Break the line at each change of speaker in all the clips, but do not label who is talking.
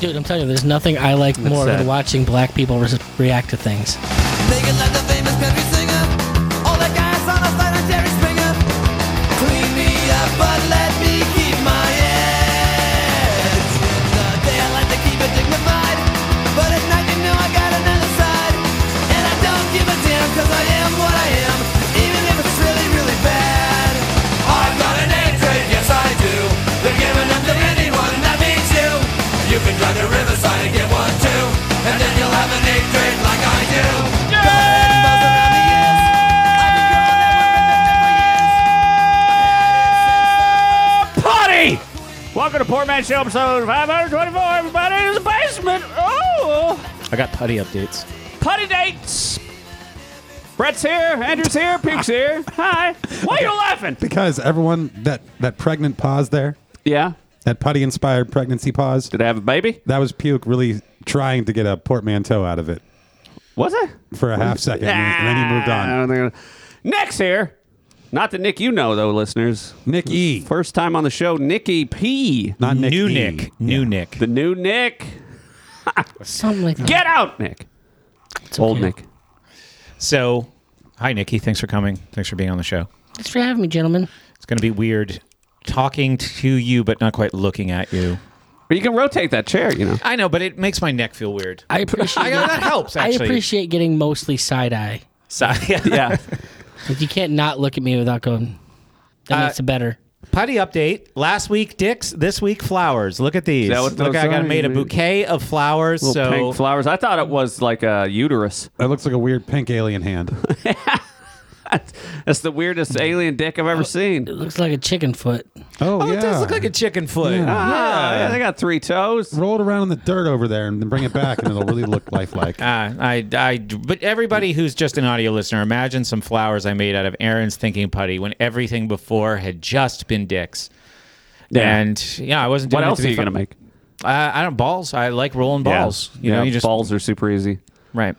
Dude, I'm telling you, there's nothing I like
That's
more
sad.
than watching black people re- react to things.
Make it like the famous country singer. All the guys on a flight are Jerry Springer. Clean me up, but let me keep my edge. In the day I like to keep it dignified, but at night you know I got another side, and I don't give a damn 'cause I am what I am, even if it's really really bad. I've got an A trade, yes I do. They're giving them to anyone, that means you. You can drive to Riverside and get one too, and then you'll have an A trade like I do. Go ahead and buzz around the ears. I've been growing that one ribbon for years. I had it since the first
Potty! Welcome to Poor Man's Show, episode 524. Everybody in the basement. Oh!
I got putty updates.
Potty dates! Brett's here, Andrew's here, Peek's here. Hi. Why are you laughing?
Because everyone that that pregnant pause there,
Yeah.
that putty inspired pregnancy pause,
Did I have a baby?
that was puke really trying to get a portmanteau out of it
Was I? Ah,
for a half second, and then he moved
I
on.
don't think I- Nick's here. Not that Nick you know, though, listeners.
Nick E,
First time on the show, Nicky P.
not Nick
New
E.
Nick. New Nick.
The new Nick.
Something like that.
Get out, Nick.
It's
Old
okay.
Nick.
So, hi, Nikki. Thanks for coming. Thanks for being on the show.
Thanks for having me, gentlemen.
It's going to be weird talking to you, but not quite looking at you.
Or you can rotate that chair, you know.
I know, but it makes my neck feel weird.
I appreciate.
I know that helps,
I
actually.
appreciate getting mostly side eye.
So, yeah.
Yeah.
Like you can't not look at me without going. That
Uh,
makes it better.
Putty update. Last week, dicks. This week, flowers. Look at these.
Is that what
Look,
those
I got
are?
made a bouquet of flowers.
Little
so
pink flowers. I thought it was like a uterus.
That looks like a weird pink alien hand.
That's the weirdest
Mm.
alien dick I've ever seen.
It looks like a chicken foot.
Oh,
Oh,
yeah,
it does look like a chicken foot.
Ah, yeah, they got three toes.
roll it around in the dirt over there, and then bring it back, and it'll really look lifelike.
Uh, I, I, but everybody who's just an audio listener, imagine some flowers I made out of Aaron's thinking putty when everything before had just been dicks. And yeah, I wasn't doing
what
it
else
to
are
be
you
fun.
gonna make?
Uh, I don't balls. I like rolling balls.
Yeah.
You know, you just
balls are super easy.
right.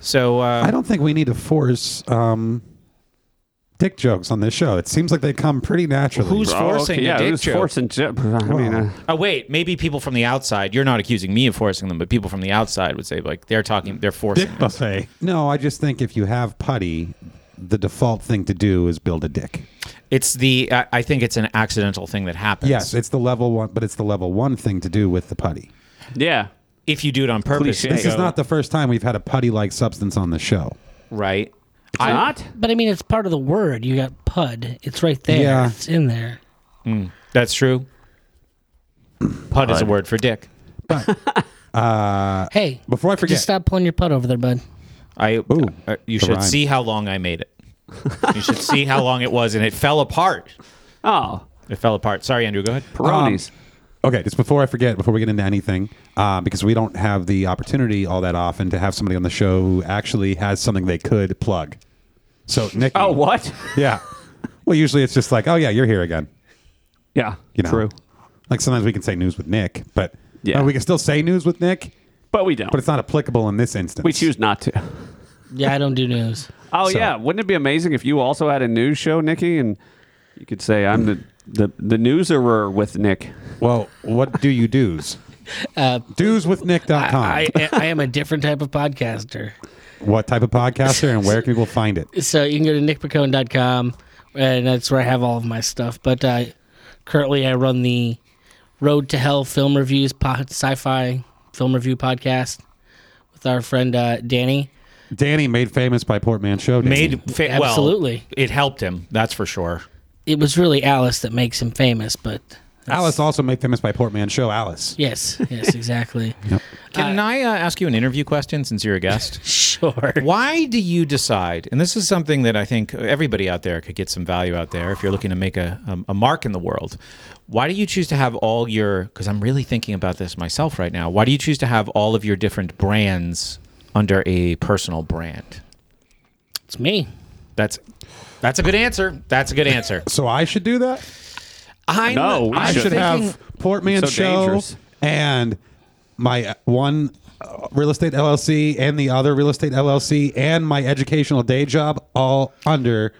So
I
uh,
don't think we need to force um, dick jokes on this show. It seems like they come pretty naturally.
who's forcing
Oh, okay,
the
yeah,
dick
who's
joke?
forcing j- I mean, uh,
oh wait, maybe people from the outside. You're not accusing me of forcing them, but people from the outside would say like they're talking, they're forcing. them.
buffet? No, I just think if you have putty, the default thing to do is build a dick.
It's the. I, I think it's an accidental thing that happens.
Yes, it's the level one, but it's the level one thing to do with the putty.
yeah.
If you do it on purpose,
Cliche.
you
This is
go,
not the first time we've had a putty like substance on the show.
right.
It's not.
But I mean, it's part of the word. You got pud. It's right there.
Yeah.
It's in there.
That's true. Pud is a word for dick.
Hey,
Before I
could you
forget-
stop pulling your pud over there, bud.
I
Ooh,
uh, you
the
should
rhyme.
see how long I made it. you should see how long it was, and it fell apart.
Oh,
It fell apart. Sorry, Andrew. Go ahead.
Peronis.
Okay, just before I forget, before we get into anything, uh, because we don't have the opportunity all that often to have somebody on the show who actually has something they could plug. So, Nick.
Mm.
oh, what?
Yeah. Well, usually it's just like, oh, yeah, you're here again.
yeah.
You know?
True.
Like sometimes we can say news with Nick, but
Yeah.
uh, we can still say news with Nick,
But we don't.
but it's not applicable in this instance.
we choose not to.
Yeah, I don't do news.
Oh
So-
yeah, wouldn't it be amazing if you also had a news show, Nikki, and you could say I'm the the the newserer with Nick.
Well, what do you do's? Uh, Do'swithnick.com.
I, I, I am a different type of podcaster.
what type of podcaster and where can people find it?
So you can go to nickpicone.com, and that's where I have all of my stuff. But uh, currently, I run the Road to Hell film reviews, pod, sci fi film review podcast with our friend uh, Danny.
Danny made famous by Portman Show. Danny.
Made fa- well,
Absolutely.
it helped him. That's for sure.
It was really Alice that makes him famous, but
Alice also made famous by Portman Show. Alice.
yes, yes, exactly.
Can I uh, ask you an interview question since you're a guest?
Sure.
Why do you decide? And this is something that I think everybody out there could get some value out there if you're looking to make a, um, a mark in the world. Why do you choose to have all your, because I'm really thinking about this myself right now, why do you choose to have all of your different brands under a personal brand?
It's me.
That's. That's a good answer. That's a good answer.
So I should do that.
I
No, we
I
I'm
should have
thinking-
Portman
So
Show
dangerous.
and my uh, one uh, real estate LLC and the other real estate LLC and my educational day job all under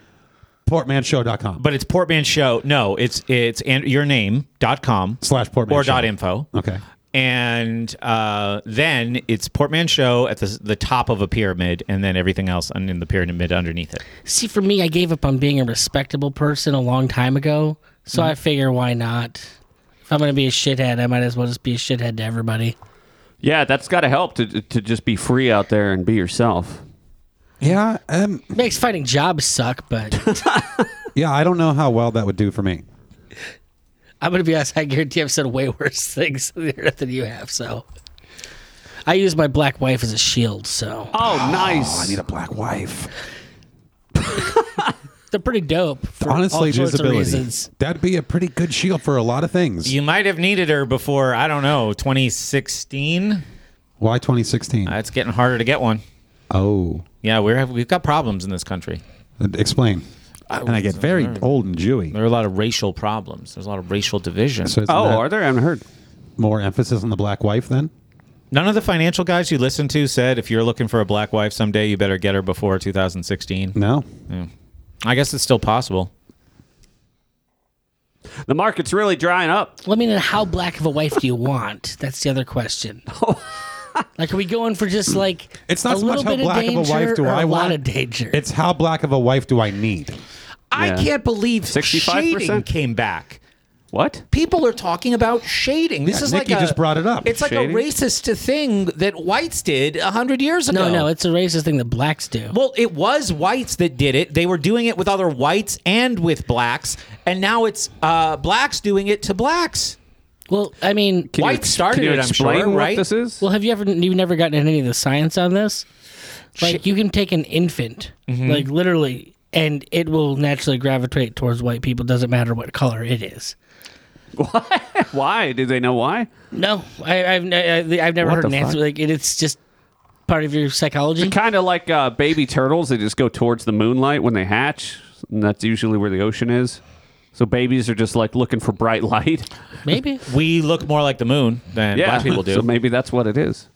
portmanshow.com.
But it's Portman Show. No, it's it's and your name dot com
Slash Portman
or
Show.
dot info.
okay.
and uh, then it's portmanteau at the the top of a pyramid, and then everything else un- in the pyramid underneath it.
See, for me, I gave up on being a respectable person a long time ago, so I figure why not? If I'm gonna be a shithead, I might as well just be a shithead to everybody.
Yeah, that's got to help to to just be free out there and be yourself.
Yeah, um,
Makes fighting jobs suck, but
yeah. I don't know how well that would do for me.
I'm gonna be honest. I guarantee I've said way worse things on the earth than you have. So, I use my black wife as a shield. So
Oh, nice.
a black wife.
they're pretty dope. For
Honestly,
all sorts of
visibility.
reasons.
That'd be a pretty good shield for a lot of things.
You might have needed her before I don't know 2016.
Why 2016?
Uh, it's getting harder to get one.
oh,
Yeah, we're we've got problems in this country.
explain. and I get very old and Jewy.
There are a lot of racial problems. There's a lot of racial division.
So isn't
Oh,
that
are there? I haven't heard.
more emphasis on the black wife then?
None of the financial guys you listened to said if you're looking for a black wife someday, you better get her before 2016.
No.
I guess it's still possible.
The market's really drying up.
Well, I mean, and how black of a wife do you want? That's the other question. like, are we going for just like
Oh. It's not
a
so
little
much how
bit
black of a
danger
wife do
or
I
a lot
want.
of danger?
It's how black of a wife do I need?
I
Yeah.
can't believe
65%?
shading came back.
What?
People are talking about shading. This
Yeah,
is
Nikki
like a,
just brought it up.
It's like
Shading?
a racist thing that whites did a hundred years ago.
no, no, it's a racist thing that blacks do.
well, it was whites that did it. They were doing it with other whites and with blacks, and now it's uh, blacks doing it to blacks.
Well, I mean,
Can
White started
can you
it, I'm
explain
sure,
what
right?
This is.
well, have you ever you've never gotten into any of the science on this? Like, you can take an infant, like literally, and it will naturally gravitate towards white people. Doesn't matter what color it is.
why? Do they know why?
No, I, I've I, I've never
What
heard
the
an answer
fuck?
like it. It's just part of your psychology.
Kind of like uh, baby turtles. They just go towards the moonlight when they hatch, and that's usually where the ocean is. So babies are just like looking for bright light.
Maybe
We look more like the moon than black people do.
So maybe that's what it is.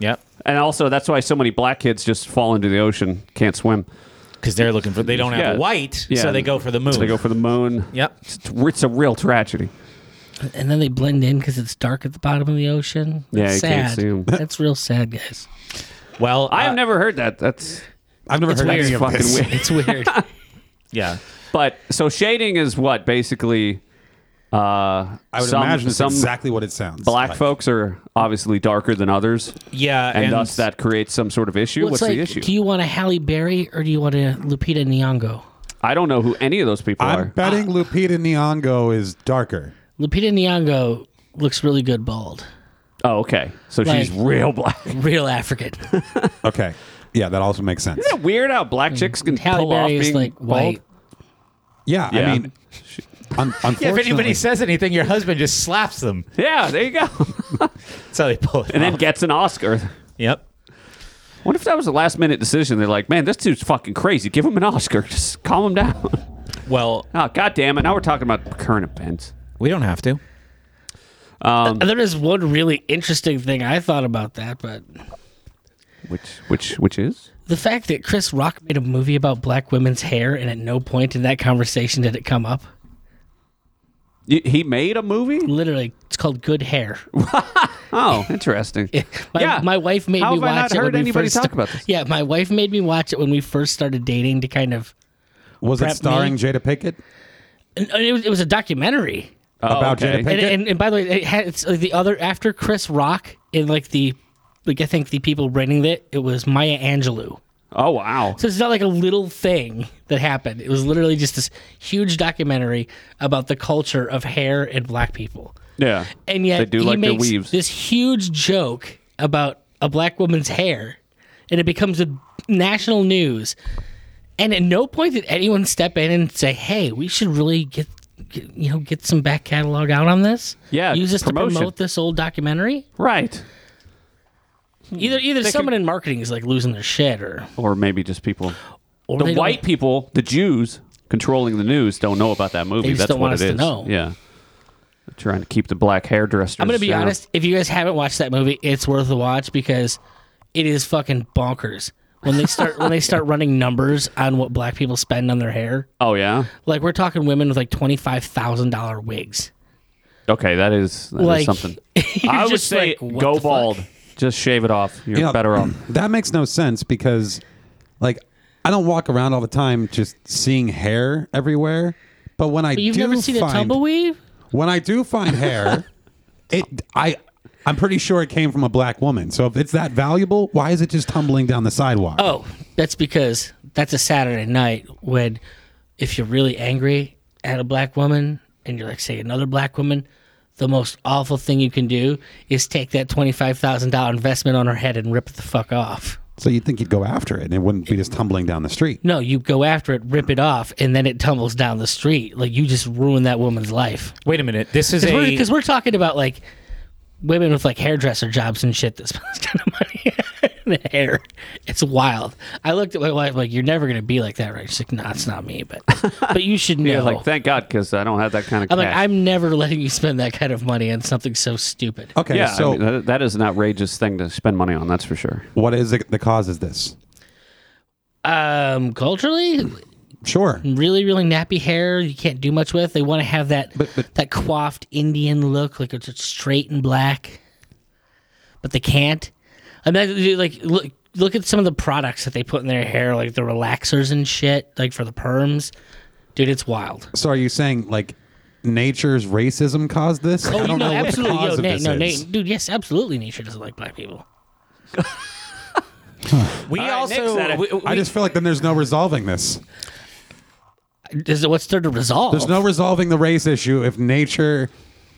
yep,
And also, that's why so many black kids just fall into the ocean, can't swim.
because they're looking for. They don't have
Yeah.
white,
Yeah.
so they go for the moon.
So they go for the moon.
Yep.
It's, it's a real tragedy.
and then they blend in because it's dark at the bottom of the ocean.
Yeah,
That's
you can't
sad.
see 'em.
That's real sad, guys.
Well,
I
uh,
have never heard that. That's
I've never heard
weird.
any of
fucking
this.
weird.
It's weird.
Yeah.
But so shading is what basically. Uh,
I would
some,
imagine it's
some
exactly what it sounds.
black
like.
folks are obviously darker than others,
Yeah.
and, thus that creates some sort of issue.
Well, it's
What's
like,
the issue?
Do you want a Halle Berry or do you want a Lupita Nyong'o?
I don't know who any of those people
I'm
are.
betting Lupita Nyong'o is darker.
Lupita Nyong'o looks really good bald,
oh, okay. So she's
Like-
real black.
real African.
Okay. Yeah, that also makes sense.
Weird how black chicks can
Halle
pull off
Berry is
being
like
bald.
white.
Yeah,
Yeah.
I mean, un- unfortunately,
Yeah, if anybody says anything, your husband just slaps them.
Yeah, there you go.
That's how they pull it.
and then
off.
gets an Oscar.
yep.
What if that was a last minute decision? They're like, man, this dude's fucking crazy. Give him an Oscar. Just calm him down.
Well,
oh, God damn it. Now we're talking about current events.
we don't have to.
And There is one really interesting thing I thought about that, but
Which which which is?
the fact that Chris Rock made a movie about black women's hair, and at no point in that conversation did it come up.
Y- He made a movie?
Literally, it's called Good Hair.
Oh, interesting.
My,
yeah.
my wife made
How
me
have I
watch
not
it.
heard
when we
anybody
first
talk
sta-
about this?
Yeah, my wife made me watch it when we first started dating to kind of.
was it
Prep
starring
me.
Jada Pickett?
And and it was, it was a documentary.
Oh,
about
okay.
Jada Pinkett?
And, and, and by the way, it had, it's like the other after Chris Rock in like the like I think the people renting it it was Maya Angelou.
Oh, wow.
So it's not like a little thing that happened. It was literally just this huge documentary about the culture of hair and black people.
Yeah.
And yet
They do
he
like their
makes
weaves.
this huge joke about a black woman's hair and it becomes a national news. And at no point did anyone step in and say, "Hey, we should really get, get you know, get some back catalog out on this.
Yeah,
use this
promotion.
to promote this old documentary."
Right.
Either either someone in marketing is like losing their shit or
Or maybe just people.
or they
The
don't-
white people, the Jews controlling the news, don't know about that
They
movie.
just
That's
don't
what
want us
it
to
is.
know.
Yeah. They're trying to keep the black hairdressers.
I'm gonna be
down.
honest. If you guys haven't watched that movie, it's worth a watch because it is fucking bonkers when they start when they start running numbers on what black people spend on their hair.
Oh yeah.
Like we're talking women with like twenty five thousand dollar wigs.
Okay, that is, that is
Like,
something.
you're
I would
just
say
like, what the
go
fuck?
bald. Just shave it off. You're
You know,
better off.
That makes no sense because, like, I don't walk around all the time just seeing hair everywhere. But when I
But you've
do
never seen a
find,
tumbleweed?
when I do find hair, it I I'm pretty sure it came from a black woman. So if it's that valuable, why is it just tumbling down the sidewalk?
Oh, that's because that's a Saturday night when, if you're really angry at a black woman and you're like, say, another black woman, the most awful thing you can do is take that $25,000 investment on her head and rip it the fuck off.
So you'd think you'd go after it and it wouldn't be just tumbling down the street.
No, you go after it, rip it off, and then it tumbles down the street. Like, you just ruin that woman's life.
Wait a minute. This is a
Because we're, talking about like women with like hairdresser jobs and shit that spends kind of money on hair. It's wild. I looked at my wife like, "You're never gonna be like that, right?" She's like, "No, it's not me, but but you should know."
Yeah, like thank God because I don't have that kind of.
I'm like,
cash.
I'm never letting you spend that kind of money on something so stupid.
Okay,
Yeah, I
so
mean, that, that is an outrageous thing to spend money on. That's for sure.
what is the, the cause? Is this
Um, culturally,
sure?
really, really nappy hair you can't do much with. They want to have that
But- but-
that coiffed Indian look, like it's just straight and black, but they can't. And then you, like look look at some of the products that they put in their hair, like the relaxers and shit, like for the perms. Dude, it's wild.
So are you saying like nature's racism caused this? I don't know, what the
Oh, absolutely,
cause
yo,
of
na-
this
no,
is.
na- dude, yes, absolutely. Nature doesn't like black people.
we also we- we-
I just feel like then there's no resolving this.
Is it, what's there to resolve?
There's no resolving the race issue if nature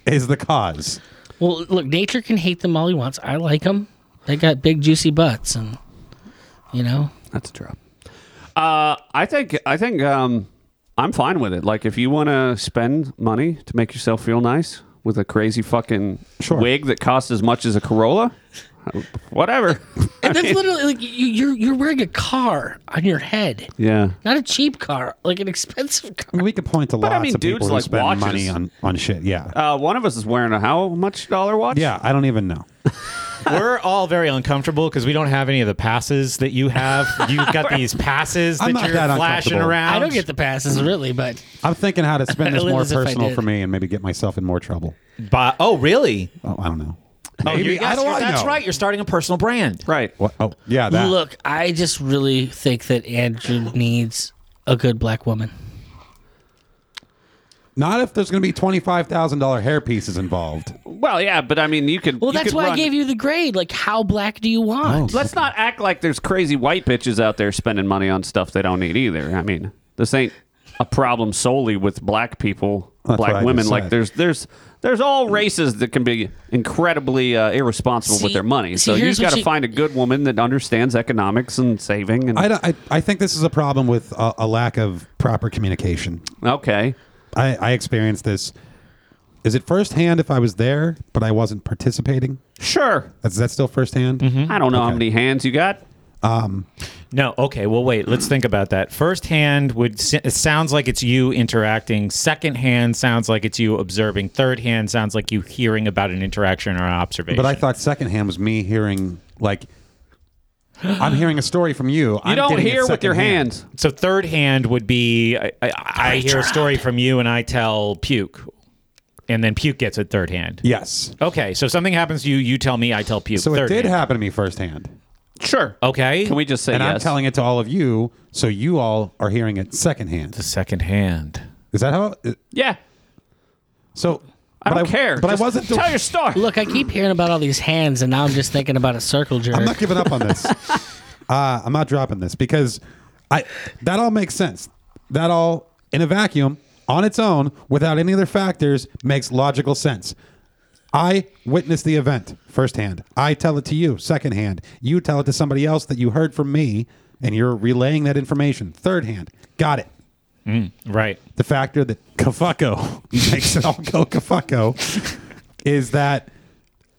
is the cause.
Well, look, nature can hate them all he wants. I like them. They got big, juicy butts, and you know,
That's a drop. Uh, I think I think um, I'm fine with it. Like if you want to spend money to make yourself feel nice with a crazy fucking
Sure.
wig that costs as much as a Corolla, whatever.
And that's literally like you, you're you're wearing a car on your head,
yeah.
not a cheap car, like an expensive car.
I mean, we could point to lots
I mean,
of people
dudes
who
like
spend
watches.
money on, on shit. Yeah.
Uh, one of us is wearing a how much dollar watch?
yeah, I don't even know.
we're all very uncomfortable because we don't have any of the passes that you have. You've got these passes that
I'm not
you're
that
flashing
uncomfortable.
around.
I don't get the passes really, but
I'm thinking how to spend this
I live
more
as if I
personal
did.
for me and maybe get myself in more trouble.
But, oh, really?
Oh, I don't know.
oh, you-
Maybe.
yes,
I don't
you're- That's
know.
right. You're starting a personal brand.
Right.
What? Oh, yeah, that.
look, I just really think that Andrew needs a good black woman.
Not if there's going to be $25,000 hair pieces involved.
Well, yeah, but I mean, you could.
Well, that's why I gave you the grade. Like, how black do you want?
Oh.
Let's not act like there's crazy white bitches out there spending money on stuff they don't need either. I mean, this ain't a problem solely with black people,
That's what
black
I just
women. Like
said.
there's there's there's all races that can be incredibly uh, irresponsible with
See-
their money.
see,
So you
here's
just got
what
to
you-
find a good woman that understands economics and saving. And
I, don't, I, I think this is a problem with a, a lack of proper communication.
okay,
I, I experienced this. Is it firsthand if I was there, but I wasn't participating?
sure.
Is that still firsthand? Mm-hmm.
I don't know how many hands you got.
No. Okay. Well, wait. Let's think about that. Firsthand would s- it sounds like it's you interacting. Secondhand sounds like it's you observing. Third hand sounds like you hearing about an interaction or an observation.
But I thought secondhand was me hearing, like, I'm hearing a story from you.
You don't hear with your hands.
so third hand would be I, I, I hear a story from you and I tell puke, and then puke gets it third hand.
Yes.
Okay. So something happens to you. You tell me. I tell puke.
So it
third
did
hand.
happen to me firsthand.
Sure.
Okay.
Can we just say
and
yes?
I'm telling it to all of you, so you all are hearing it secondhand.
second hand?
Is that how? uh,
yeah.
So
I
but
don't care.
But
Just
I wasn't.
Tell your story.
Look, I keep hearing about all these hands, and now I'm just thinking about a circle jerk.
I'm not giving up on this. uh, I'm not dropping this because I. That all makes sense. That all in a vacuum, on its own, without any other factors, makes logical sense. I witnessed the event firsthand. I tell it to you secondhand. You tell it to somebody else that you heard from me, and you're relaying that information third hand. Got it.
Right.
the factor that kafucko makes it all go kafucko is that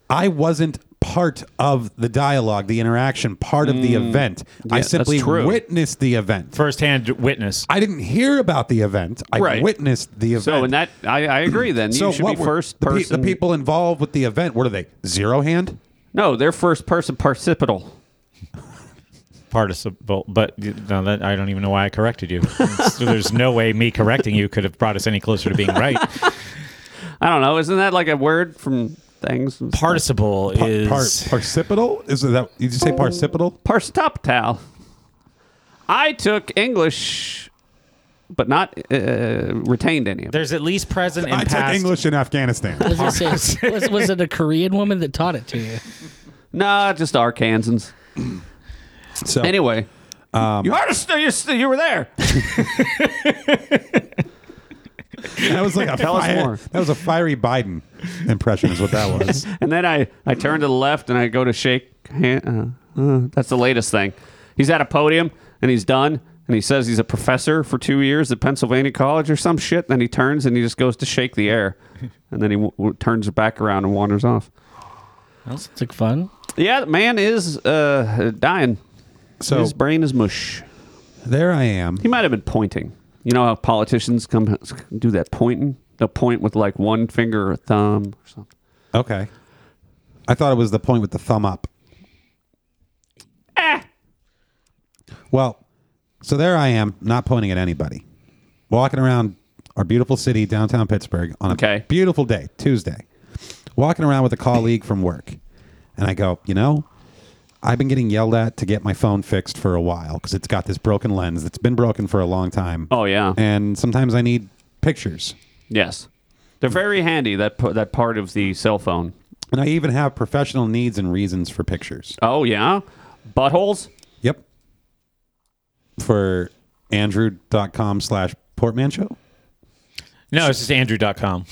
I wasn't part of the dialogue, the interaction, part of the event. I
Mm. that's
simply
true.
witnessed the event.
First hand witness.
I didn't hear about the event. I
Right.
witnessed the event.
So, and that I, I agree. Then
So
you should be
were-
first
the, pe-
person.
the people involved with the event, what are they? Zero hand?
No, they're first person participle.
participle, but no, that, I don't even know why I corrected you. So there's no way me correcting you could have brought us any closer to being right.
I don't know. Isn't that like a word from things?
Participle
Pa-
is
par- parcipital? Is that you just say parcipital?
Parstoptal. I took English, but not uh, retained any of it.
there's at least present and
I took
past.
English in Afghanistan.
Was it, say, was, was it a Korean woman that taught it to you?
Nah, just Arkansans.
So
Anyway, you, are, you, you were there.
that was like a
Tell us
fire-
more.
That was a fiery Biden impression, is what that was.
And then I, I turn to the left and I go to shake hand. Uh, uh, that's the latest thing. He's at a podium and he's done. And he says he's a professor for two years at Pennsylvania College or some shit. Then he turns and he just goes to shake the air. And then he w- w- turns back around and wanders off.
It's like fun.
Yeah, the man is uh, dying.
So
His brain is mush.
there I am.
He might have been pointing. You know how politicians come do that pointing? They'll point with like one finger or a thumb or something.
Okay. I thought it was the point with the thumb up.
Eh.
Well, so there I am, not pointing at anybody, walking around our beautiful city, downtown Pittsburgh, on a
Okay.
beautiful day, Tuesday, walking around with a colleague from work. And I go, you know, I've been getting yelled at to get my phone fixed for a while because it's got this broken lens that's been broken for a long time.
Oh, yeah.
And sometimes I need pictures.
Yes. They're very handy, that, p- that part of the cell phone.
And I even have professional needs and reasons for pictures.
Oh yeah, buttholes.
Yep. For andrew.com slash portman show.
No, it's just andrew.com.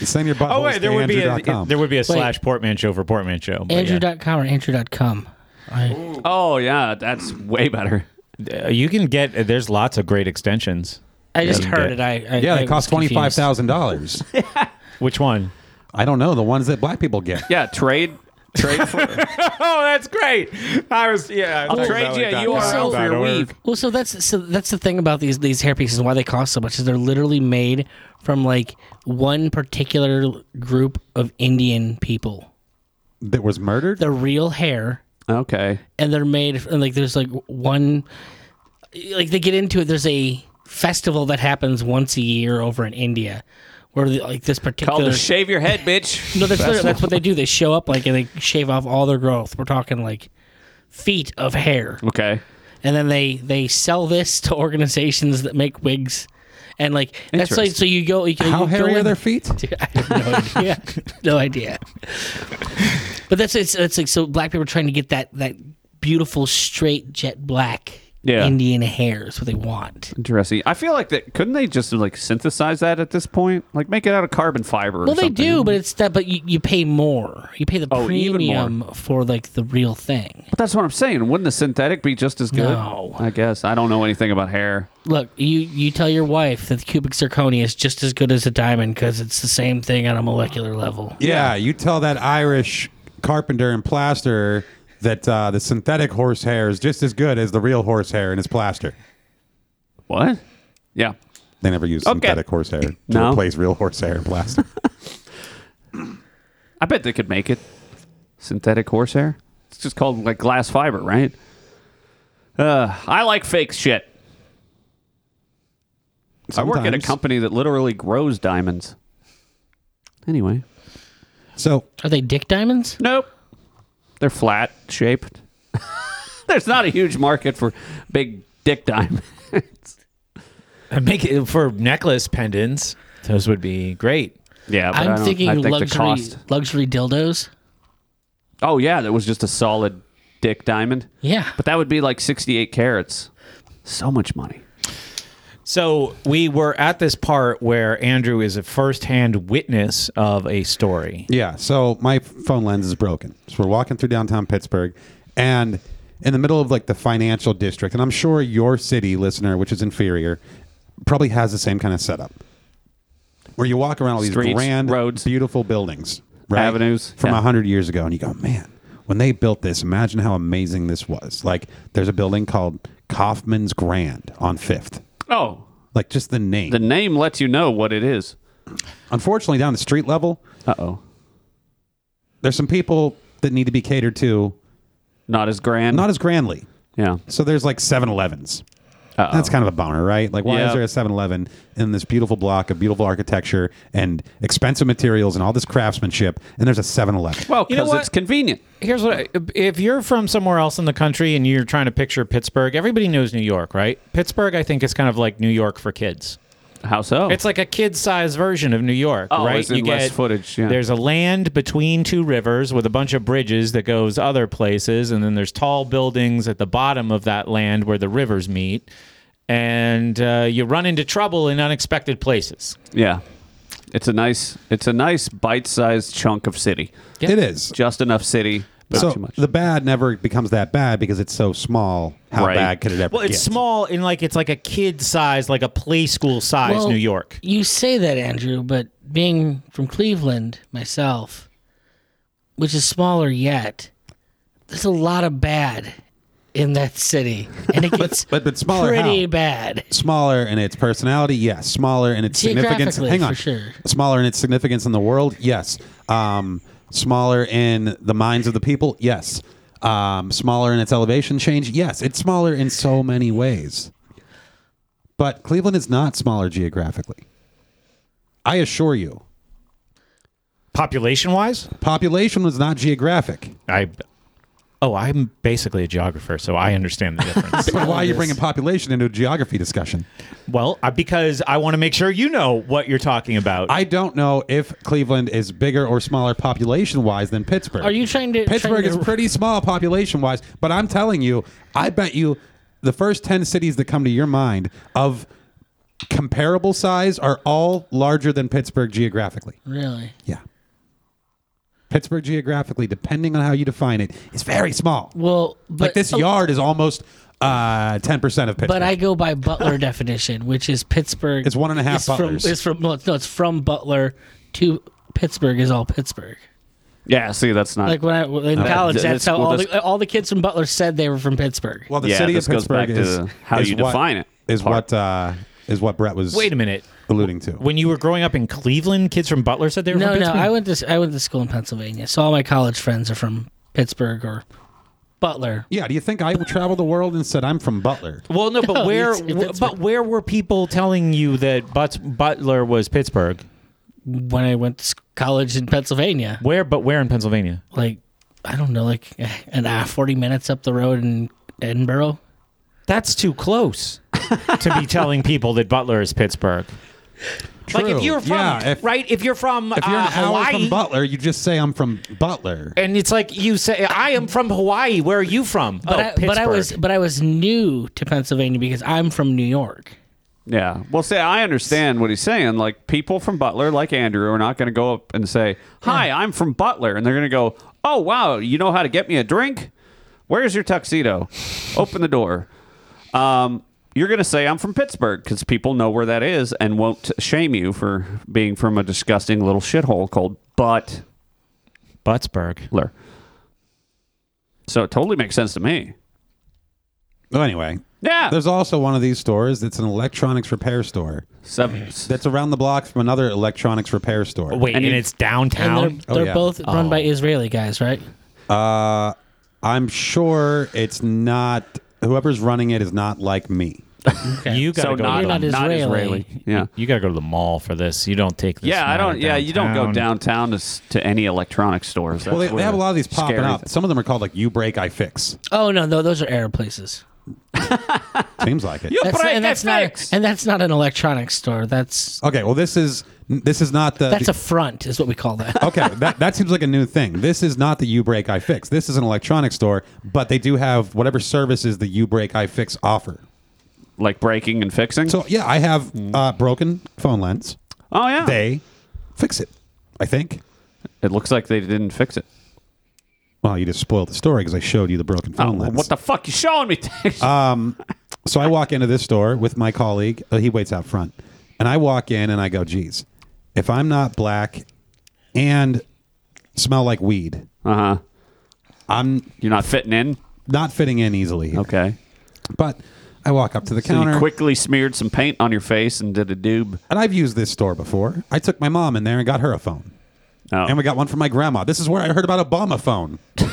Send your buttholes
Oh wait, there
to
would be a
andrew.com.
there would be a slash portman show for portman show. but yeah.
Andrew.com or Andrew.com. I,
Oh yeah, that's way better.
Uh, you can get uh, there's lots of great extensions.
I just
Yeah.
heard it. I, I
yeah,
I
they
was
cost
confused.
$25,000.
Which one?
I don't know. The ones that black people get.
Yeah, trade, trade for.
Oh, that's great. I was yeah.
I'll trade you a URL for your weave.
Well, so that's so that's the thing about these these hair pieces and why they cost so much is they're literally made from like one particular group of Indian people.
That was murdered?
They're real hair,
Okay.
and they're made and like there's like one, like they get into it. There's a festival that happens once a year over in India, where the, like this particular
Called the shave your head, bitch.
No, that's literally- that's what they do. They show up like and they shave off all their growth. We're talking like feet of hair,
Okay.
and then they they sell this to organizations that make wigs, and like that's like
Interesting.
so you go. You, can-
How
you go
hairy are
in-
their feet?
Dude, I have no idea. no idea. But that's it's, it's like so black people are trying to get that that beautiful straight jet black
Yeah.
Indian hair is what they want.
Interesting. I feel like that. Couldn't they just like synthesize that at this point? Like make it out of carbon fiber. Or
Well, they
something.
do, but it's that. But you, you pay more. You pay the
Oh, even more.
premium for like the real thing.
But that's what I'm saying. Wouldn't the synthetic be just as good?
No.
I guess I don't know anything about hair.
Look, you you tell your wife that the cubic zirconia is just as good as a diamond because it's the same thing on a molecular level.
Yeah, you tell that Irish carpenter and plasterer that uh, the synthetic horse hair is just as good as the real horse hair and it's plaster.
What? Yeah.
They never use
Okay.
synthetic horse hair to
No.
replace real horse hair and plaster.
I bet they could make it. Synthetic horsehair. It's just called like glass fiber, right? Uh, I like fake shit. I work at a
Sometimes.
company that literally grows diamonds. Anyway,
So
Are they dick diamonds?
nope. They're flat shaped. There's not a huge market for big dick diamonds.
Make it for necklace pendants. Those would be great.
Yeah, but I
I'm
don't-
thinking
I think the
luxury
cost.
luxury dildos.
Oh yeah, that was just a solid dick diamond.
Yeah,
But that would be like 68 carats. So much money.
So we were at this part where Andrew is a firsthand witness of a story.
Yeah. So my phone lens is broken. So we're walking through downtown Pittsburgh and in the middle of like the financial district. And I'm sure your city listener, which is inferior, probably has the same kind of setup where you walk around all these
Streets,
grand,
roads.
beautiful buildings, right?
Avenues,
from a
yeah.
100 years ago. And you go, man, when they built this, imagine how amazing this was. Like there's a building called Kaufman's Grand on 5th.
Oh,
Like just the name.
The name lets you know what it is.
Unfortunately, down the street level,
Uh oh.
there's some people that need to be catered to
Not as grand.
not as grandly.
yeah.
So there's like 7 Elevens. That's kind of a bummer, right? Like, why
Yeah.
is there a 7 Eleven in this beautiful block of beautiful architecture and expensive materials and all this craftsmanship, and there's a 7 Eleven?
Well,
You know
because
what?
it's convenient.
Here's what I, if you're from somewhere else in the country and you're trying to picture Pittsburgh, everybody knows New York, right? Pittsburgh, I think, is kind of like New York for kids.
How so?
It's like a kid-sized version of New York,
Oh,
right?
as in less footage, yeah.
There's a land between two rivers with a bunch of bridges that goes other places, and then there's tall buildings at the bottom of that land where the rivers meet, and uh, you run into trouble in unexpected places.
yeah. It's a nice, it's a nice bite-sized chunk of city.
It is.
Just enough city, but not too
So
much.
the bad never becomes that bad because it's so small. How
Right.
bad could it ever
Well, it's
get?
small in like it's like a kid-sized, like a play school-sized
Well,
New York.
You say that, Andrew, but being from Cleveland myself, which is smaller yet, there's a lot of bad in that city, and it gets
But but smaller
pretty
how?
bad.
Smaller in its personality, yes. Smaller in its significance.
Geographically,
Hang on,
for sure.
Smaller in its significance in the world, yes. Um, smaller in the minds of the people, yes. Um, smaller in its elevation change, yes. It's smaller in so many ways. But Cleveland is not smaller geographically. I assure you,
Population-wise,
population was not geographic.
I. Oh, I'm basically a geographer, so I understand the difference.
But why are you bringing population into a geography discussion?
well, I, because I want to make sure you know what you're talking about.
I don't know if Cleveland is bigger or smaller population wise than Pittsburgh.
Are you trying to
Pittsburgh
trying
is
to-
pretty small population wise, but I'm telling you, I bet you the first 10 cities that come to your mind of comparable size are all larger than Pittsburgh geographically.
really?
Yeah. Pittsburgh geographically, depending on how you define it, is very small.
Well, but oh,
like this yard is almost uh, 10% of Pittsburgh.
But I go by Butler definition, which is Pittsburgh.
It's one and a half
is from,
Butlers.
is from no, it's, no, it's from Butler to Pittsburgh is all Pittsburgh.
yeah, see, that's not.
Like when I in college,
th-
that's
this-
how
well,
all
this-
the all the kids from Butler said they were from Pittsburgh.
well, the
Yeah,
city of
this goes back
Pittsburgh
to
is
how
is
you
what-
define it,
Is
part.
what uh, is what Brett was
Wait a minute.
alluding to.
When you were growing up in Cleveland, kids from Butler said they were
No,
from
no,
Pittsburgh.
I went to I went to school in Pennsylvania, so all my college friends are from Pittsburgh or Butler.
Yeah, do you think I traveled the world and said I'm from Butler?
well, no, but
No,
where?
it's-
wh-
Pittsburgh.
But where were people telling you that but- Butler was Pittsburgh?
When I went to s- college in Pennsylvania,
Where? But where in Pennsylvania?
like I don't know, like eh, an hour, forty minutes up the road in Edinburgh.
That's too close to be telling people that Butler is Pittsburgh. Like if you're from
yeah, if,
right, if you're from
if you're
uh,
an hour
Hawaii,
from Butler, you just say I'm from Butler.
and it's like you say, "I am from Hawaii. Where are you from?"
But,
oh,
I, but I
Pittsburgh.
was but I was new to Pennsylvania because I'm from New York.
Yeah. Well, say I understand what he's saying. Like people from Butler, like Andrew, are not going to go up and say, "Hi, I'm from Butler," and they're going to go, "Oh, wow, you know how to get me a drink? Where's your tuxedo? Open the door." Um, you're going to say, "I'm from Pittsburgh," because people know where that is and won't shame you for being from a disgusting little shithole called Butler.
Buttsburg.
So it totally makes sense to me.
Well, anyway,
Yeah.
there's also one of these stores that's an electronics repair store
Seven.
that's around the block from another electronics repair store.
Wait,
And
and,
you-
it's
And
downtown.
they're, they're
yeah.
both run by Israeli guys, right?
Uh, I'm sure it's not whoever's running it is not like me.
You gotta
So
go.
not,
to
You're
the,
not
not
Israeli.
Israeli. Yeah.
You gotta go to the mall for this. You don't take this.
Yeah, I
matter
don't. Yeah, you don't go
downtown.
downtown to, s- to any electronics stores.
Well, they,
That's
they
where
have a lot of these
the
popping
scary
up. Some of them are called like "You Break, I Fix."
Oh no, no, those are Arab places.
Seems like it.
Yep.
That's
But I-
and that's
that's
not
next.
and that's not an electronics store. That's
Okay, well this is this is not the
that's a front, is what we call that.
okay, that, that seems like a new thing. This is not the U Break I Fix. This is an electronics store, but they do have whatever services the U Break I Fix offer.
like breaking and fixing.
So yeah, I have uh, broken phone lens.
oh yeah,
They fix it. I think.
it looks like they didn't fix it.
Well, you just spoiled the story because I showed you the broken
Oh,
phone lens.
what the fuck you showing me?
Uh, so I walk into this store with my colleague. Uh, he waits out front, and I walk in and I go, "Geez, if I'm not black and smell like weed,
uh huh.
I'm
You're not fitting in.
not fitting in easily." here."
Okay.
But I walk up to the
So
counter.
you quickly smeared some paint on your face and did a doob.
And I've used this store before. I took my mom in there and got her a phone.
Oh.
And we got one for my grandma. This is where I heard about Obama phone.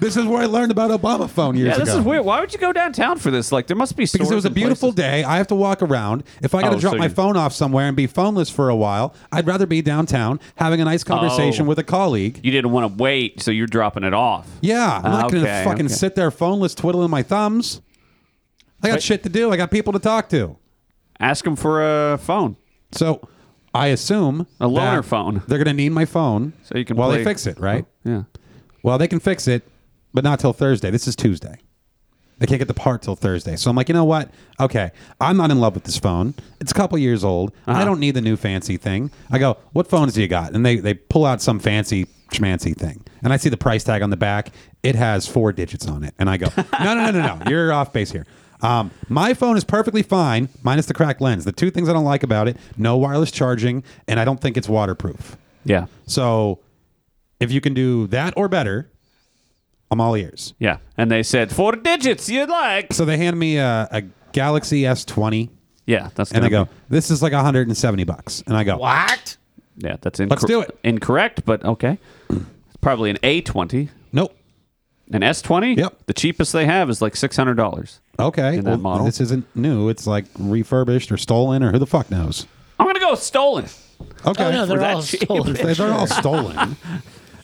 This is where I learned about Obama phone years
Yeah,
ago.
this is weird. Why would you go downtown for this? Like, there must be
Because
stores
it was a
and
beautiful
places.
day. I have to walk around. If I got to
Oh,
drop
so
my
you-
phone off somewhere and be phoneless for a while, I'd rather be downtown having a nice conversation
Oh.
with a colleague.
You didn't want to wait, so you're dropping it off.
Yeah, I'm not going to
Okay,
fucking
okay.
sit there phoneless twiddling my thumbs. I got shit to do. I got people to talk to.
Ask them for a phone.
So I assume
A loaner
that
phone.
They're going to need my phone
So you can
while they
play-
fix it, right?
Yeah.
Well, they can fix it, but not till Thursday. This is Tuesday. They can't get the part till Thursday. So I'm like, you know what? Okay, I'm not in love with this phone. It's a couple years old. I don't need the new fancy thing. I go, what phones do you got? And they they pull out some fancy schmancy thing, and I see the price tag on the back. It has four digits on it, and I go, no, no, no, no, no. You're off base here. Um, my phone is perfectly fine, minus the cracked lens. The two things I don't like about it: no wireless charging, and I don't think it's waterproof.
Yeah.
So if you can do that or better, I'm all ears.
Yeah. And they said, four digits you'd like.
So they hand me a, a Galaxy S20
Yeah. That's
and
gonna
they go,
be-
this is like 170 bucks. And I go,
What?
Yeah, that's incorrect.
Let's do it.
Incorrect, but okay. It's probably an A20.
nope.
An S20?
Yep.
The cheapest they have is like $600.
Okay.
In that model.
This isn't new. It's like refurbished or stolen or who the fuck knows.
I'm going to go stolen.
Okay.
Oh no, they're
that
all
cheap.
stolen.
They- They're all stolen.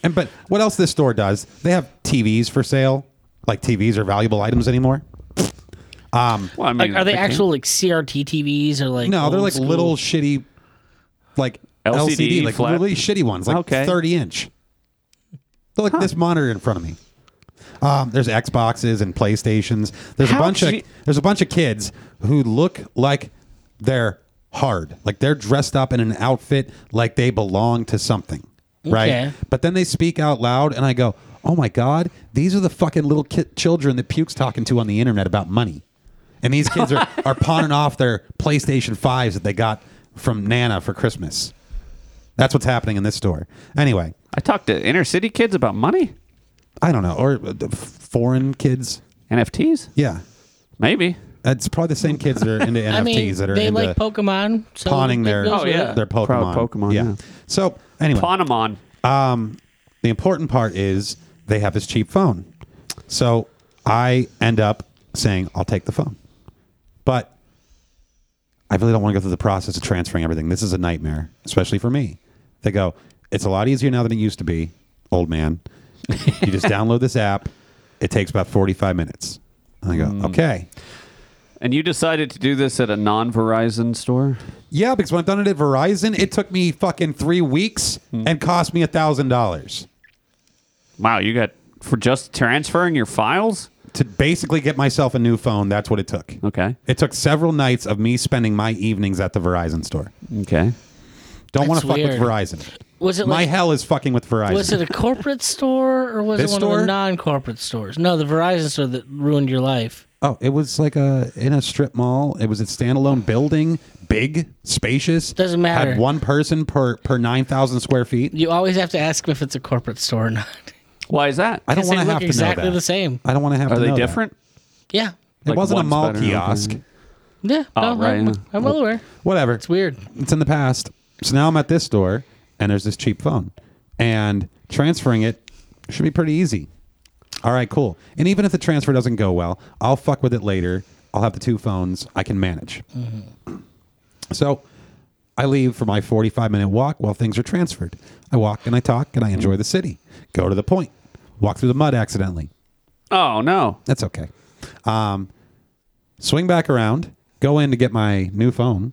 And but what else this store does? They have TVs for sale. Like TVs are valuable items anymore.
Well, I mean,
Like, are they
can't-
actual like CRT TVs or like?
No, they're
old
like
school-
little shitty, like LCD,
LCD
like
flat.
really shitty ones, like
Okay.
thirty inch. They're like this monitor in front of me. Um, there's Xboxes and Playstations. There's a
How
bunch
ge-
of there's a bunch of kids who look like they're hard, like they're dressed up in an outfit like they belong to something, right?
Okay.
But then they speak out loud, and I go, "Oh my god, these are the fucking little ki- children that Puke's talking to on the internet about money." And these kids are, are pawning off their PlayStation 5s that they got from Nana for Christmas. That's what's happening in this store. Anyway,
I talked to inner city kids about money,
I don't know. Or uh, the f- foreign kids.
NFTs.
Yeah.
Maybe.
It's probably the same kids that are into NFTs
I mean,
that are
they
into
like Pokemon. So
pawning
it
their,
goes
Oh,
with
yeah.
it.
their Pokemon.
Proud Pokemon, yeah.
So, anyway, um,
Panamon.
the important part is they have this cheap phone. So I end up saying, I'll take the phone. But I really don't want to go through the process of transferring everything. This is a nightmare, especially for me. They go, it's a lot easier now than it used to be, old man. You just download this app. It takes about 45 minutes. And I go,
Mm.
okay.
And you decided to do this at a non Verizon store?
Yeah, because when I've done it at Verizon, it took me fucking three weeks
Mm.
and cost me a $1,000
Wow, you got for just transferring your files?
to basically get myself a new phone. That's what it took.
Okay.
It took several nights of me spending my evenings at the Verizon store.
Okay.
Don't want
That's
to fuck
weird.
with Verizon.
Was it
my
like,
hell is fucking with Verizon.
Was it a corporate store or was
This
it one of
store?
the non-corporate stores? No, the Verizon store that ruined your life.
oh, it was like a in a strip mall. It was a standalone building, big, spacious.
Doesn't matter.
Had one person per per nine thousand square feet.
You always have to ask if it's a corporate store or not.
Why is that?
I don't
Because they
want to
look
have to
exactly
know that.
the same.
I don't want to have
Are
to.
they
know that.
different?
Yeah,
It
Like
wasn't a
one's
mall
better than the other?
kiosk.
yeah.
Oh,
no,
right,
I'm,
yeah.
I'm well aware.
Whatever.
It's weird.
It's in the past. So now I'm at this store, and there's this cheap phone, and transferring it should be pretty easy. All right, cool. And even if the transfer doesn't go well, I'll fuck with it later. I'll have the two phones. I can manage. So I leave for my 45 minute walk while things are transferred. I walk and I talk and I enjoy the city. Go to the point. Walk through the mud accidentally.
Oh, no.
That's okay. Um, swing back around, go in to get my new phone.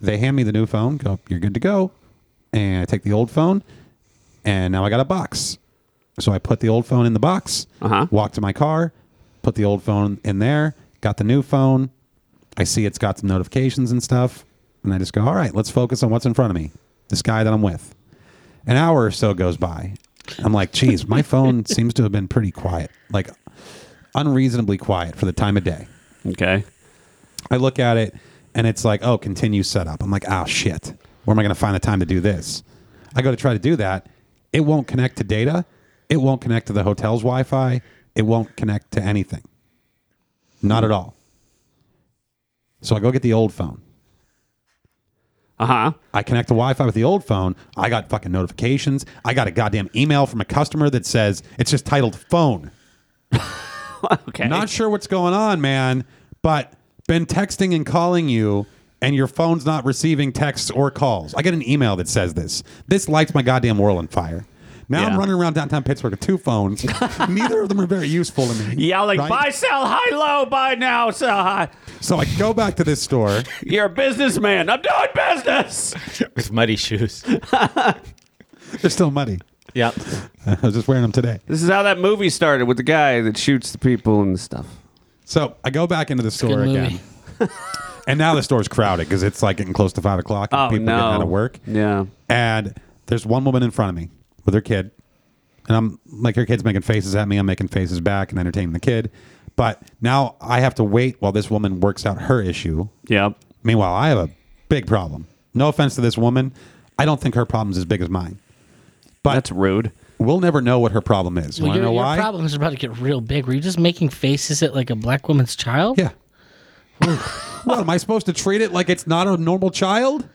They hand me the new phone, go, you're good to go. And I take the old phone, and now I got a box. So I put the old phone in the box,
Uh-huh.
walk to my car, put the old phone in there, got the new phone. I see it's got some notifications and stuff. And I just go, all right, let's focus on what's in front of me. This guy that I'm with. An hour or so goes by. I'm like, geez, my phone seems to have been pretty quiet. Like, unreasonably quiet for the time of day.
Okay.
I look at it and it's like, oh, continue setup. I'm like, oh shit, where am I going to find the time to do this? I go to try to do that. It won't connect to data. It won't connect to the hotel's Wi Fi. It won't connect to anything. Not at all. So I go get the old phone.
Uh huh.
I connect the Wi-Fi with the old phone. I got fucking notifications. I got a goddamn email from a customer that says it's just titled phone.
Okay.
Not sure what's going on, man, but been texting and calling you and your phone's not receiving texts or calls. I get an email that says this. This lights my goddamn world on fire. Now
Yeah.
I'm running around downtown Pittsburgh with two phones. Neither of them are very useful to me.
yeah, like
right?
buy, sell, high, low, buy now, sell high.
So I go back to this store.
You're a businessman. I'm doing business.
with muddy shoes.
They're still muddy.
yeah.
I was just wearing them today.
This is how that movie started with the guy that shoots the people and stuff.
So I go back into the store
good movie.
again. and now the store's crowded because it's like getting close to five o'clock and
Oh
people
no.
getting out of work.
Yeah.
And there's one woman in front of me with her kid. And I'm like, her kid's making faces at me. I'm making faces back and entertaining the kid. But now I have to wait while this woman works out her issue.
Yep.
Meanwhile, I have a big problem. No offense to this woman. I don't think her problem's as big as mine. But
That's rude.
we'll never know what her problem is. You
Well,
want to
your,
know
your
why?
problem is about to get real big. Were you just making faces at like a black woman's child?
Yeah. what am I supposed to treat it like it's not a normal child?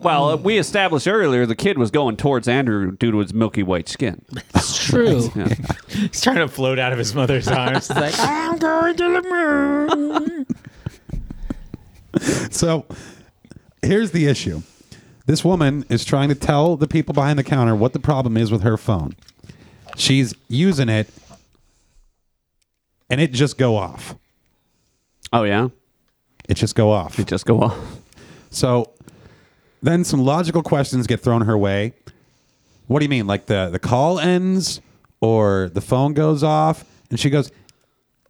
Well, we established earlier the kid was going towards Andrew due to his milky white skin.
It's true.
Yeah.
He's trying to float out of his mother's arms. It's like, I'm going to the moon.
So here's the issue. This woman is trying to tell the people behind the counter what the problem is with her phone. She's using it and it just go off.
oh yeah.
It just go off.
They just go off.
So then some logical questions get thrown her way. What do you mean? Like the, the call ends or the phone goes off? And she goes,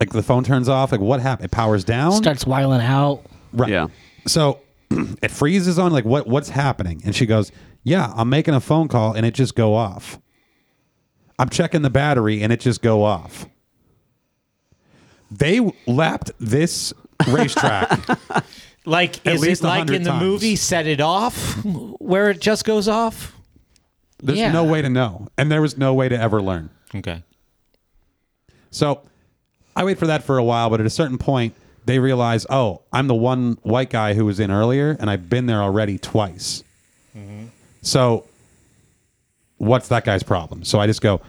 like the phone turns off. Like what happened? It powers down.
Starts whiling out.
Right.
Yeah.
So it freezes on like what what's happening, and she goes, "Yeah, I'm making a phone call, and it just go off. I'm checking the battery, and it just go off." They lapped this racetrack.
Like, is
least
it like
100
in the
times.
movie Set It Off, where it just goes off?
There's
Yeah.
no way to know, and there was no way to ever learn.
Okay.
So I wait for that for a while, but at a certain point, they realize, oh, I'm the one white guy who was in earlier, and I've been there already twice.
Mm-hmm.
So what's that guy's problem? So I just go,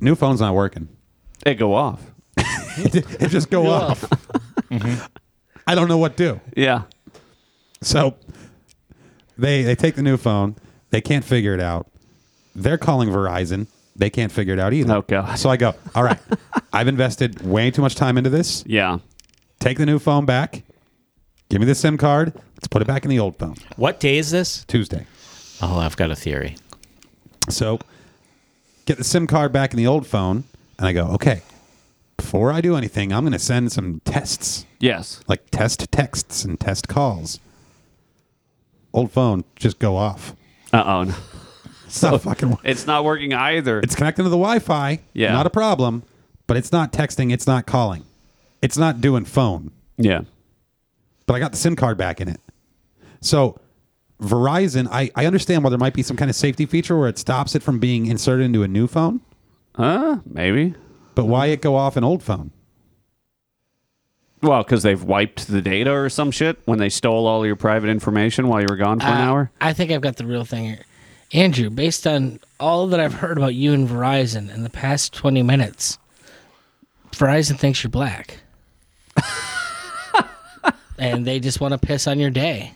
new phone's not working.
They go off.
It just go off. I don't know what to do.
Yeah.
So they they take the new phone. They can't figure it out. They're calling Verizon. They can't figure it out either.
Oh, God.
So I go, all right. I've invested way too much time into this.
Yeah.
take the new phone back. Give me the SIM card. Let's put it back in the old phone.
What day is this?
Tuesday.
Oh, I've got a theory.
So get the SIM card back in the old phone. And I go, okay, before I do anything, I'm going to send some tests,
Yes.
like test texts and test calls. Old phone, just go off.
Uh oh. No.
It's not fucking. wor-
It's not working either.
It's connecting to the Wi Fi.
Yeah.
Not a problem, but it's not texting. It's not calling. It's not doing phone.
yeah.
but I got the SIM card back in it. So Verizon, I, I understand why there might be some kind of safety feature where it stops it from being inserted into a new phone,
Huh? Maybe.
but why it go off an old phone?
Well, because they've wiped the data or some shit when they stole all your private information while you were gone for an
Uh,
hour.
I think I've got the real thing here. Andrew, based on all that I've heard about you and Verizon in the past 20 minutes, Verizon thinks you're black. and they just want to piss on your day.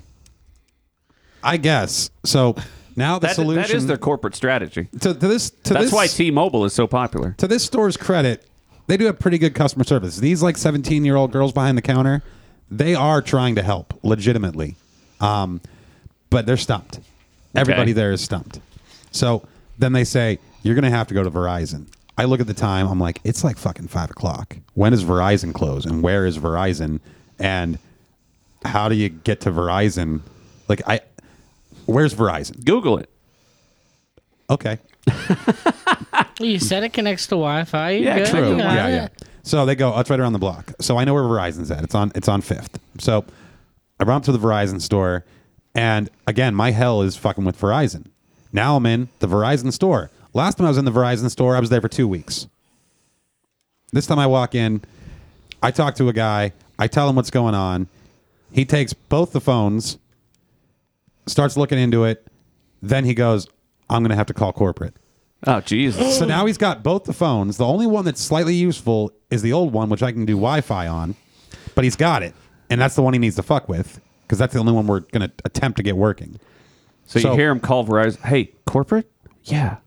I guess. So now the
That,
solution
that is their corporate strategy.
to, to this to
That's
this
why T-Mobile is so popular.
to this store's credit, they do have pretty good customer service. These like 17 year old girls behind the counter, they are trying to help legitimately. Um, but they're stumped. Everybody there is stumped. So then they say, You're going to have to go to Verizon. I look at the time. I'm like, It's like fucking five o'clock. When does Verizon close? And where is Verizon? And how do you get to Verizon? Like, I, where's Verizon?
Google it.
Okay.
Well, you said it connects to Wi Fi.
Yeah,
good.
true.
You got
Yeah,
it.
yeah. So they go, oh, it's right around the block. So I know where Verizon's at. It's on it's on fifth. So I run up to the Verizon store and again, my hell is fucking with Verizon. Now I'm in the Verizon store. Last time I was in the Verizon store, I was there for two weeks. This time I walk in, I talk to a guy, I tell him what's going on. He takes both the phones, starts looking into it. Then he goes, I'm going to have to call corporate.
Oh, Jesus.
So now he's got both the phones. The only one that's slightly useful is the old one, which I can do Wi Fi on, but he's got it. And that's the one he needs to fuck with because that's the only one we're going to attempt to get working.
So you
So-
hear him call Verizon. Hey, corporate? Yeah.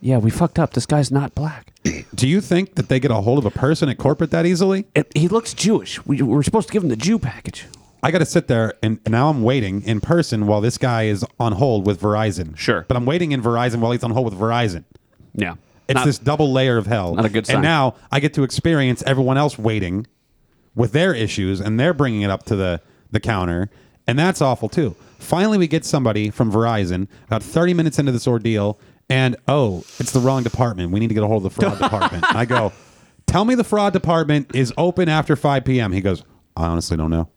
Yeah, we fucked up. This guy's not black.
Do you think that they get a hold of a person at corporate that easily?
It, he looks Jewish. We were supposed to give him the Jew package.
I got to sit there and and now I'm waiting in person while this guy is on hold with Verizon.
Sure.
But I'm waiting in Verizon while he's on hold with Verizon.
Yeah.
It's
Not-
this double layer of hell.
Not a good sign.
And now I get to experience everyone else waiting with their issues and they're bringing it up to the, the counter. And that's awful too. Finally, we get somebody from Verizon about 30 minutes into this ordeal. And oh, it's the wrong department. We need to get a hold of the fraud department. I go, tell me the fraud department is open after 5 p.m. He goes, I honestly don't know.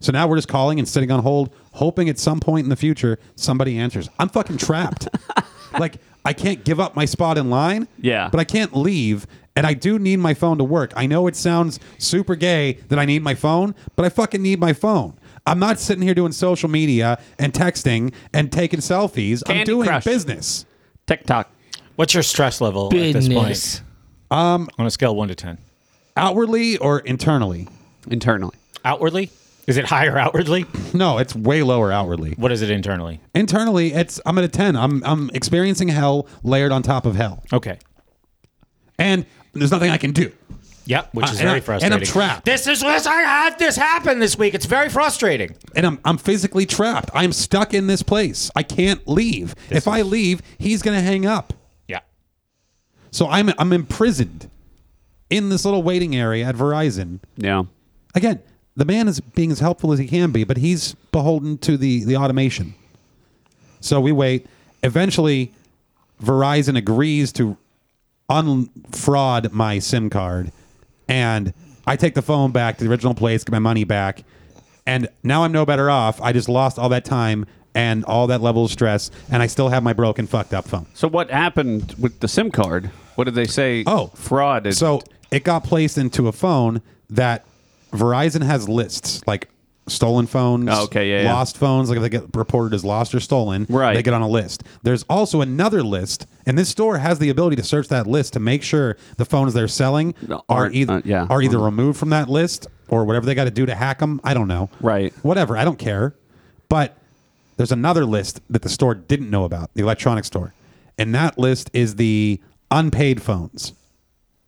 So now we're just calling and sitting on hold, hoping at some point in the future somebody answers. I'm fucking trapped. like I can't give up my spot in line.
Yeah.
But I can't leave. And I do need my phone to work. I know it sounds super gay that I need my phone, but I fucking need my phone. I'm not sitting here doing social media and texting and taking selfies.
Candy
I'm doing
Crush.
business.
TikTok.
What's your stress level at this point?
Business.
On a scale of one to ten,
Outwardly or internally?
Internally.
outwardly, is it higher outwardly?
No, it's way lower outwardly.
What is it internally?
Internally, it's I'm at a 10. I'm I'm experiencing hell layered on top of hell.
Okay.
and there's nothing I can do.
Yep, which
Uh,
is
and
very
I- and I'm
frustrating.
trapped.
This is what I had this happen this week. It's very frustrating.
And I'm, I'm physically trapped. I'm stuck in this place. I can't leave. if I leave, he's going to hang up.
Yeah.
So I'm, I'm imprisoned in this little waiting area at Verizon.
Yeah.
Again, the man is being as helpful as he can be, but he's beholden to the, the automation. So we wait. Eventually, Verizon agrees to unfraud my SIM card, and I take the phone back to the original place, get my money back, and now I'm no better off. I just lost all that time and all that level of stress, and I still have my broken, fucked up phone.
So what happened with the SIM card? What did they say?
Oh,
fraud. is-
So it got placed into a phone that Verizon has lists like stolen phones,
Oh, okay, yeah, yeah.
lost phones. Like if they get reported as lost or stolen,
Right.
They get on a list. There's also another list, and this store has the ability to search that list to make sure the phones they're selling
No,
are
aren't,
either
uh, yeah.
are either removed from that list or whatever they got to do to hack them. I don't know.
Right.
Whatever. I don't care. But there's another list that the store didn't know about, the electronics store, and that list is the unpaid phones.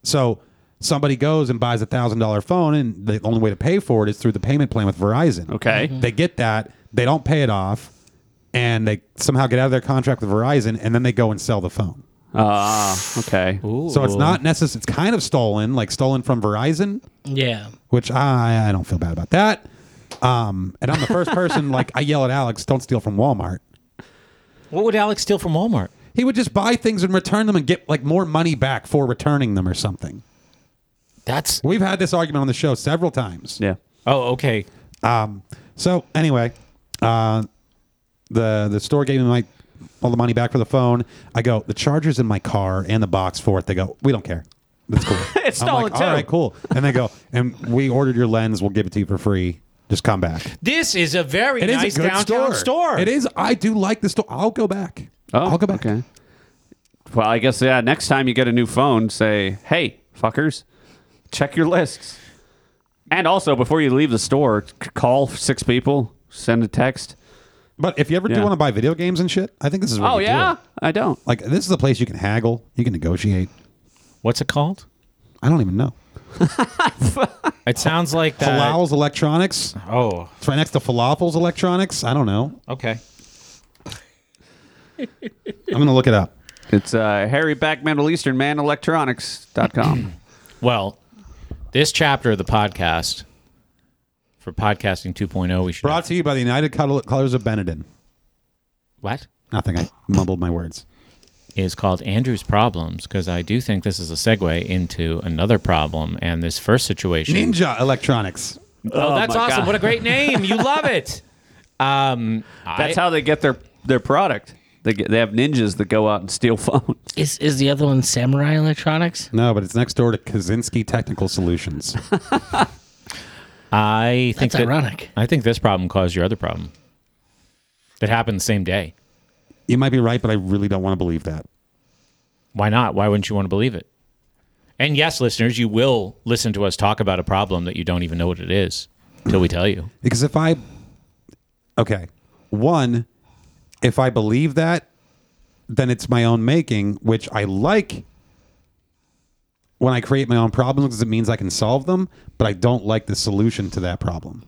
So somebody goes and buys a thousand dollar phone, and the only way to pay for it is through the payment plan with Verizon.
Okay. Mhm.
they get that, they don't pay it off, and they somehow get out of their contract with Verizon, and then they go and sell the phone.
Ah, okay.
So it's not necessary. It's kind of stolen, like stolen from Verizon,
Yeah.
which I I don't feel bad about that. Um, and I'm the first person like I yell at Alex, don't steal from Walmart.
What would Alex steal from Walmart?
He would just buy things and return them and get like more money back for returning them or something.
That's
We've had this argument on the show several times. Um,
Yeah.
oh okay.
So anyway, uh, the the store gave me my all the money back for the phone. I go, the charger's in my car and the box for it. They go, we don't care. That's cool.
It's
I'm
stolen
like,
too.
All right, cool. And they go, and we ordered your lens. We'll give it to you for free. Just come back.
This is a very
It is
nice
a good
downtown store.
store. It is. I do like the store. I'll go back.
Oh,
I'll go back.
Okay. Well, I guess yeah. Next time you get a new phone, say, "Hey, fuckers, check your lists." And also, before you leave the store, c- call six people, send a text.
But if you ever do
Yeah.
want to buy video games and shit, I think this is. Where
Oh
you do
yeah,
it.
I don't.
Like this is a place you can haggle. You can negotiate.
What's it called?
I don't even know.
It sounds like that.
Falal's Electronics.
Oh,
It's right next to Falafels Electronics. I don't know.
okay.
I'm gonna look it up.
It's uh, Harry Back Middle Eastern Man Electronics.com.
Well, this chapter of the podcast for podcasting 2.0, we should
Brought to you by the United Col- Colors of Benetton.
what
Nothing. I mumbled my words.
is called Andrew's problems because I do think this is a segue into another problem and this first situation.
Ninja Electronics.
Oh, that's
my
awesome!
God.
What a great name! You love it. Um,
That's
I-
how they get their their product. They get, they have ninjas that go out and steal phones.
Is is the other one Samurai Electronics?
No, but it's next door to Kaczynski Technical Solutions.
I think
That's
that-
ironic.
I think this problem caused your other problem. that happened the same day.
You might be right, but I really don't want to believe that.
Why not? Why wouldn't you want to believe it? And yes, listeners, you will listen to us talk about a problem that you don't even know what it is until we tell you.
Because if I, okay, one, if I believe that, then it's my own making, which I like when I create my own problems because it means I can solve them, but I don't like the solution to that problem.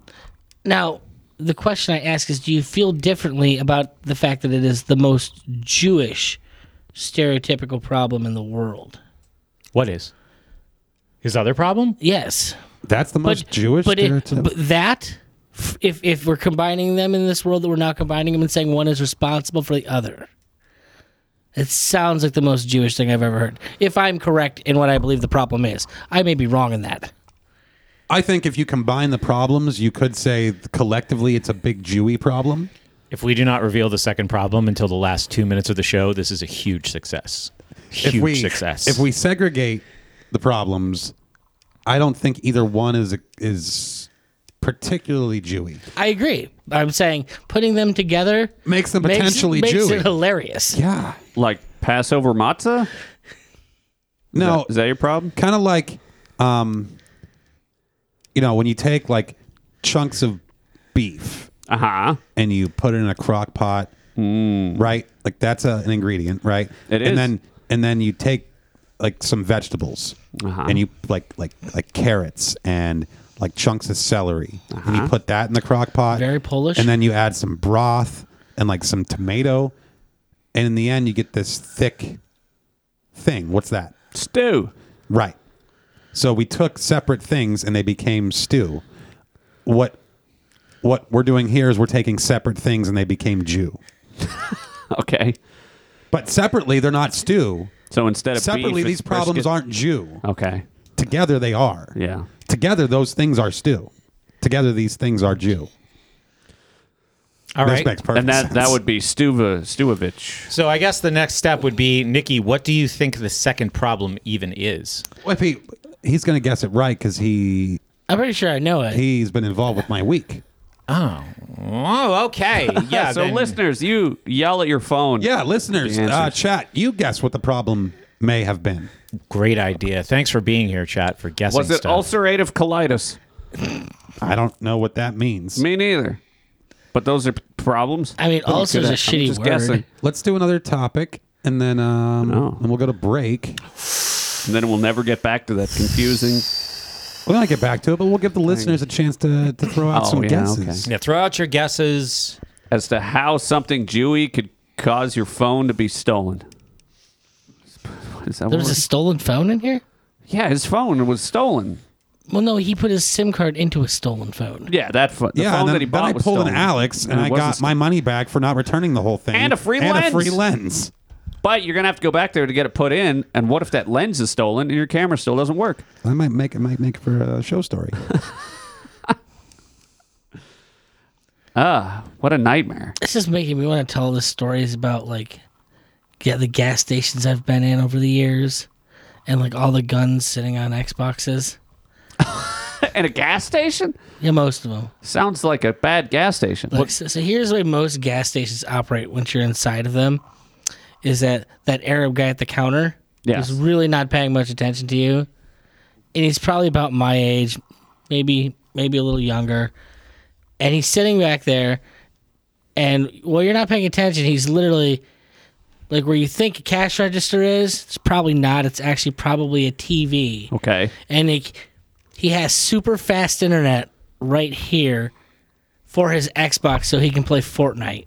Now, the question I ask is do you feel differently about the fact that it is the most Jewish stereotypical problem in the world?
What is his other problem?
Yes.
That's the most Jewish
but, it,
stereotype.
but that f- if if we're combining them in this world that we're not combining them and saying one is responsible for the other it sounds like the most jewish thing i've ever heard if i'm correct in what i believe the problem is i may be wrong in that
I think if you combine the problems, you could say collectively it's a big Jewy problem.
If we do not reveal the second problem until the last two minutes of the show, this is a huge success. Huge
if we
success.
if we segregate the problems, I don't think either one is is particularly Jewy.
i agree i'm saying putting them together
Makes them potentially
makes, makes
Jewy.
it hilarious
Yeah.
Like Passover matzah?
No,
Is that your problem?
kind of like, um, you know, when you take like chunks of beef
Uh huh.
and you put it in a crock pot, right? Like that's a, an ingredient, right?
Mm. It
And
is.
then and then you take like some vegetables
Uh-huh.
and you like like like carrots and like chunks of celery and
Uh-huh.
you put that in the crock pot.
Very Polish.
And then you add some broth and like some tomato, and in the end you get this thick thing. What's that?
Stew.
Right. So we took separate things and they became stew. What what we're doing here is we're taking separate things and they became Jew.
Okay.
But separately they're not stew.
So instead of
Separately
beef,
these
it's
problems
brisket.
aren't Jew.
Okay.
Together they are.
Yeah.
Together those things are stew. Together these things are Jew.
All
This
right.
makes perfect
And that
sense.
that would be Stuva Stuvovich.
So I guess the next step would be Nikki. What do you think the second problem even is?
Well, if he he's going to guess it right cuz he
i'm pretty sure i know it
he's been involved with my week.
Oh, oh, okay, yeah.
so
then-
listeners, you yell at your phone.
Yeah, listeners,
The answer.
uh, chat, you guess what the problem may have been.
great idea. Thanks for being here, chat. For guessing.
Was it
stuff.
ulcerative colitis?
I don't know what that means.
Me neither. But those are p- problems.
I mean,
Look
ulcer is
at
a
that.
shitty
I'm just
word.
guessing.
Let's do another topic, and then um,
No.
and we'll go to break.
And then we'll never get back to that confusing.
We're gonna get back to it, but we'll give the listeners a chance to, to throw out
Oh,
some
yeah,
guesses.
Yeah, throw out your guesses.
as to how something Jewy could cause your phone to be stolen. What is that
there was
word?
a stolen phone in here
yeah, his phone was stolen.
well no he put his sim card into a stolen phone
Yeah, that phone. The
Yeah,
phone
and then,
that he
then
bought
I
was
pulled
stolen.
an Alex, and
it
I
wasn't
got
stolen.
my money back for not returning the whole thing,
And a free
and
lens.
a free lens.
But you're gonna have to go back there to get it put in. And what if that lens is stolen and your camera still doesn't work?
I might make it might make for a show story.
Ah, what a nightmare.
This is making me want to tell the stories about like yeah, the gas stations I've been in over the years and like all the guns sitting on Xboxes.
and a gas station
Yeah, most of them.
sounds like a bad gas station.
Like, so, so here's the way most gas stations operate once you're inside of them is that that Arab guy at the counter
Yes.
is really not paying much attention to you. And he's probably about my age, maybe maybe a little younger. And he's sitting back there and while you're not paying attention, he's literally like where you think a cash register is, it's probably not. It's actually probably a TV
okay.
and he, he has super fast internet right here for his Xbox so he can play Fortnite.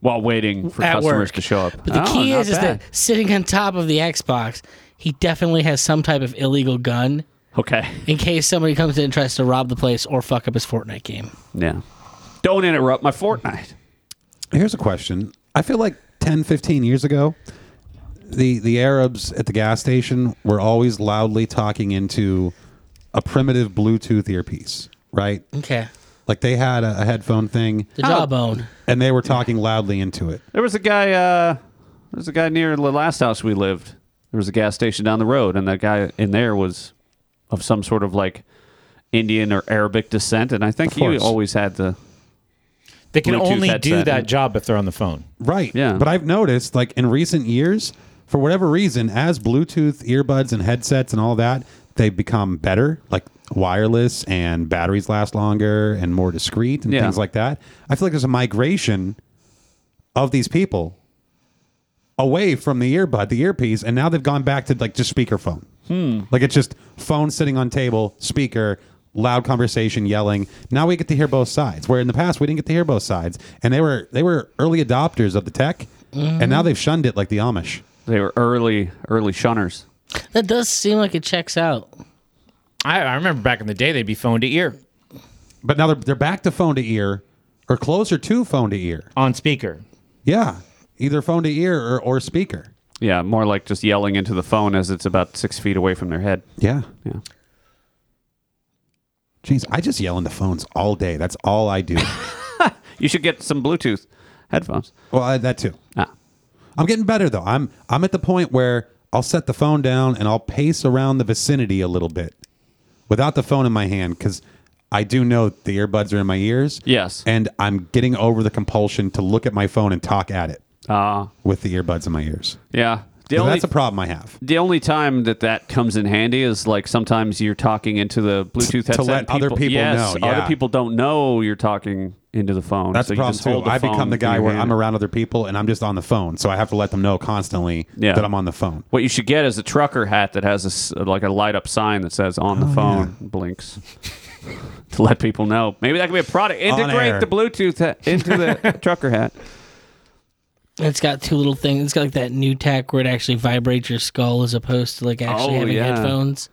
While waiting for
At
customers
work.
to show up.
But the
Oh,
key
not
is, is
bad.
that sitting on top of the Xbox, he definitely has some type of illegal gun
Okay.
in case somebody comes in and tries to rob the place or fuck up his Fortnite game.
Yeah. Don't interrupt my Fortnite.
Here's a question. I feel like 10, 15 years ago, the the Arabs at the gas station were always loudly talking into a primitive Bluetooth earpiece, right?
Okay.
Like they had a, a headphone thing,
The
Oh.
jawbone.
and they were talking loudly into it.
There was a guy. Uh, there was a guy near the last house we lived. There was a gas station down the road, and that guy in there was of some sort of like Indian or Arabic descent, and I think he
course.
always had the
They can
Bluetooth
only do
headset.
that job if they're on the phone.
Right.
Yeah.
But I've noticed, like in recent years, for whatever reason, as Bluetooth earbuds and headsets and all that, they've become better, like wireless and batteries last longer and more discreet and
Yeah.
things like that. I feel like there's a migration of these people away from the earbud, the earpiece, and now they've gone back to like just speakerphone. Like it's just phone sitting on table, speaker, loud conversation, yelling. Now we get to hear both sides. Where in the past we didn't get to hear both sides, and they were they were early adopters of the tech, and now they've shunned it like the Amish.
They were early, early shunners.
That does seem like it checks out.
I, I remember back in the day, they'd be phone to ear
But now they're they're back to phone to ear, or closer to phone to ear.
on speaker.
Yeah, either phone to ear or, or speaker.
Yeah, more like just yelling into the phone as it's about six feet away from their head.
Yeah.
Yeah.
Jeez, I just yell in the phones all day. That's all I do.
You should get some Bluetooth headphones.
well, I, that too.
Ah,
I'm getting better though. I'm I'm at the point where I'll set the phone down and I'll pace around the vicinity a little bit without the phone in my hand because I do know the earbuds are in my ears.
Yes.
And I'm getting over the compulsion to look at my phone and talk at it
ah,
with the earbuds in my ears.
yeah. The
So
only,
that's a problem I have.
the only time that that comes in handy is like sometimes you're talking into the Bluetooth headset.
let
and
other people
yes,
know, yeah.
Other people don't know you're talking into the phone.
That's
so
the
you
problem
just hold
too. I
phone
become the
in your
guy where
hand.
I'm around other people and I'm just on the phone, so I have to let them know constantly
Yeah.
that I'm on the phone.
What you should get is a trucker hat that has a s like a light up sign that says "on the
Oh,
phone" blinks to let people know. Maybe that could be a product.
On air.
Integrate the Bluetooth ha- into the trucker hat.
It's got two little things. It's got like that new tech where it actually vibrates your skull as opposed to like actually
Oh,
having
yeah.
headphones.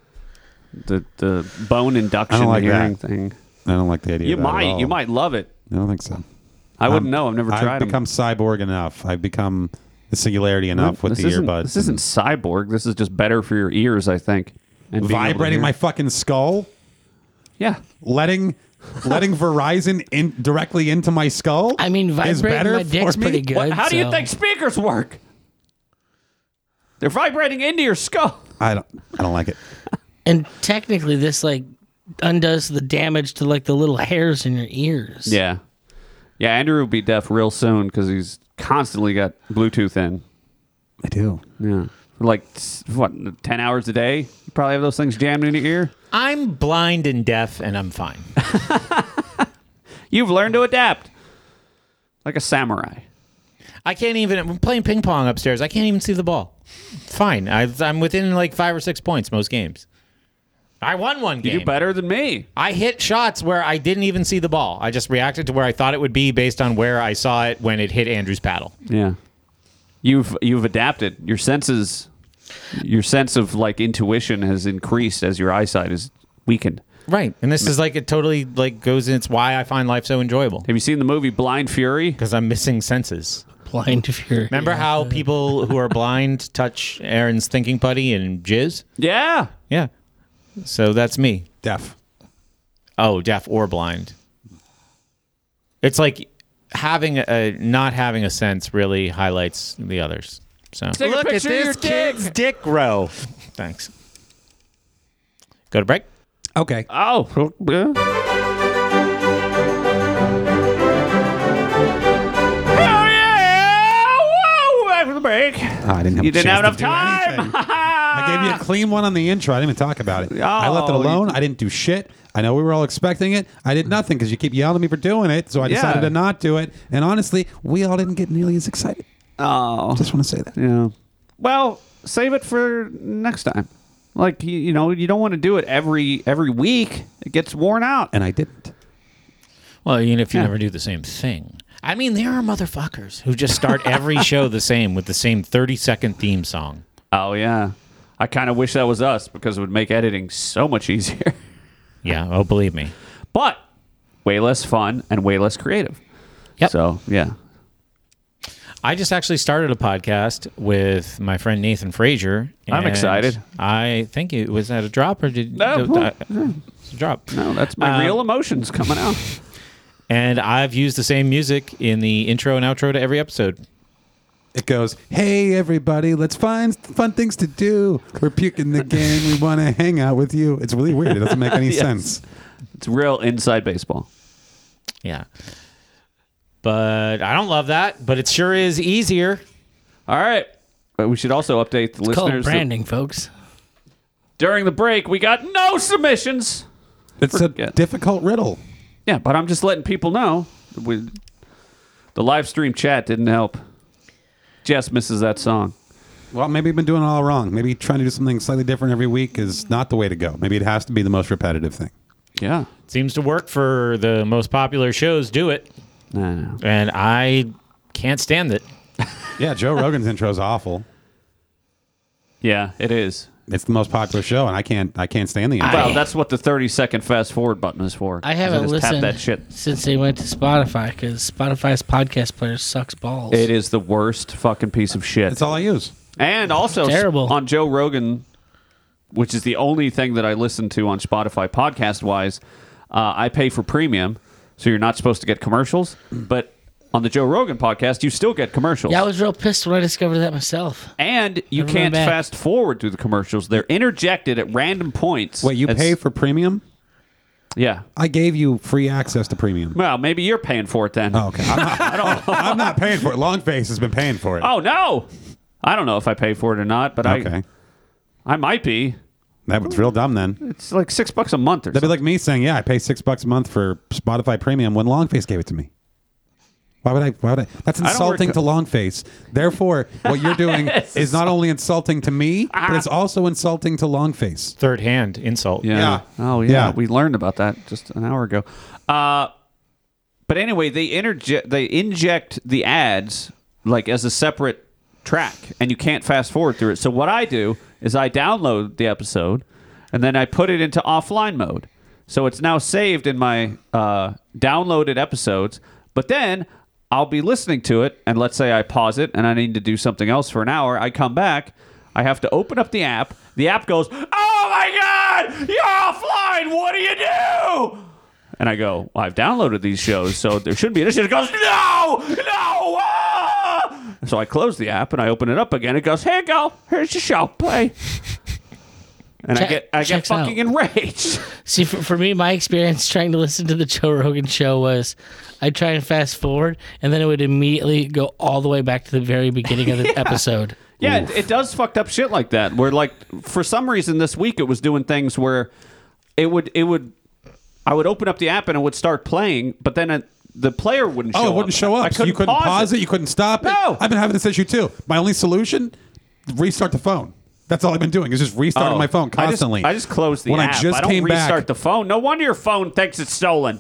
The the bone induction
I don't like
hearing
that.
thing.
I don't like the idea.
You
of that at
might
all.
you might love it.
I don't think so.
I wouldn't
Um,
know. I've never tried
I've
them.
become cyborg enough. I've become the singularity enough with
this
the
isn't,
earbuds.
This isn't cyborg. This is just better for your ears, I think. And being able to
vibrating
hear.
my fucking skull,
yeah.
letting letting Verizon in directly into my skull.
I mean,
is
vibrating
better
my
for
dick's
me?
pretty good.
What, how do you
so-
think speakers work? They're vibrating into your skull.
I don't. I don't like it.
And technically, this like undoes the damage to like the little hairs in your ears.
Yeah. Yeah, Andrew will be deaf real soon because he's constantly got Bluetooth in.
I do.
Yeah. Like, s- what, 10 hours a day? You probably have those things jammed in your ear.
I'm blind and deaf, and I'm fine.
You've learned to adapt like a samurai.
I can't even. I'm playing ping pong upstairs. I can't even see the ball. Fine. I, I'm within like five or six points most games. I won one
You
game.
do better than me.
I hit shots where I didn't even see the ball. I just reacted to where I thought it would be based on where I saw it when it hit Andrew's paddle.
Yeah. You've you've adapted. Your senses your sense of like intuition has increased as your eyesight is weakened.
Right. And this is like it totally like goes in. It's why I find life so enjoyable
Have you seen the movie Blind Fury?
because I'm missing senses.
Blind if you're.
Remember how people who are blind touch Aaron's thinking putty and jizz?
Yeah.
Yeah. So that's me.
Deaf.
Oh, deaf or blind. It's like having a not having a sense really highlights the others. So
Take a picture of your dick.
dick row. Thanks. Go to break.
Okay.
Oh. yeah. Hell yeah! Woo! Back from the break.
Ah, I didn't have.
You
a
didn't
chance
have enough
to do
time.
anything. I gave you a clean one on the intro. I didn't even talk about it. I left it
Oh, you-
alone. I didn't do shit. I know we were all expecting it. I did nothing because you keep yelling at me for doing it, so I decided
Yeah.
to not do it. And honestly, we all didn't get nearly as excited.
Oh.
Just want to say that.
Yeah. Well, save it for next time. Like you, you know, you don't want to do it every every week. It gets worn out.
And I didn't.
Well, even if you
Yeah.
never do the same thing. I mean, there are motherfuckers who just start every show the same with the same 30 second theme song.
Oh yeah. I kind of wish that was us because it would make editing so much easier.
Yeah. Oh, believe me.
but way less fun and way less creative.
Yep.
So, yeah.
I just actually started a podcast with my friend Nathan Frazier.
I'm
and
excited.
I think it was that a drop or did
No.
I- it's a drop.
No, that's my
Um,
real emotions coming out.
And I've used the same music in the intro and outro to every episode.
It goes, hey everybody, let's find fun things to do. We're puking the game. We want to hang out with you. It's really weird. It doesn't make any sense.
It's real inside baseball.
Yeah. But I don't love that, but it sure is easier.
All right. But we should also update the
Called
listeners. that
branding, folks.
during the break, we got no submissions.
It's a
Forget.
difficult riddle.
Yeah, but I'm just letting people know. We, the live stream chat didn't help. Jess misses that song.
Well, maybe you've been doing it all wrong. Maybe trying to do something slightly different every week is not the way to go. Maybe it has to be the most repetitive thing.
Yeah.
Seems to work for the most popular shows, do it.
I know.
And I can't stand it.
Yeah, Joe Rogan's intro is awful.
Yeah, it is.
It's the most popular show, and I can't I can't stand the intro.
Well, that's what the 30 second fast forward button is for.
I
is
haven't
just
listened
Tap that shit.
since they went to Spotify because Spotify's podcast player sucks balls.
It is the worst fucking piece of shit.
That's all I use.
And also
Terrible.
on Joe Rogan, which is the only thing that I listen to on Spotify podcast wise. Uh, I pay for premium, so you're not supposed to get commercials. But on the Joe Rogan podcast, you still get commercials.
Yeah, I was real pissed when I discovered that myself.
and you
Never went
can't
back.
fast forward through the commercials. They're interjected at random points.
Wait, you
It's-
pay for premium?
Yeah.
I gave you free access to premium.
Well, maybe you're paying for it then.
Oh, okay. I'm not, I'm not paying for it. Longface has been paying for it.
Oh, no. I don't know if I pay for it or not, but
okay.
I I might be.
That was real dumb then.
It's like six bucks a month or
That'd
something.
be like me saying, "Yeah, I pay six bucks a month for Spotify Premium when Longface gave it to me." Why would I? Why would I? That's
don't work
insulting
co-
to Longface. Therefore, what you're doing is not only insulting to me, but
Ah.
it's also insulting to Longface.
Third hand insult.
Yeah.
Oh yeah.
Yeah.
We learned about that just an hour ago. Uh, but anyway, they interject, they inject the ads like as a separate track, and you can't fast forward through it. So what I do is I download the episode, and then I put it into offline mode. So it's now saved in my uh, downloaded episodes. But then I'll be listening to it, and let's say I pause it, and I need to do something else for an hour. I come back. I have to open up the app. The app goes, "Oh my god, you're offline. What do you do?" And I go, well, "I've downloaded these shows, so there should be an issue." It goes, "No, no." ah!" So I close the app and I open it up again. It goes, "Here you go. Here's your show. Play." And I
Check-
get I get
checks out.
fucking enraged.
See, for, for me, my experience trying to listen to the Joe Rogan show was I try and fast forward, and then it would immediately go all the way back to the very beginning of the episode.
Yeah, it, it does fucked up shit like that. Where like for some reason this week it was doing things where it would it would I would open up the app and it would start playing, but then it, the player wouldn't. show
Oh,
up.
it wouldn't show
I
up. so you couldn't pause, it. You couldn't stop it.
No.
I've been having this issue too. My only solution: restart the phone. That's all I've been doing is just restarting
Oh.
my phone
I just-
constantly.
I just, closed the
when
app.
I just
don't
came
restart
back,
the phone. No wonder your phone thinks it's stolen.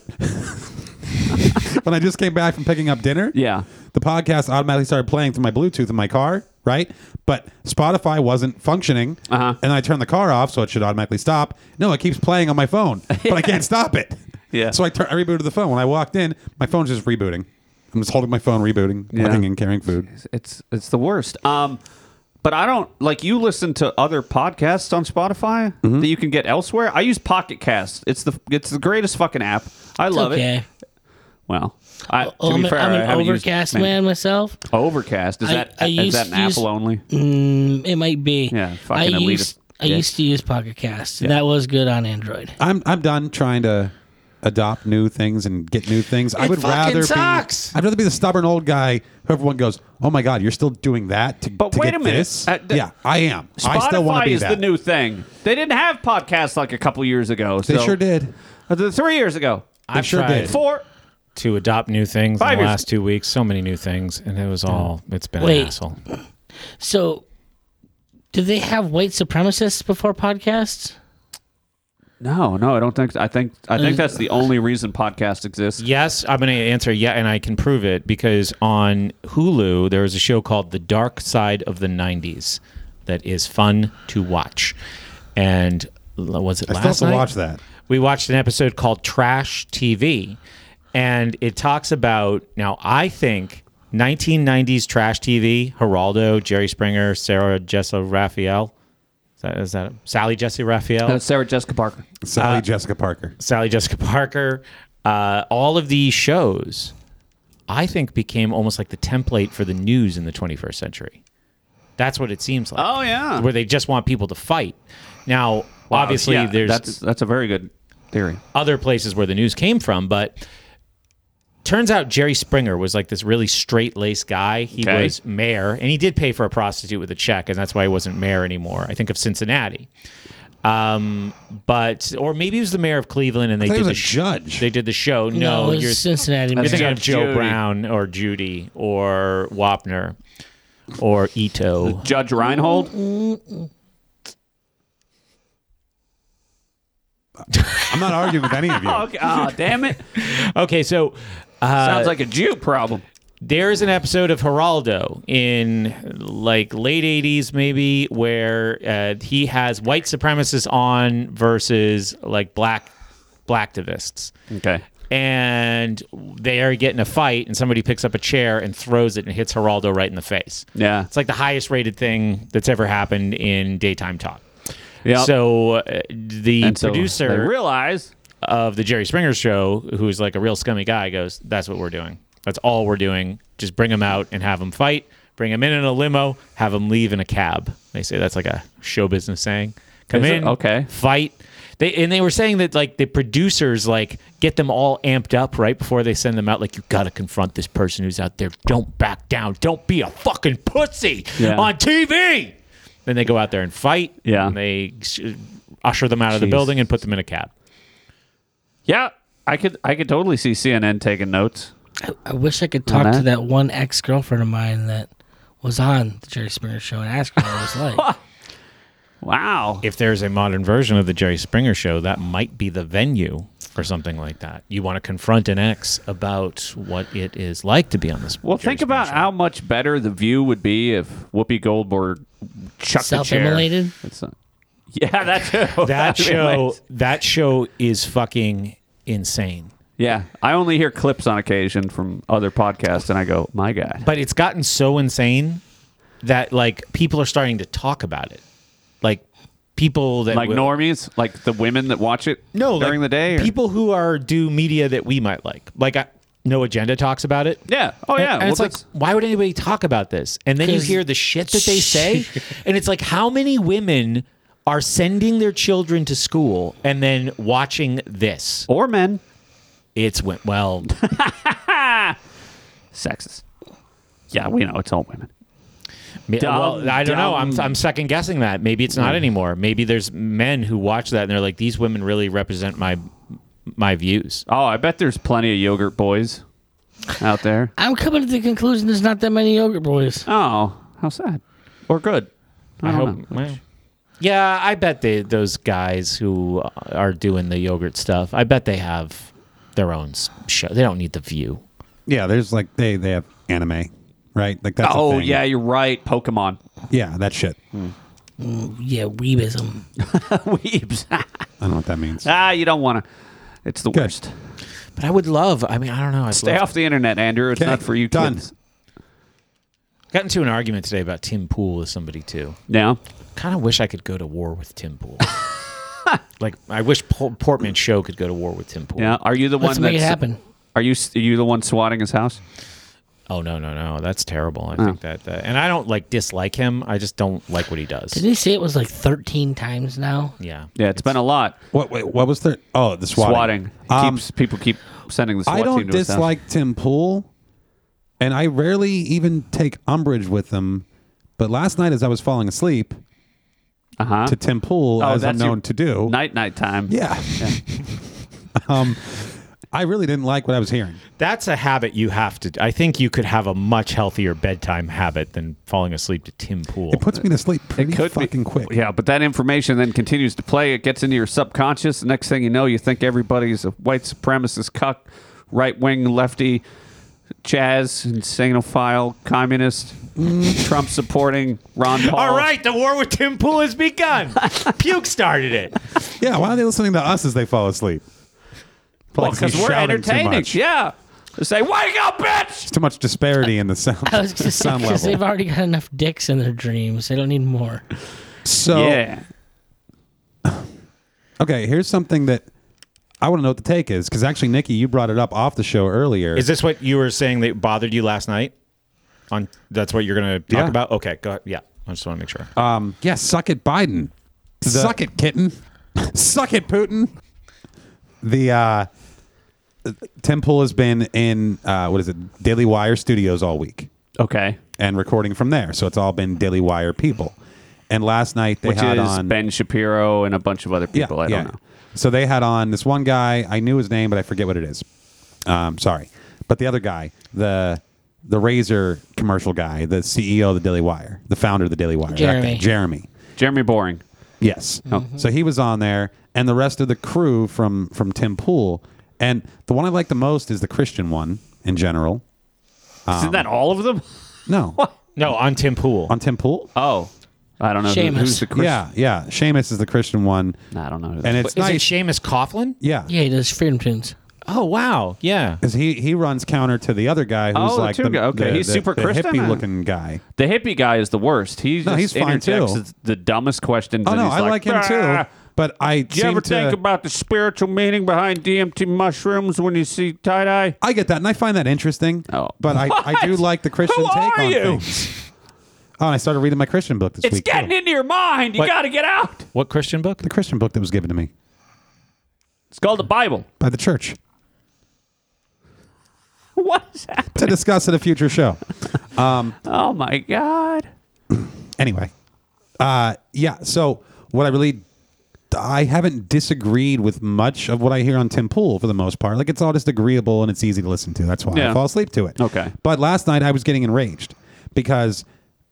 when I just came back from picking up dinner,
Yeah.
the podcast automatically started playing through my Bluetooth in my car, right? But Spotify wasn't functioning,
Uh-huh.
and I turned the car off, so it should automatically stop. No, it keeps playing on my phone, but I can't stop it.
Yeah.
So I, tur- I rebooted the phone. When I walked in, my phone's just rebooting. I'm just holding my phone, rebooting,
Yeah.
looking and carrying food.
It's it's the worst. Um, but I don't like you listen to other podcasts on Spotify
Mm-hmm.
that you can get elsewhere. I use Pocket Cast. It's the it's the greatest fucking app. I love it.
okay. Oh,
Well, I, to
I'm,
be fair,
I'm
I
an
haven't
overcast
used,
man myself.
Overcast is
I-
that
I
is
used
that an
to use-
Apple only?
Mm, it might be.
Yeah,
I
fucking elitist
used I
dick.
used to use Pocket Cast, and that was good on Android.
I'm I'm done trying to adopt new things and get new things. I
It
would
fucking
rather
sucks.
be I'd rather be the stubborn old guy who everyone goes, "Oh my god, you're still doing that to,
But
to
wait
get
a minute.
this?"
Uh, th-
yeah, I am.
Spotify
I still want to be
is
that.
the new thing. They didn't have podcasts like a couple years ago.
they
so-
sure did.
Uh, th- Three years ago.
They
I've
sure
tried
did.
Four.
to adopt new things
Five
in the
years.
last two weeks. So many new things, and it was all it's been
Wait.
an asshole.
So, did they have white supremacists before podcasts?
No, no, I don't think. I think. I think that's the only reason podcasts exist.
Yes, I'm going to answer yeah, and I can prove it because on Hulu there is a show called The Dark Side of the '90s that is fun to watch, and l- was it
I still have
last
to
night?
watch that.
we watched an episode called Trash TV, and it talks about now. I think 1990s trash TV: Geraldo, Jerry Springer, Sarah Jessica Raphael. Is that, is that Sally Jesse Raphael?
Uh, Sarah Jessica Parker.
Sally Jessica Parker.
Sally Jessica Parker, uh, all of these shows, I think became almost like the template for the news in the 21st century. That's what it seems like.
Oh, yeah.
where they just want people to fight. Now, obviously,
Yeah,
there's
that's that's a very good theory.
other places where the news came from, but turns out Jerry Springer was like this really straight laced guy. He
Okay.
was mayor, and he did pay for a prostitute with a check, and that's why he wasn't mayor anymore. I think of Cincinnati. Um, but or maybe he was the mayor of Cleveland, and they
thought
did
he was
the
a judge.
They did the show. No,
no, it
you're
was Cincinnati.
you're
man.
thinking of
Judge
Joe
Judy.
Brown or Judy or Wapner or Ito.
Judge Reinhold.
I'm not arguing with any of you.
Okay. Oh, damn it.
Okay, so Uh,
Sounds like a Jew problem.
there is an episode of Geraldo in like late 80s maybe where uh, he has white supremacists on versus like black blacktivists
Okay.
and they are getting a fight and somebody picks up a chair and throws it and hits Geraldo right in the face.
Yeah.
It's like the highest rated thing that's ever happened in daytime talk.
Yeah.
So uh, the
And so
producer
they realize
of the Jerry Springer show, who's like a real scummy guy, goes, "That's what we're doing. That's all we're doing. Just bring him out and have him fight. Bring him in in a limo. Have him leave in a cab." They say that's like a show business saying. Come
Is it?
in,
Okay.
fight. They and they were saying that like the producers like get them all amped up right before they send them out. Like you gotta confront this person who's out there. Don't back down. Don't be a fucking pussy
Yeah.
on TV. Then they go out there and fight.
Yeah.
and they sh- usher them out of the
Jeez.
building and put them in a cab.
Yeah, I could I could totally see CNN taking notes.
I wish I could talk to
that?
that one ex girlfriend of mine that was on the Jerry Springer show and ask her what it was like.
Wow.
if there's a modern version of the Jerry Springer show, that might be the venue or something like that. You want to confront an ex about what it is like to be on this.
Well,
Jerry
think about
Springer
how much better the view would be if Whoopi Goldberg chucked the chair.
Self-immolated?
That's not- yeah, that show.
show. that
That'd be
show.
amazing.
That show is fucking insane.
Yeah, I only hear clips on occasion from other podcasts, and I go, "My God."
But it's gotten so insane that like people are starting to talk about it, like people that
Like
will-
normies, like the women that watch it
no
during
like,
the day. or-
people who are do media that we might like, like I, no agenda talks about it.
Yeah. Oh
And-
yeah.
and
Well,
it's like,
that's-
why would anybody talk about this? And then you
'Cause-
hear the shit that they say, and it's like, how many women are sending their children to school and then watching this?
or men.
It's wi- well,
Sexist. Yeah, we know it's all women.
me-
Dumb,
well, I don't know. I'm
dumb.
I'm second guessing that. Maybe it's not anymore. Maybe there's men who watch that and they're like, these women really represent my my views.
Oh, I bet there's plenty of yogurt boys out there.
I'm coming to the conclusion there's not that many yogurt boys.
Oh, how sad. Or good. I,
I,
don't
hope.
know.
well, yeah, I bet they those guys who are doing the yogurt stuff. I bet they have their own s- show. They don't need the view.
Yeah, there's like they they have anime, right? Like that's a
Oh
thing.
yeah, you're right. Pokemon.
yeah, that shit.
Yeah, weebism.
Weebs.
I don't know what that means.
ah, you don't want to. It's the worst.
But I would love. I mean, I don't know. I've
Stay off the internet, Andrew. It's
Okay,
not for you
done.
kids.
Got into an argument today about Tim Pool with somebody too.
No.
Kind of wish I could go to war with Tim Pool. like I wish Por- Portman Show could go to war with Tim Pool.
Yeah. Are you the
Let's
one
make it
that's
happen.
Are you are you the one swatting his house?
Oh no no no, that's terrible. I think that, that, and I don't like dislike him. I just don't like what he does.
Did he say it was like 13 times now?
Yeah.
Yeah, it's been a lot.
What wait, what was the oh the swatting?
Swatting.
Um,
Keeps people keep sending the SWAT
I
team
don't
to his house.
dislike Tim Pool, and I rarely even take umbrage with him. But last night, as I was falling asleep
Uh-huh.
to Tim Pool,
Oh,
as I'm
that's your
known to do,
Night night time.
yeah, um, I really didn't like what I was hearing.
That's a habit you have to. I think you could have a much healthier bedtime habit than falling asleep to Tim Pool.
It puts me to sleep pretty
Could be-
fucking quick.
Yeah, but that information then continues to play. It gets into your subconscious. The next thing you know, you think everybody's a white supremacist cuck, right wing, lefty, jazz, insanophile, communist, Trump supporting, Ron Paul.
All right, the war with Tim Pool has begun. Puke started it.
Yeah, why are they listening to us as they fall asleep?
Well,
Like, he's
because we're
shouting too
entertaining.
much.
Yeah. Say, wake up, bitch!
Too much disparity in the sound,
I was going to say,
sound
because
level.
they've already got enough dicks in their dreams. They don't need more.
So
Yeah.
Okay, here's something that I want to know what the take is because actually, Nikki, you brought it up off the show earlier.
Is this what you were saying that bothered you last night? On that's what you're going to talk
Yeah.
about. Okay, go ahead. Yeah, Uh, I just want to make sure.
um, yeah, suck it, Biden. suck it, kitten. suck it, Putin. The uh, Tim Pool has been in uh, what is it? Daily Wire Studios all week
Okay.
and recording from there. So it's all been Daily Wire people. And last night they
Which
had
is
on
Ben Shapiro and a bunch of other people. I don't know.
So they had on this one guy. I knew his name, but I forget what it is. Um, sorry, but the other guy, the the razor commercial guy, the CEO of the Daily Wire, the founder of the Daily Wire, that
Jeremy.
guy, Jeremy.
Jeremy Boring.
Yes.
Mm-hmm.
So he was on there, and the rest of the crew from from Tim Pool. And the one I like the most is the Christian one in general.
Isn't
Um,
that all of them?
No,
No, on Tim Pool.
on Tim Pool.
Oh, I don't know. who-
Seamus.
who's the Chris?
Yeah, yeah. Seamus is the Christian one,
I don't know. who that
and
is.
it's
Is it
nice.
Seamus Coughlin?
yeah,
Yeah, he does Freedom Tunes.
Oh wow, yeah.
Because he, he runs counter to the other guy who's
Oh, the
like
two
the,
guy. Okay,
the-
he's
the-
super
the
Christian,
hippie
huh?
looking guy.
the hippie guy is the worst. He just
No, he's fine,
interjects
too.
th- the dumbest questions.
Oh
and
no,
he's
I like, him
"Bah!"
too. But I
Do you
seem
ever
to,
think about the spiritual meaning behind DMT mushrooms when you see tie dye?
I get that, and I find that interesting.
Oh.
but I, I do
What?
like the Christian
Who
take
are
on
you?
things. Oh, and I started reading my Christian book this
It's
week. too.
getting e- into your mind. You
What?
got to get out.
What Christian book?
the Christian book that was given to me
It's called the Bible.
by the church
What is happening?
to discuss at a future show.
Oh my god.
anyway, uh, yeah. So what I really, I haven't disagreed with much of what I hear on Tim Pool for the most part. Like it's all just agreeable and it's easy to listen to. That's why I
Yeah.
fall asleep to it.
Okay.
But last night I was getting enraged because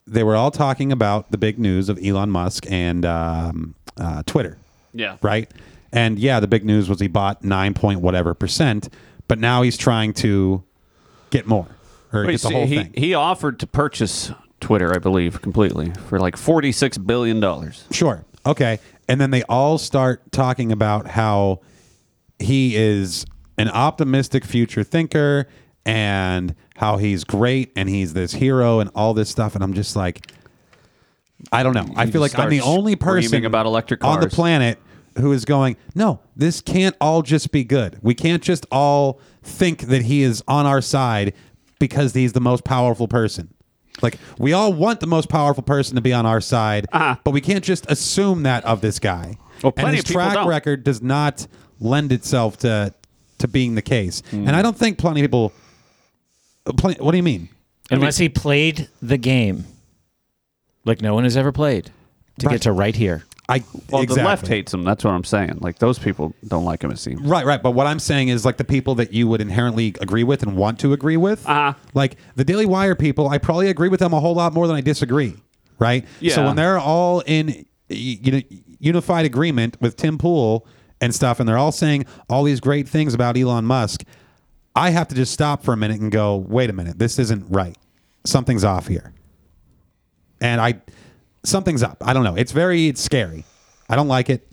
they were all talking about the big news of Elon Musk and um, uh, Twitter
Yeah.
right? And yeah, the big news was he bought nine point whatever percent, but now he's trying to get more or
Wait,
get the
see,
whole
he,
thing.
he offered to purchase Twitter, I believe, completely for like forty-six billion dollars.
Sure. Okay. And then they all start talking about how he is an optimistic future thinker and how he's great and he's this hero and all this stuff. And I'm just like, I don't know. I feel
just
like I'm the
start
only person
screaming about electric
on the
cars.
planet who is going, no, this can't all just be good. We can't just all think that he is on our side because he's the most powerful person. Like we all want the most powerful person to be on our side, but we can't just assume that of this guy.
Uh-huh. Well, plenty
and his
of people
track
don't.
record does not lend itself to to being the case.
Hmm.
And I don't think plenty of people. Plenty, what do you mean?
Unless he played the game, like no one has ever played, to
Right.
get to right here.
I
Well,
exactly.
the left hates him. That's what I'm saying. Like those people don't like him. It seems.
Right, right. But what I'm saying is like the people that you would inherently agree with and want to agree with.
Uh-huh.
Like the Daily Wire people, I probably agree with them a whole lot more than I disagree. Right. So
Yeah.
when they're all in y- you know unified agreement with Tim Pool and stuff, and they're all saying all these great things about Elon Musk, I have to just stop for a minute and go, wait a minute, this isn't right. Something's off here. And I something's up. I don't know. It's very it's scary. I don't like it.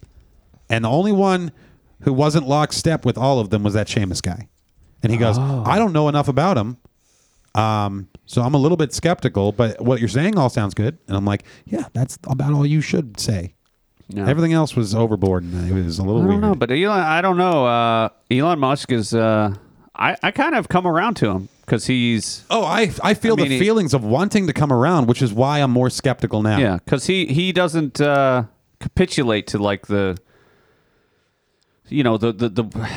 And the only one who wasn't lockstep with all of them was that Seamus guy. And he goes,
Oh.
I don't know enough about him. Um, so I'm a little bit skeptical, but what you're saying all sounds good. And I'm like, yeah, that's about all you should say.
Yeah.
Everything else was overboard and it was a
I
little
don't
weird.
know, but Elon, I don't know. Uh, Elon Musk is. Uh, I I kind of come around to him because he's
oh, I, I feel
mean,
the
he-
feelings of wanting to come around, which is why I'm more skeptical now.
yeah because he he doesn't uh, capitulate to like the you know the the the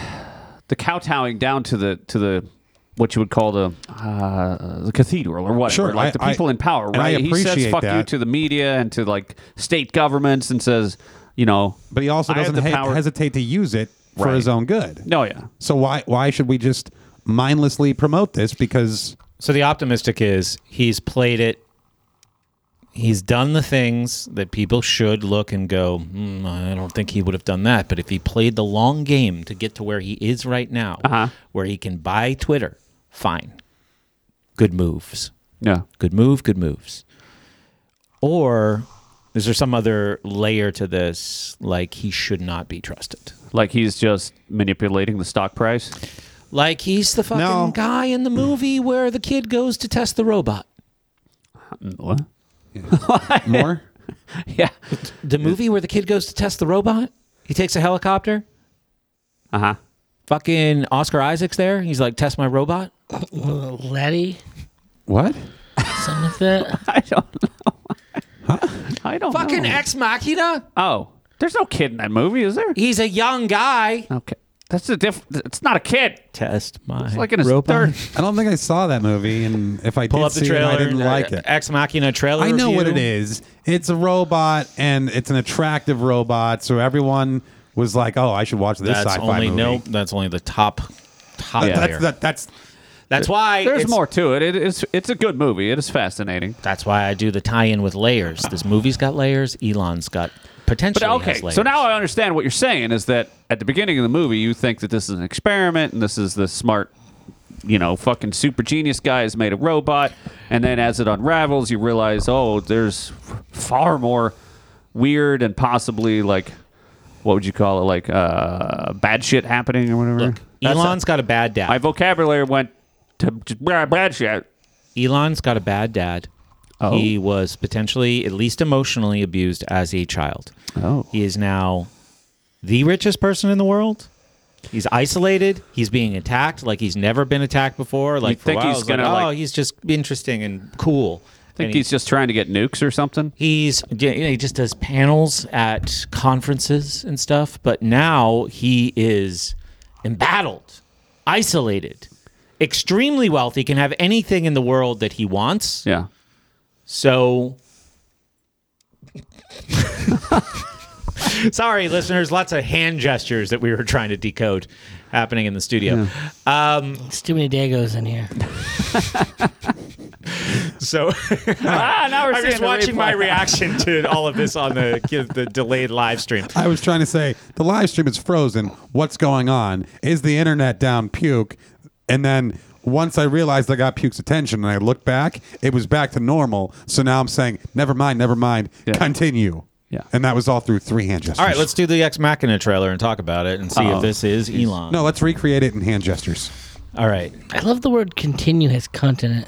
the kowtowing down to the to the what you would call the uh, the cathedral or whatever
Sure,
like
I-
the
I-
people in power
and I
right he says
appreciate
fuck you
that.
to the media and to like state governments and says you know
But he also
I have
doesn't
the
he-
power-
hesitate to use it for
Right.
his own good.
no yeah
So why why should we just mindlessly promote this? Because
So the optimistic is he's played it. He's done the things that people should look and go, "Hmm, I don't think he would have done that. But if he played the long game to get to where he is right now,
Uh-huh.
where he can buy Twitter, fine. Good moves.
yeah
Good move, good moves. Or is there some other layer to this? Like he should not be trusted.
like he's just manipulating the stock price
Like he's the fucking
No.
guy in the movie where the kid goes to test the robot.
What?
more.
yeah
The movie where the kid goes to test the robot, he takes a helicopter.
uh huh
Fucking Oscar Isaac's there. He's like, test my robot.
Uh, Laddie,
what?
something like that.
I don't know. I don't
Fucking
know.
ex machina.
oh, there's no kid in that movie, is there?
He's a young guy.
Okay. That's a diff. It's not a kid.
Test my
It's like in his
rope
third.
on.
I don't think I saw that movie, and if I
Pull
did
up the
see
trailer.
it, I didn't
uh,
like it.
Ex Machina trailer.
I know what it
review.
is. It's a robot, and it's an attractive robot. So everyone was like, "Oh, I should watch this
That's
sci-fi
only
movie."
no. That's only the top. Top
That-
tier.
that's that, that's
That's why
There's
it's-
more to it. It is. It's a good movie. It is fascinating.
That's why I do the tie-in with layers. This movie's got layers. Elon's got
But
potentially
okay,
has layers.
so now I understand what you're saying is that at the beginning of the movie you think that this is an experiment and this is the smart, you know, fucking super genius guy has made a robot, and then as it unravels you realize oh there's far more weird and possibly like what would you call it like uh, bad shit happening or whatever.
Look,
That's
Elon's got a bad dad.
my vocabulary went to just bad bad shit.
Elon's got a bad dad.
Oh.
He was potentially, at least emotionally, abused as a child.
Oh.
He is now the richest person in the world. He's isolated. He's being attacked like he's never been attacked before. Like for a
think
while,
he's
I was like,
gonna, like-
oh, he's just interesting and cool.
I think
And
he's just trying to get nukes or something.
He's yeah, you know, he just does panels at conferences and stuff, but now he is embattled, isolated, extremely wealthy, can have anything in the world that he wants.
Yeah.
So Sorry, listeners. Lots of hand gestures that we were trying to decode happening in the studio. Um,
It's too many Dagos in here.
so
Ah, now we're
I'm just watching my reaction to all of this on the the delayed live stream.
I was trying to say the live stream is frozen. What's going on? Is the internet down? Puke. And then once I realized I got Puke's attention and I looked back, it was back to normal. So now I'm saying, never mind, never mind.
Yeah.
Continue.
Yeah.
And that was all through three hand gestures.
All right, let's do the Ex Machina trailer and talk about it and see
Uh-oh.
if this is Elon.
No, let's recreate it in hand gestures.
All right.
I love the word continuous continent.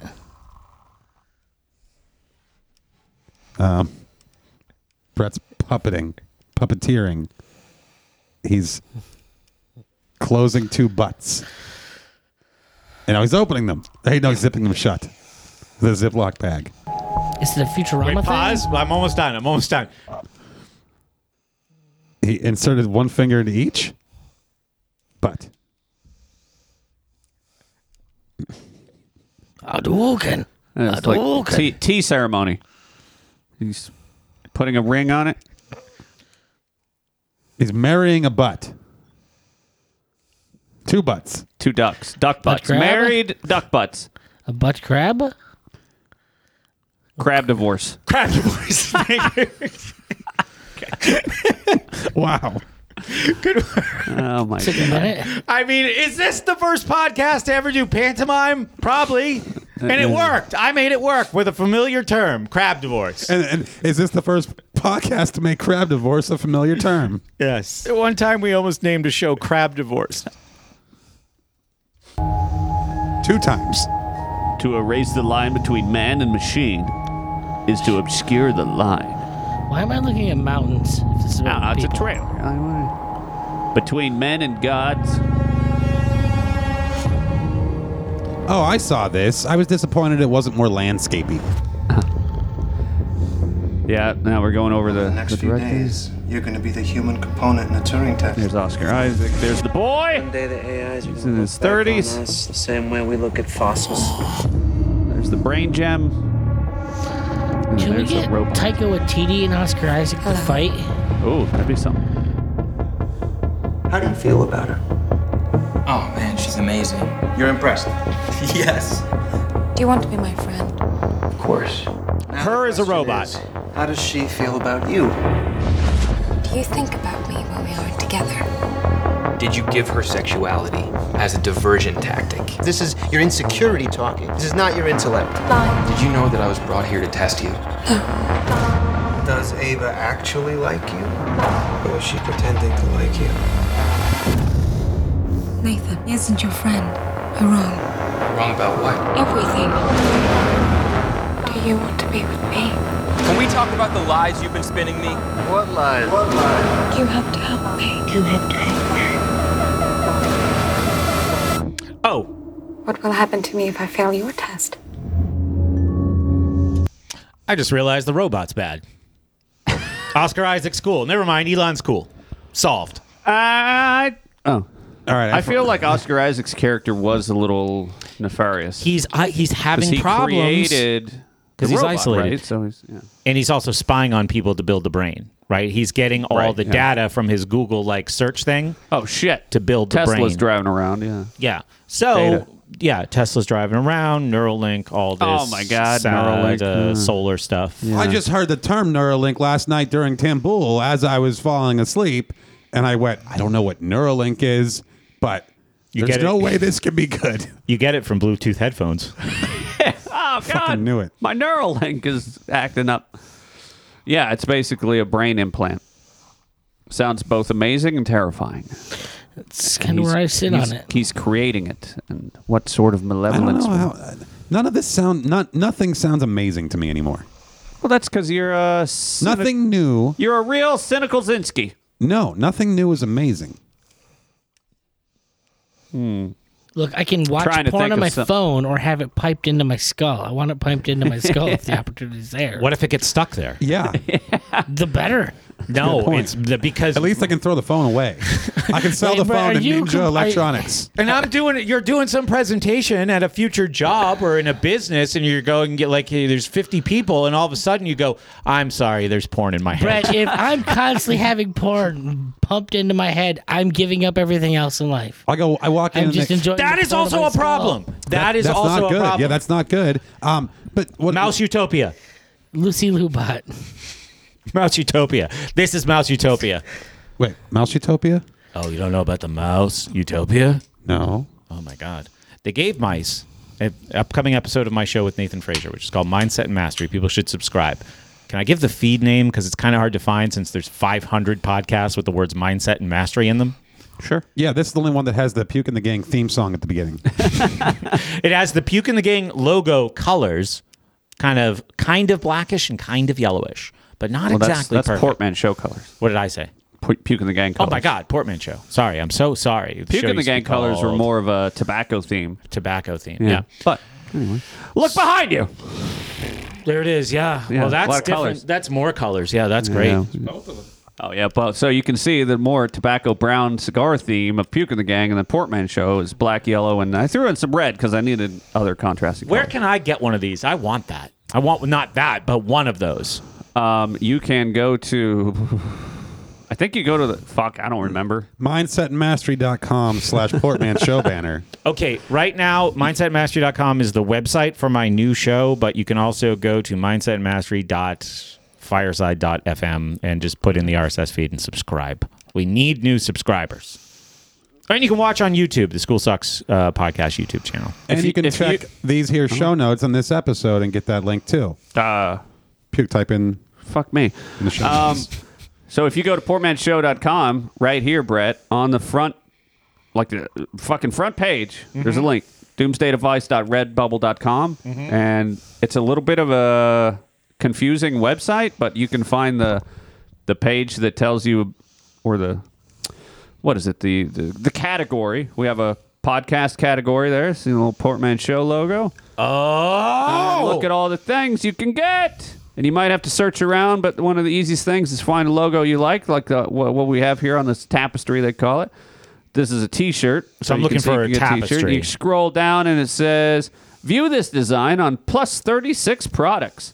Brett's puppeting, puppeteering. He's closing two butts. And now he's opening them. Hey, no, he's zipping them shut. The Ziploc bag.
Is it a Futurama
Wait,
thing?
pause. I'm almost done. I'm almost done.
He inserted one finger into each butt.
Hadouken.
Yeah, it's like
Oh,
Hadouken.
tea, tea ceremony. He's putting a ring on it.
He's marrying a butt. Two butts.
Two ducks, duck butts,
crab?
married duck butts,
A butt crab?
crab divorce.
Crap, your voice. Thank you.
Wow.
Oh my
Took a
god!
minute.
I mean, is this the first podcast to ever do pantomime? Probably. And it worked. I made it work with a familiar term, crab divorce.
And, and is this the first podcast to make crab divorce a familiar term?
Yes. One time we almost named a show Crab Divorce.
Two times.
To erase the line between man and machine is to obscure the line.
Why am I looking at mountains? If this is about
Ah, it's a
people?
trailer. I wanna- Between men and gods.
Oh, I saw this. I was disappointed it wasn't more landscaping.
Yeah, now we're going over the,
The next
the
few
directors.
days, you're going to be the human component in a Turing test.
There's Oscar Isaac. There's the boy.
One day the AIs are
in
gonna
his
look back on
30s.
us the same way we look at fossils.
There's the brain gem. And
Can we
there's
get
the robot.
Taika Waititi and Oscar Isaac to fight?
Oh, that'd be something.
How do you feel about her?
Oh man, she's amazing.
You're impressed.
Yes.
Do you want to be my friend?
Of course.
Her is a robot.
How does she feel about you?
Do you think about me when we aren't together?
Did you give her sexuality as a diversion tactic?
This is your insecurity talking. This is not your intellect.
Bye.
Did you know that I was brought here to test you?
Does Ava actually like you? Or is she pretending to like you?
Nathan isn't your friend. You're wrong.
Wrong about what?
Everything. Do you want to be with me?
Can we talk about the lies you've been spinning me?
What lies? What lies?
You have to help me. You have to help
Oh,
me. What will happen to me if I fail your test?
I just realized the robot's bad. Oscar Isaac's cool. Never mind, Elon's cool. Solved.
I. Oh.
All right.
I feel like Oscar Isaac's character was a little nefarious.
He's I he's having
'Cause he
problems
created
'Cause
the
he's
robot,
isolated.
right? So he's, yeah.
and he's also spying on people to build the brain. Right? He's getting all
Right,
the
yeah.
data from his Google like search thing.
Oh shit! Oh,
To build the
Tesla's
brain.
driving around. Yeah.
Yeah. So
Data.
yeah, Tesla's driving around, Neuralink, all this.
Oh, my God,
sad,
Neuralink.
uh,
Mm.
solar stuff.
I just heard the term Neuralink last night during Tambool as I was falling asleep, and I went, I don't know what Neuralink is, but
You
there's
get it.
no way this can be good.
You get it from Bluetooth headphones.
Oh God!
knew it.
My neural link is acting up. Yeah, it's basically a brain implant. Sounds both amazing and terrifying.
That's kind of where I sit
he's,
on it.
He's creating it, and what sort of
I don't
malevolence?
know how. uh, None of this sound. Not nothing sounds amazing to me anymore.
well, that's because you're a cynic-
Nothing new.
You're a real cynical Zinsky.
No, nothing new is amazing.
Look, I can watch
Trying to
porn on
think of
my
some-
phone or have it piped into my skull. I want it piped into my skull if the opportunity's there.
what if it gets stuck there?
Yeah.
the better?
No,
point.
it's the, because
At least I can throw the phone away. I can sell
Wait,
the
but are
phone to
you
Ninja
com- I-
Electronics.
And I'm doing it. You're doing some presentation at a future job or in a business, and you're going and get like hey, there's 50 people, and all of a sudden you go, "I'm sorry, there's porn in my head."
Brett, if I'm constantly having porn pumped into my head, I'm giving up everything else in life.
I go. I walk in.
I'm
and
just
they-
enjoying.
That
the
is
porn on
also
my
a problem.
skull.
that is
that's
also
not
a
good.
problem.
Yeah, that's not good. Um, but what
Mouse Utopia.
Lucy Lubot.
Mouse Utopia. This is Mouse Utopia.
Wait, Mouse Utopia?
Oh, you don't know about the Mouse Utopia?
No.
Oh my God! They gave mice. An upcoming episode of my show with Nathan Frazier, which is called Mindset and Mastery. People should subscribe. Can I give the feed name because it's kind of hard to find since there's 500 podcasts with the words mindset and mastery in them.
Sure.
Yeah, this is the only one that has the Puke and the Gang theme song at the beginning.
It has the Puke and the Gang logo colors, kind of kind of blackish and kind of yellowish, but not
Well, that's,
exactly
that's
perfect.
Portman show colors.
What did I say?
Pu- Puke in the gang
Oh
colors.
my God, Portmanteau. Sorry, I'm so sorry. The
Puke
show
in the
used to be
gang colors were
called
more of a tobacco theme.
tobacco theme.
Yeah.
yeah.
But anyway. look behind you.
There it is. Yeah.
Yeah,
well,
a lot
that's
of
different.
colours.
That's more colors. Yeah, that's great.
Yeah. Oh yeah, but so you can see the more tobacco brown cigar theme of Puke in the Gang and the Portman Show is black, yellow, and I threw in some red because I needed other contrasting.
Where
colors.
can I get one of these? I want that. I want not that, but one of those.
um, you can go to? I think you go to the fuck. I don't remember.
Mindsetandmastery.com slash Portman Show banner.
Okay, right now, mindsetmastery.com is the website for my new show, but you can also go to mindsetmastery.fireside.fm and just put in the RSS feed and subscribe. We need new subscribers. And you can watch on YouTube, the School Sucks uh, podcast YouTube channel.
And
If
you,
you-
can
if you- Uh-huh.
check these here show notes on this episode and get that link too.
Uh,
Puke type in
fuck me.
the show
Um,
notes.
so if you go to portmanshow.com right here, Brett, on the front, like the fucking front page, there's a link doomsdaydevice.redbubble.com. And it's a little bit of a confusing website, but you can find the the page that tells you, or the, what is it, the, the, the category. We have a podcast category there. See the little Portman Show logo. And
Oh!
look at all the things you can get. And you might have to search around, but one of the easiest things is find a logo you like, like the, what, what we have here on this tapestry, they call it. This is a t shirt. So,
I'm
you can
looking
see
for
if
a
you get
tapestry.
You scroll down and it says, View this design on plus 36 products.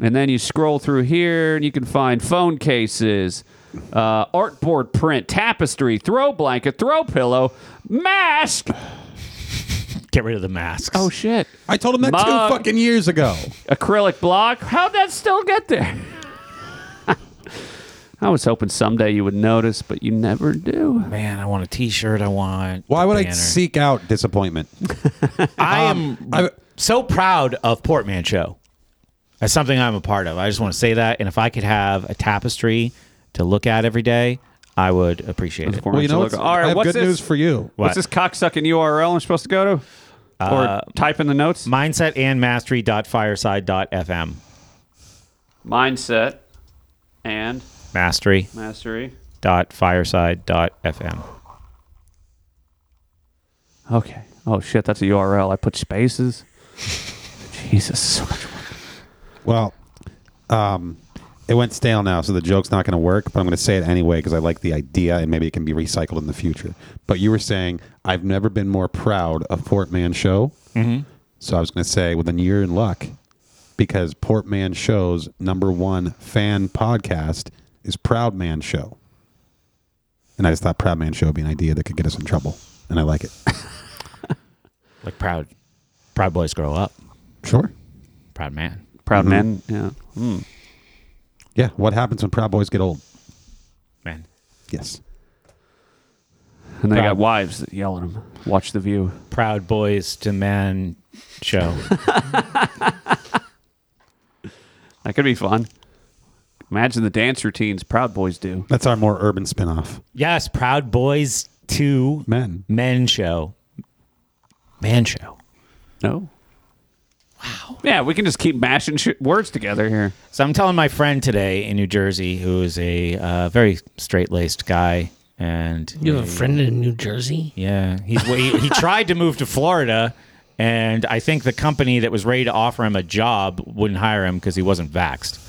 And then you scroll through here and you can find phone cases, uh, artboard print, tapestry, throw blanket, throw pillow, mask.
Get rid of the masks.
Oh, shit.
I told him that
Mug.
two fucking years ago.
acrylic block. How'd that still get there? I was hoping someday you would notice, but you never do.
man, I want a t shirt. I want.
Why
the
would I Um,
banner.
seek out disappointment?
I am
I-
so proud of Portman Show. That's something I'm a part of. I just want to say that. And if I could have a tapestry to look at every day, I would appreciate it.
Well, you know what's-
all
I
right,
have
what's
good
this?
news for you.
What's this cocksucking URL I'm supposed to go to?
Uh,
or type in the notes?
Mindset and mastery.fireside.fm.
Mindset and
Mastery
mastery.
dot fireside dot fm.
Okay. Oh shit, that's a URL. I put spaces. Jesus.
Well, um, It went stale now, so the joke's not going to work. But I'm going to say it anyway because I like the idea, and maybe it can be recycled in the future. But you were saying I've never been more proud of Portman Show, mm-hmm. so I was going to say, well, then you're in luck because Portman Show's number one fan podcast is Proud Man Show, and I just thought Proud Man Show would be an idea that could get us in trouble, and I like it.
Like proud, proud boys grow up.
sure.
Proud man.
Proud
Mm-hmm.
men. Yeah. Hmm.
Yeah. What happens when Proud Boys get old?
Man.
Yes.
And they
Proud-
got wives that yell at them. Watch the view.
Proud boys to man show.
That could be fun. Imagine the dance routines Proud Boys do.
That's our more urban spinoff.
yes, proud boys to
Men.
men show. Man show.
No. Wow. Yeah, we can just keep mashing sh- words together here.
So I'm telling my friend today in New Jersey, who is a uh, very straight laced guy, and
You have a friend in New Jersey?
yeah, he's he, he tried to move to Florida, and I think the company that was ready to offer him a job wouldn't hire him because he wasn't vaxxed.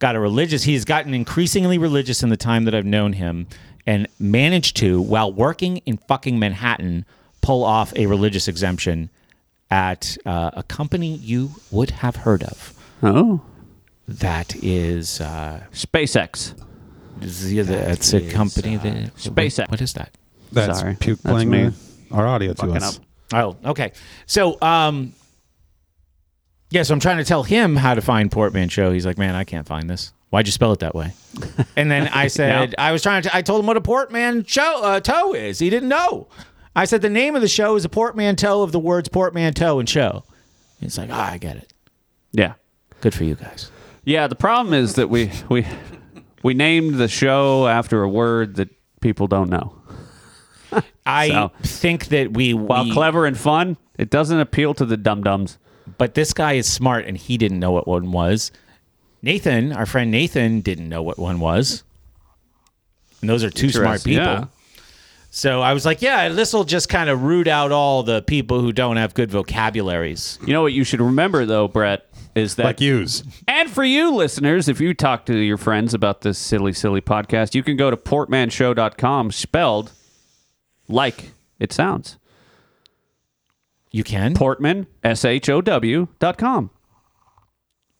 Got a religious. He's gotten increasingly religious in the time that I've known him, and managed to, while working in fucking Manhattan, pull off a religious exemption at uh, a company you would have heard of.
Oh.
That is. Uh,
SpaceX.
Yeah, that's a company that
uh, SpaceX.
What is that?
That's
Sorry.
puke
That's
playing
me.
the- our audio to
Fucking
us.
up.
Oh, okay. So, um, yeah, so I'm trying to tell him how to find Portman Show. He's like, man, I can't find this. Why'd you spell it that way? And then I said, I was trying to, I told him what a Portman show, uh, toe is. He didn't know. I said, the name of the show is a portmanteau of the words portmanteau and show. He's like, ah, I get it.
Yeah.
Good for you guys.
Yeah, the problem is that we we we named the show after a word that people don't know.
I
So-
think that we,
While
we
clever and fun, it doesn't appeal to the dum dums.
but this guy is smart and he didn't know what one was. Nathan, our friend Nathan, didn't know what one was. And those are two smart people. So I was like, yeah, this will just kind of root out all the people who don't have good vocabularies.
You know what you should remember though, Brett, is that
Like yous.
And for you listeners, if you talk to your friends about this silly, silly podcast, you can go to portmanshow.com spelled like it sounds.
You can?
Portman, S H O W dot com.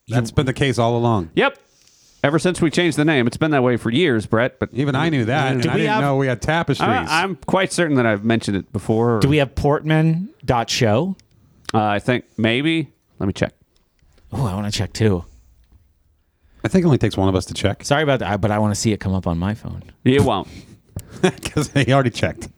That's been the case all along.
Yep. Ever since we changed the name, it's been that way for years, Brett. But
Even I knew that. and
Do
I
we
didn't
have-
know we had tapestries.
I, am quite certain that I've mentioned it before.
Do we have portman.show?
Uh, I think maybe. Let me check.
Oh, I want to check too.
I think it only takes one of us to check
Sorry about that, but I want to see it come up on my phone.
It won't.
because he already checked.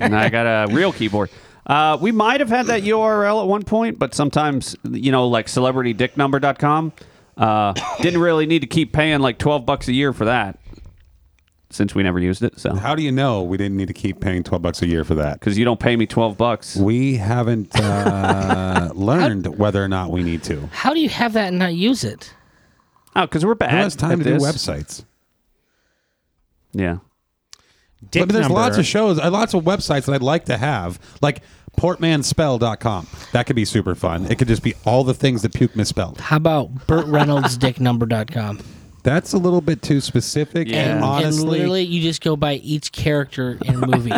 and I got a real keyboard. Uh, we might have had that URL at one point, but sometimes, you know, like celebritydicknumber.com, uh, didn't really need to keep paying like 12 bucks a year for that since we never used it. So,
How do you know we didn't need to keep paying twelve bucks a year for that?
because you don't pay me 12 bucks.
We haven't uh, learned whether or not we need to. Who
How do you have that and not use it?
Oh, because we're bad.
has time
at
to do
this.
websites?
Yeah.
Dick
but there's
number.
lots of shows, uh, lots of websites that I'd like to have, like portmanspell.com. That could be super fun. It could just be all the things that puke misspelled.
How about BurtReynoldsDickNumber.com?
That's a little bit too specific.
Yeah.
And
and
honestly,
literally, you just go by each character in a movie.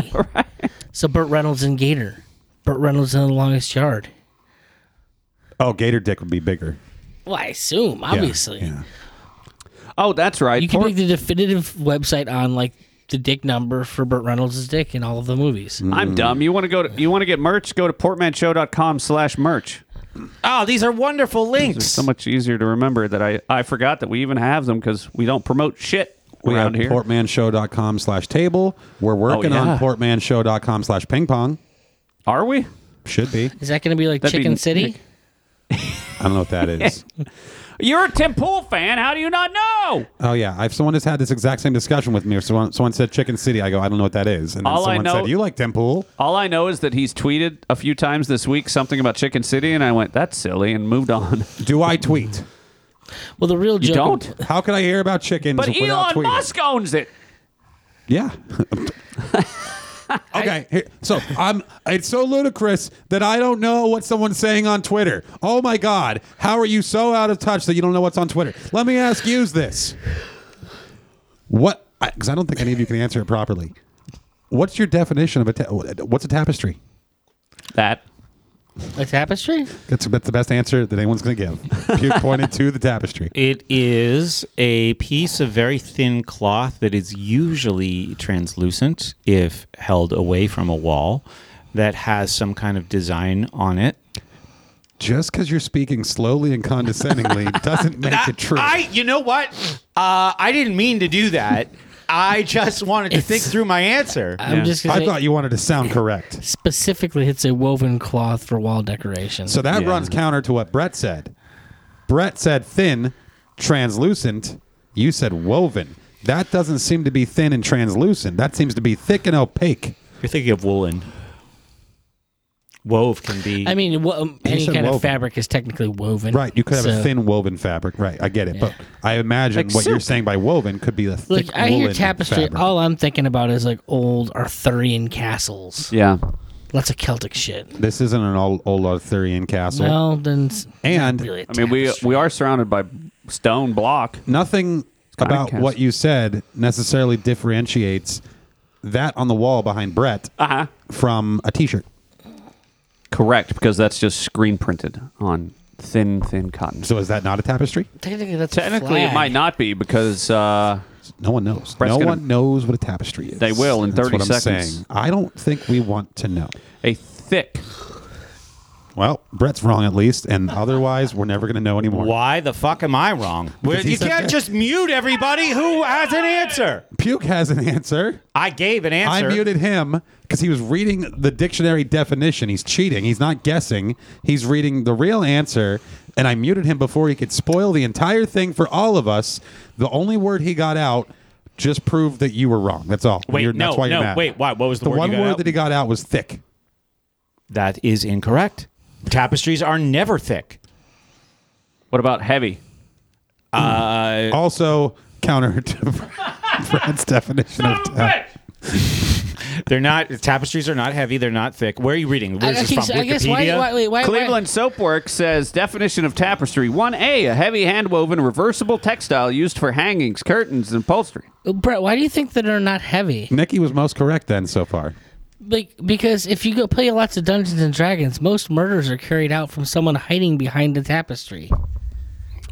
So Burt Reynolds and Gator, Burt Reynolds in the Longest Yard.
oh, Gator Dick would be bigger.
Well, I assume,
Yeah,
obviously.
yeah.
Oh, that's right.
You can
Port-
make the definitive website on like the dick number for Burt Reynolds' dick in all of the movies.
I'm dumb. You want to go to, you want to get merch? Go to portmanshow.com slash merch.
Oh, these are wonderful links.
So much easier to remember that I, I forgot that we even have them because we don't promote shit
We have
around here. Oh,
portmanshow.com slash table. We're working
yeah.
on portmanshow.com slash ping pong.
Are we?
Should be.
Is that going to be like
That'd be
Chicken City?
Nick.
I don't know what that is.
You're a Tim Pool fan. How do you not know?
oh, yeah. I've Someone has had this exact same discussion with me. Or someone, someone said Chicken City. I go, I don't know what that is. And then
All I
someone
know-
said, You like Tempool?
All I know is that he's tweeted a few times this week something about Chicken City, and I went, "That's silly," and moved on.
Do I tweet?
Well, the real joke.
You don't,
How could I hear about chickens
but
without
Elon
tweeting?
Musk owns it.
Yeah. Okay, here, so I'm. It's so ludicrous that I don't know what someone's saying on Twitter. Oh my God, how are you so out of touch that you don't know what's on Twitter? Let me ask you this: What? Because I, don't think any of you can answer it properly. What's your definition of a? Ta- what's a tapestry?
That.
A tapestry?
That's, that's the best answer that anyone's going to give. Puke pointed to the tapestry.
It is a piece of very thin cloth that is usually translucent if held away from a wall that has some kind of design on it.
Just because you're speaking slowly and condescendingly doesn't make it true.
I, you know what? Uh, I didn't mean to do that. I just wanted to think
It's-
through my answer.
I'm
Yeah.
just gonna
I
say,
thought you wanted to sound correct.
specifically it's a woven cloth for wall decoration.
So that
Yeah.
runs counter to what Brett said. Brett said thin, translucent. You said woven. That doesn't seem to be thin and translucent. That seems to be thick and opaque.
You're thinking of woolen. Wove can be.
I mean, wo- um, any
said
kind
woven.
of fabric is technically woven.
Right. You could have a
so-
thin woven fabric. Right. I get it. But I imagine
Like
what you're
silk.
saying by woven could be a thick
Look, I hear
woolen
tapestry.
fabric.
All I'm thinking about is like old Arthurian castles.
Yeah.
Lots of Celtic shit.
this isn't an old, old Arthurian castle.
Well, then. it's
And-
not really a
I mean, we
tapestry.
we are surrounded by stone block.
Nothing
kinda
about
cast-
what you said necessarily differentiates that on the wall behind Brett
Uh-huh.
from a t shirt.
Correct, because that's just screen printed on thin, thin cotton.
So is that not a tapestry?
Technically, that's a
Technically, it
flag.
might not be because uh,
No one knows.
Brett's
no
gonna-
one knows what a tapestry is.
They will in
That's
30
what I'm
seconds.
saying. I don't think we want to know.
a thick.
Well, Brett's wrong at least, and otherwise we're never going to know anymore.
Why the fuck am I wrong? Well,
he
You
said
can't
that.
just mute everybody who has an answer.
Puke has an answer.
I gave an answer.
I muted him because he was reading the dictionary definition. He's cheating. He's not guessing. He's reading the real answer, and I muted him before he could spoil the entire thing for all of us. The only word he got out just proved that you were wrong. That's all.
Wait,
You're-
no,
that's why
no.
you're mad.
Wait, why? What was the,
The
word
one
you got
word
out?
that he got out was thick.
That is incorrect. Tapestries are never thick.
What about heavy?
also counter to Brad's definition of town.
They're not. Tapestries are not heavy. They're not thick. Where are you reading?
I,
Where's
I
this
guess-
from?
I guess why,
Wikipedia?
why, wait, why,
Cleveland Soapworks says definition of tapestry 1A, a heavy hand woven reversible textile used for hangings, curtains, and upholstery.
Why, Brett, why do you think that they're not heavy?
Nikki was most correct then so far.
Like, because if you go play lots of Dungeons and Dragons, most murders are carried out from someone hiding behind a tapestry.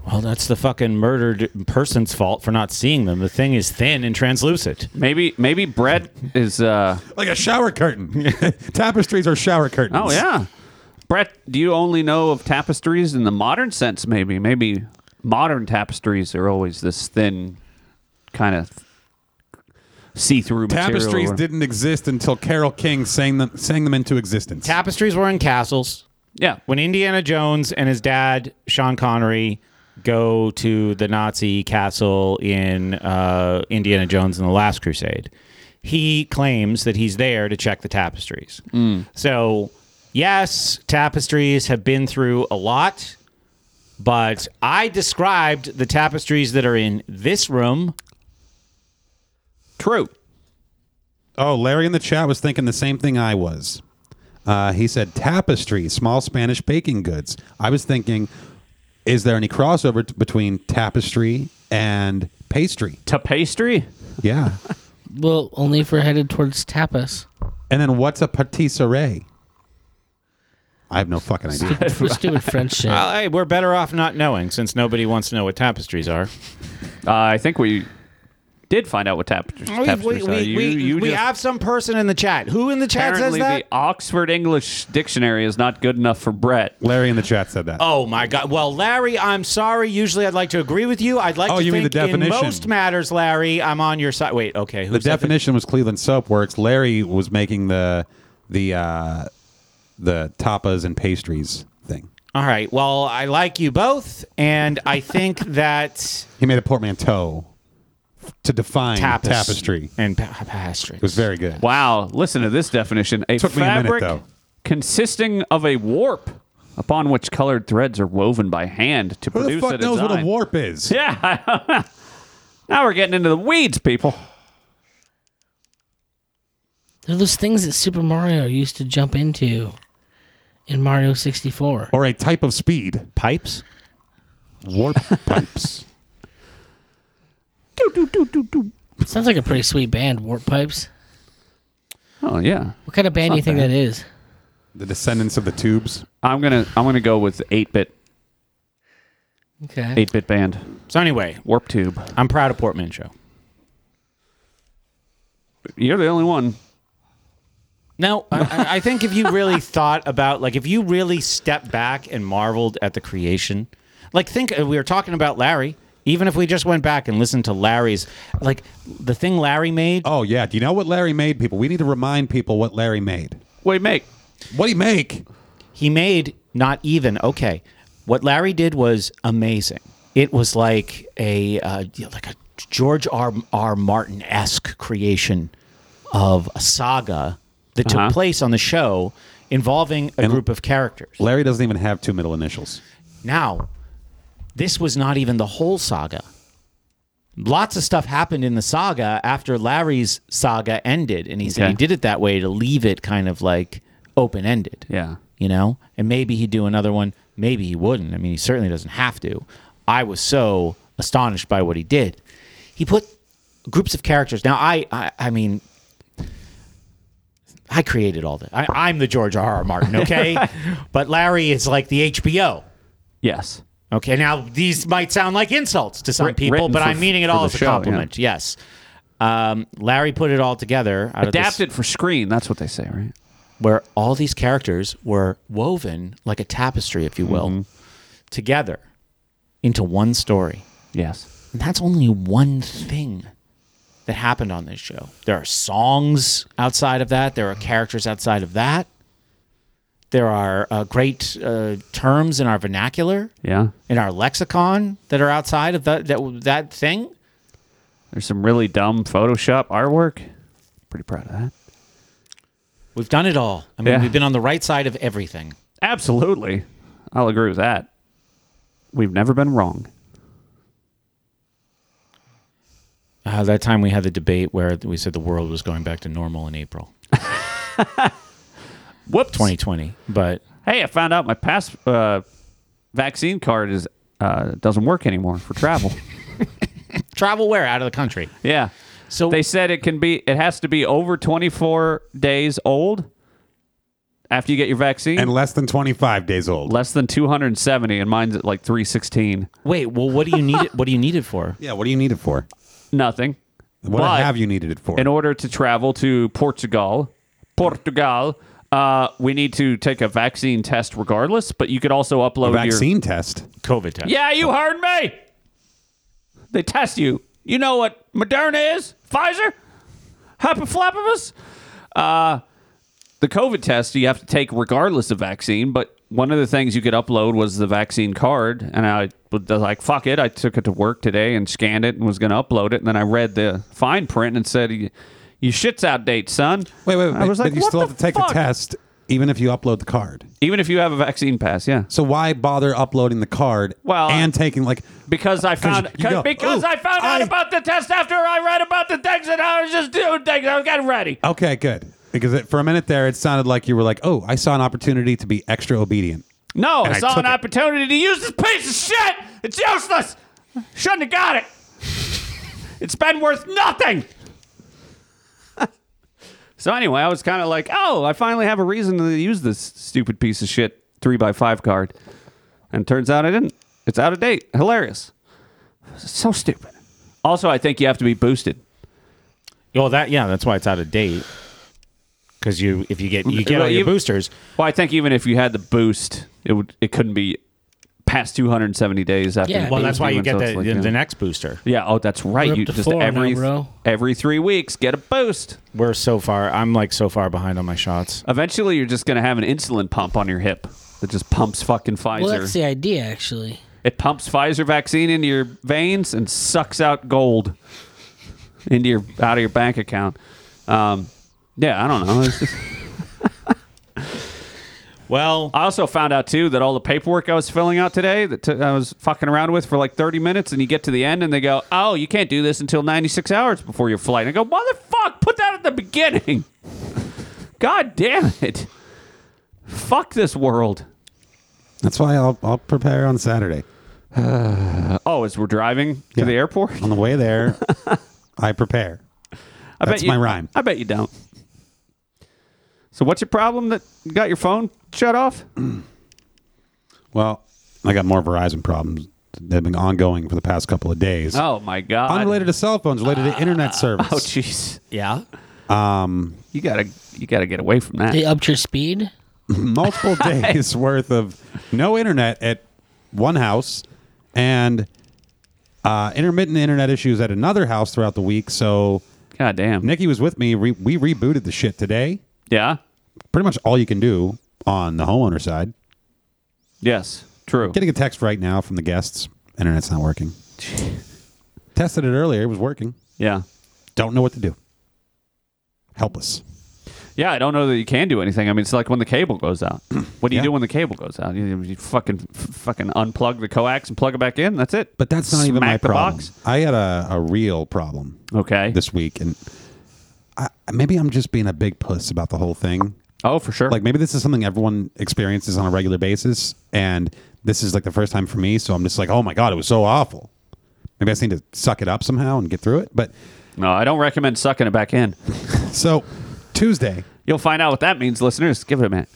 Well, that's the fucking murdered person's fault for not seeing them. The thing is thin and translucent.
Maybe maybe Brett is uh
Like a shower curtain. Tapestries are shower curtains.
oh yeah. Brett, do you only know of tapestries in the modern sense maybe? Maybe modern tapestries are always this thin kind of see-through material.
Tapestries didn't exist until Carol King sang them sang them into existence.
Tapestries were in castles.
Yeah.
When Indiana Jones and his dad, Sean Connery, go to the Nazi castle in uh, Indiana Jones and the Last Crusade, he claims that he's there to check the tapestries. So, yes, tapestries have been through a lot, but I described the tapestries that are in this room.
True.
oh, Larry in the chat was thinking the same thing I was. Uh, he said tapestry, small Spanish baking goods. I was thinking, is there any crossover t- between tapestry and pastry?
Tapestry?
Yeah.
Well, only if we're headed towards tapas.
and then what's a patisserie? I have no fucking idea.
Stupid French shit.
Uh, hey, we're better off not knowing since nobody wants to know what tapestries are.
Uh, I think we did find out what tapestries,
We, we,
tapestries are.
we,
You-
we,
you
we
just-
have some person in the chat. Who in the chat says
Apparently,
that?
the Oxford English Dictionary is not good enough for Brett.
Larry in the chat said that.
Oh my God! Well, Larry, I'm sorry. Usually, I'd like to agree with you. I'd like
Oh,
to
you mean
think
the
in
definition.
most matters, Larry, I'm on your side. Wait, okay. Who
the
said that?
definition was Cleveland Soapworks. Larry was making the the uh, the tapas and pastries thing.
All right. Well, I like you both, and I think that
He made a portmanteau to define
tapes-
tapestry. It
and pa- pastries.
was very good.
Wow, listen to this definition. A
Took me a minute,
fabric
though.
consisting of a warp upon which colored threads are woven by hand to
Who the
produce
fuck
a
knows
design.
what a warp is?
Yeah. now we're getting into the weeds, people.
They're those things that Super Mario used to jump into in Mario 64.
or a type of speed.
Pipes?
Warp pipes.
Sounds like a pretty sweet band, Warp Pipes.
Oh yeah.
What kind of band do you think that is?
The descendants of the tubes.
I'm gonna I'm gonna go with eight bit
Okay.
eight bit band
So anyway,
Warp Tube.
I'm proud of Portmanteau.
You're the only one.
No, I- I, I think if you really thought about, like, if you really stepped back and marveled at the creation, like, think uh, we were talking about Larry. Even if we just went back and listened to Larry's, like, the thing Larry made.
Oh yeah. Do you know what Larry made, people? We need to remind people what Larry made.
Wait, make
What he make?
he made not even okay. What Larry did was amazing. It was like a uh, you know, like a George R. R. Martin esque creation of a saga that took place on the show involving a group of characters.
Larry doesn't even have two middle initials.
Now, this was not even the whole saga. Lots of stuff happened in the saga after Larry's saga ended, and he said he
Okay.
did it that way to leave it kind of like open ended
Yeah.
you know and maybe he'd do another one maybe he wouldn't i mean he certainly doesn't have to i was so astonished by what he did he put groups of characters now i i, I mean i created all this I, i'm the george r r martin okay but larry is like the hbo
Yes.
Okay, now these might sound like insults to some
Writ-
people,
written
but
for-
I'm meaning it
for
all
the
as a
show, yeah.
compliment. Yes. Um, Larry put it all together. Out Of this,
Adapted for screen. That's what they say, right?
where all these characters were woven like a tapestry, if you will,
Mm-hmm.
together into one story.
Yes.
And that's only one thing that happened on this show. There are songs outside of that, there are characters outside of that, there are uh, great uh, terms in our vernacular.
Yeah.
In our lexicon that are outside of that that, that thing,
There's some really dumb Photoshop artwork. Pretty proud of that.
we've done it all. I mean,
Yeah.
we've been on the right side of everything.
Absolutely. I'll agree with that. We've never been wrong.
Uh, that time we had the debate where we said the world was going back to normal in April.
Whoops.
2020. But
Hey, I found out my pass uh, vaccine card is uh, doesn't work anymore for travel.
travel where out of the country?
yeah.
So
They said it can be it has to be over 24 days old after you get your vaccine.
And less than 25 days old.
less than 270 and mine's at like 316.
wait, well, what do you need? It, what do you need it for?
yeah, what do you need it for?
Nothing.
What
But-
have you needed it for?
in order to travel to Portugal, Portugal, uh, we need to take a vaccine test regardless. But you could also upload
a
your
vaccine test.
COVID test.
Yeah, you heard me. They test you. You know what Moderna is? Pfizer? Hyperflapovus? Uh the COVID test you have to take regardless of vaccine, but one of the things you could upload was the vaccine card, and I was like, "Fuck it!" I took it to work today and scanned it and was going to upload it, and then I read the fine print and said, "Y- "Your shit's outdated, son."
Wait, wait, wait.
I was
but
like,
you
"What
still
the
have to take
fuck?"
the test even if you upload the card.
even if you have a vaccine pass." Yeah,
So why bother uploading the card
Well,
and taking like
Because I found
you go,
because
"Ooh,
I found out
I-
about the test after I read about the things and I was just doing things. I was getting ready.
Okay, good. Because it, for a minute there it sounded like you were like, "Oh, I saw an opportunity to be extra obedient."
No,
And
I
I
saw
took
an
it.
opportunity to use this piece of shit. It's useless. Shouldn't have got it. it's been worth nothing. so anyway, I was kind of like, oh, I finally have a reason to use this stupid piece of shit three by five card, and turns out I didn't. It's out of date. Hilarious. So stupid. Also, I think you have to be boosted.
Well, that yeah, that's why it's out of date. Because you, if you get you get
Well,
all your
you-
boosters,
Well, I think even if you had the boost, it would it couldn't be past 270 days after.
Yeah.
the
Well,
well, that's why you
boost even, so
get the,
it's like,
the,
yeah.
next booster.
Yeah, oh, that's right.
We're up
you
to
just
four now,
every
bro.
every three weeks get a boost.
We're so far. I'm like so far behind on my shots.
Eventually, you're just gonna have an insulin pump on your hip that just pumps fucking Pfizer.
Well, that's the idea, actually.
it pumps Pfizer vaccine into your veins and sucks out gold into your out of your bank account. Um, yeah, I don't know. It's just-
Well,
I also found out too that all the paperwork I was filling out today that t- I was fucking around with for like 30 minutes, and you get to the end and they go, "Oh, you can't do this until 96 hours before your flight." And I go, "Motherfuck, put that at the beginning." God damn it. Fuck this world.
That's why I'll, I'll prepare on Saturday.
Oh, as we're driving to
Yeah.
the airport?
On the way there, I prepare.
I
That's
bet you,
my rhyme.
I bet you don't. So what's your problem that you got your phone shut off?
Well, I got more Verizon problems that have been ongoing for the past couple of days.
Oh my god.
Unrelated to cell phones, related to internet service.
Oh jeez.
Yeah.
Um,
You gotta you gotta get away from that.
They upped your speed.
multiple days worth of no internet at one house and uh, intermittent internet issues at another house throughout the week. So
God damn.
Nikki was with me. Re- we rebooted the shit today.
Yeah?
Pretty much all you can do on the homeowner side.
Yes. True.
Getting a text right now from the guests. Internet's not working. Tested it earlier. It was working.
Yeah.
Don't know what to do. Helpless.
Yeah, I don't know that you can do anything. I mean, it's like when the cable goes out. What do you
Yeah.
do when the cable goes out? You, you fucking f- fucking unplug the coax and plug it back in. That's it.
But that's not even my
Smack the
problem.
box.
I had a, a real problem
Okay.
this week, and I, maybe I'm just being a big puss about the whole thing.
oh, for sure.
Like maybe this is something everyone experiences on a regular basis, and this is like the first time for me. So I'm just like, oh my god, it was so awful. Maybe I just need to suck it up somehow and get through it. But
no, I don't recommend sucking it back in.
so Tuesday,
You'll find out what that means, listeners. Give it a minute.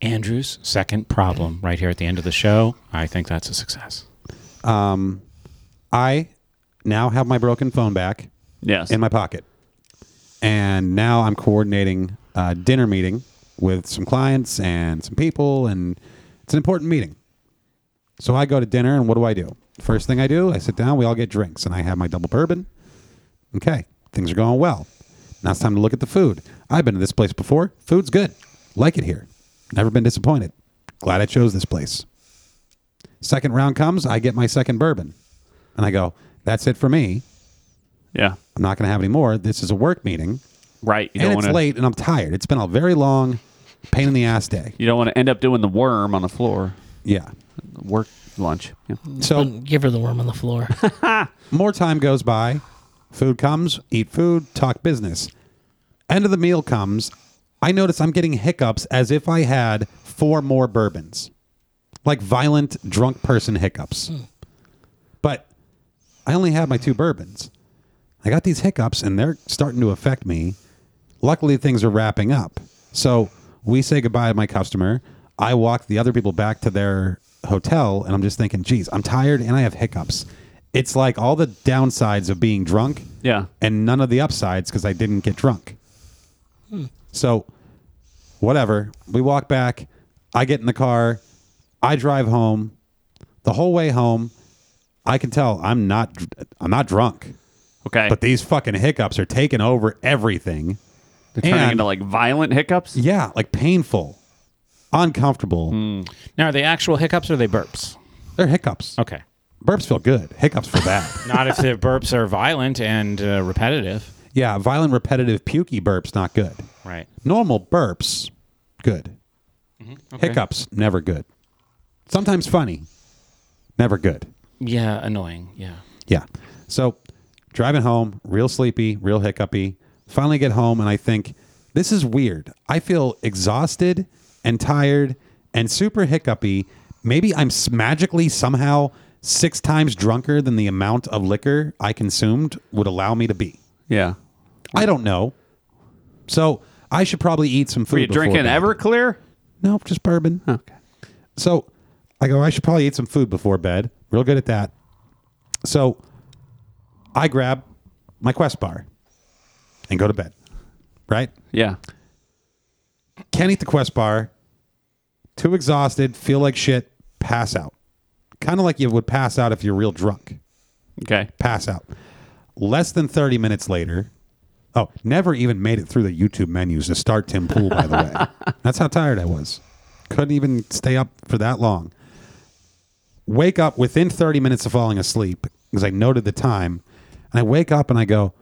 Andrew's second problem right here at the end of the show. I think that's a success.
um, I now have my broken phone back
Yes.
in my pocket, and now I'm coordinating a dinner meeting with some clients and some people, and it's an important meeting. So I go to dinner, and what do I do? First thing I do, I sit down, we all get drinks, and I have my double bourbon. Okay, things are going well. Now it's time to look at the food. I've been to this place before. Food's good. Like it here. Never been disappointed. Glad I chose this place. Second round comes, I get my second bourbon. And I go, that's it for me.
yeah.
I'm not going to have any more. This is a work meeting.
Right. You
and
don't
it's
wanna,
late, and I'm tired. It's been a very long, pain in the ass day.
You don't want to end up doing the worm on the floor.
Yeah.
Work lunch. Yeah.
So
Give her the worm on the floor.
More time goes by. Food comes, eat food, talk business. End of the meal comes. I notice I'm getting hiccups as if I had four more bourbons, like violent drunk person hiccups. But I only had my two bourbons. I got these hiccups and they're starting to affect me. Luckily, things are wrapping up. So we say goodbye to my customer. I walk the other people back to their hotel and I'm just thinking, geez, I'm tired and I have hiccups. It's like all the downsides of being drunk
Yeah.
and none of the upsides because I didn't get drunk. So, whatever. We walk back. I get in the car. I drive home. The whole way home, I can tell I'm not dr- I'm not drunk,
Okay.
but these fucking hiccups are taking over everything.
They're turning
and-
into like violent hiccups.
Yeah, like painful, uncomfortable.
Hmm.
Now, are they actual hiccups or are they burps?
They're hiccups.
Okay.
Burps feel good. Hiccups feel bad.
Not if the burps are violent and uh, repetitive.
yeah, violent, repetitive, pukey burps not good.
Right.
Normal burps, good.
Mm-hmm.
Hiccups, never good. Sometimes funny, never good.
Yeah, annoying. Yeah.
Yeah. So driving home, real sleepy, real hiccupy. Finally get home, and I think, this is weird. I feel exhausted and tired and super hiccupy. Maybe I'm s- magically somehow six times drunker than the amount of liquor I consumed would allow me to be.
Yeah.
I don't know. So I should probably eat some food.
Were you
before
drinking
bed.
Everclear?
Nope, just bourbon.
Okay.
So I go, I should probably eat some food before bed. Real good at that. So I grab my Quest bar and go to bed. Right?
Yeah.
Can't eat the Quest bar. Too exhausted, feel like shit, pass out. Kind of like you would pass out if you're real drunk.
Okay.
Pass out. Less than 30 minutes later. Oh, never even made it through the YouTube menus to start Tim Pool, by the way. That's how tired I was. Couldn't even stay up for that long. wake up within 30 minutes of falling asleep because I noted the time. And I wake up and I go,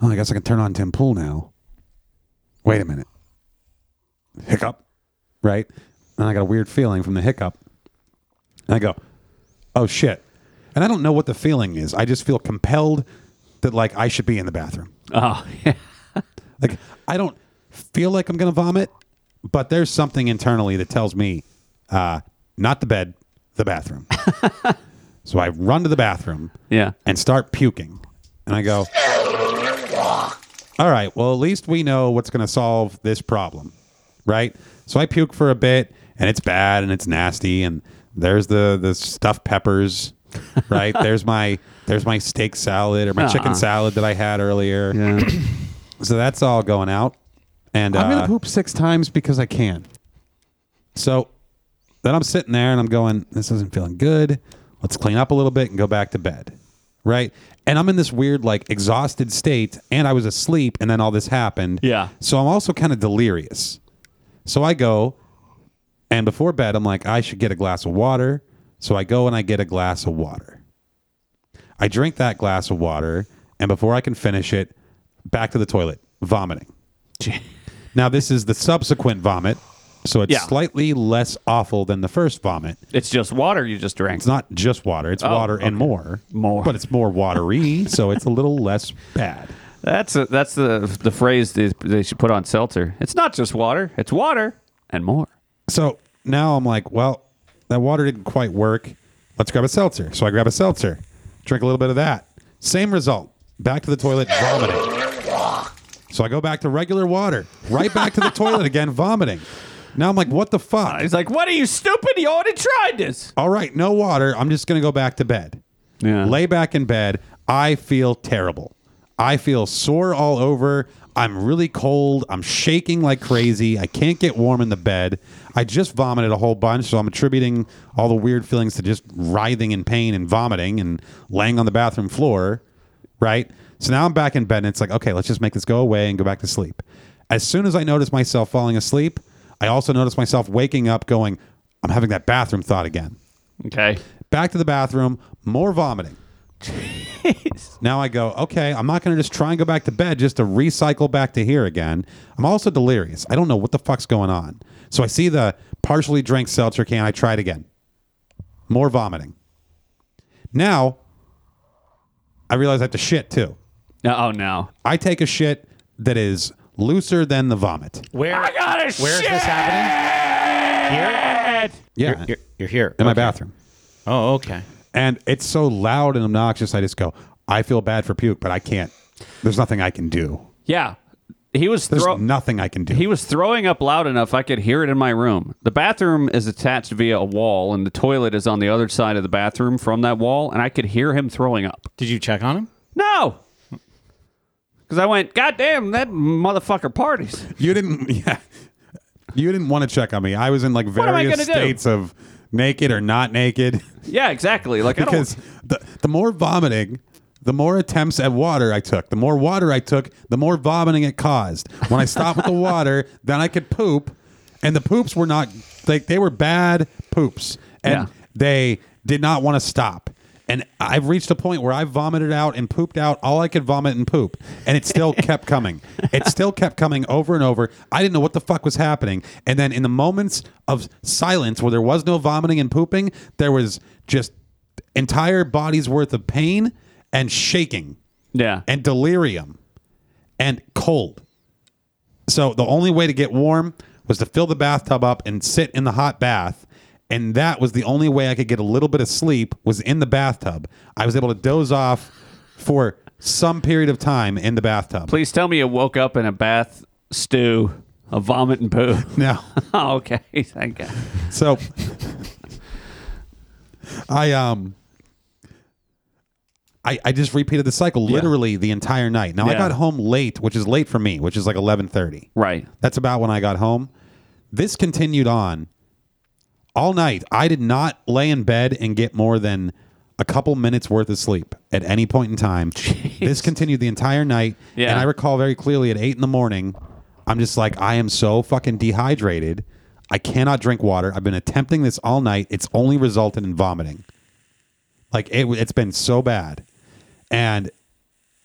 oh, I guess I can turn on Tim Pool now. Wait a minute. Hiccup. Right? And I got a weird feeling from the hiccup. And I go, oh, shit. And I don't know what the feeling is. I just feel compelled that, like, I should be in the bathroom.
Oh yeah.
Like, I don't feel like I'm going to vomit, but there's something internally that tells me uh, not the bed, the bathroom. so I run to the bathroom
Yeah.
and start puking. And I go, all right, well, at least we know what's going to solve this problem, right? So I puke for a bit and it's bad and it's nasty and there's the the stuffed peppers, right? there's my there's my steak salad or my
Aw.
chicken salad that I had earlier. So that's all going out. And I'm
uh,
gonna poop six times because I can. So then I'm sitting there and I'm going, this isn't feeling good. Let's clean up a little bit and go back to bed. Right. And I'm in this weird, like, exhausted state, and I was asleep, and then all this happened.
Yeah.
So I'm also kind of delirious. So I go, and before bed, I'm like, I should get a glass of water. So I go and I get a glass of water. I drink that glass of water, and before I can finish it, back to the toilet, vomiting. Now, this is the subsequent vomit, so it's
Yeah.
slightly less awful than the first vomit.
It's just water you just drank.
It's not just water,
Oh,
it's water and more.
More.
But it's more watery, so it's a little less bad.
That's a, that's the the phrase they, they should put on seltzer. It's not just water. It's water and more.
So now I'm like, well, that water didn't quite work. Let's grab a seltzer. So I grab a seltzer, drink a little bit of that. Same result. Back to the toilet, vomiting. So I go back to regular water, right back to the toilet again, vomiting. Now I'm like, what the fuck?
He's like, "What are you stupid? You already tried this."
All right, no water. I'm just going to go back to bed.
Yeah.
Lay back in bed. I feel terrible. I feel sore all over. I'm really cold. I'm shaking like crazy. I can't get warm in the bed. I just vomited a whole bunch, so I'm attributing all the weird feelings to just writhing in pain and vomiting and laying on the bathroom floor, right? So now I'm back in bed and it's like, okay, let's just make this go away and go back to sleep. As soon as I notice myself falling asleep, I also notice myself waking up going, I'm having that bathroom thought again
Okay.
back to the bathroom, more vomiting. Now I go, okay, I'm not going to just try and go back to bed just to recycle back to here again. I'm also delirious. I don't know what the fuck's going on. So I see the partially drank seltzer can. I try it again. More vomiting. Now I realize I have to shit too.
No, oh no.
I take a shit that is looser than the vomit.
Where
I got a
where is this happening? Here
Yeah.
you're, you're here
in my
Okay.
bathroom.
Oh, okay.
And it's so loud and obnoxious. I just go, I feel bad for puke, but I can't. There's nothing I can do.
Yeah. He was
There's
throw-
nothing I can do.
he was throwing up loud enough I could hear it in my room. The bathroom is attached via a wall and the toilet is on the other side of the bathroom from that wall and I could hear him throwing up.
Did you check on him?
No. Cuz I went, "God damn, that motherfucker parties."
you didn't. Yeah, you didn't want to check on me. I was in like
am I
various
gonna do?
states of naked or not naked
Yeah, exactly. Like I don't
because the the more vomiting. The more attempts at water I took, the more water I took, the more vomiting it caused. When I stopped with the water, then I could poop, and the poops were not like they were bad poops, and
Yeah.
they did not want to stop. And I've reached a point where I vomited out and pooped out all I could vomit and poop, and it still kept coming. It still kept coming over and over. I didn't know what the fuck was happening. And then in the moments of silence where there was no vomiting and pooping, there was just entire body's worth of pain and shaking
Yeah.
and delirium and cold. So the only way to get warm was to fill the bathtub up and sit in the hot bath. And that was the only way I could get a little bit of sleep was in the bathtub. I was able to doze off for some period of time in the bathtub.
Please tell me you woke up in a bath stew of vomit and poo.
Now,
oh, okay. Thank God.
so I um I, I just repeated the cycle literally the entire night. Now I
Yeah.
got home late, which is late for me, which is like eleven thirty.
Right.
That's about when I got home. This continued on all night. I did not lay in bed and get more than a couple minutes worth of sleep at any point in time. This continued the entire night.
Yeah.
And I recall very clearly at eight in the morning, I'm just like, I am so fucking dehydrated. I cannot drink water. I've been attempting this all night. It's only resulted in vomiting. Like it, it's been so bad, and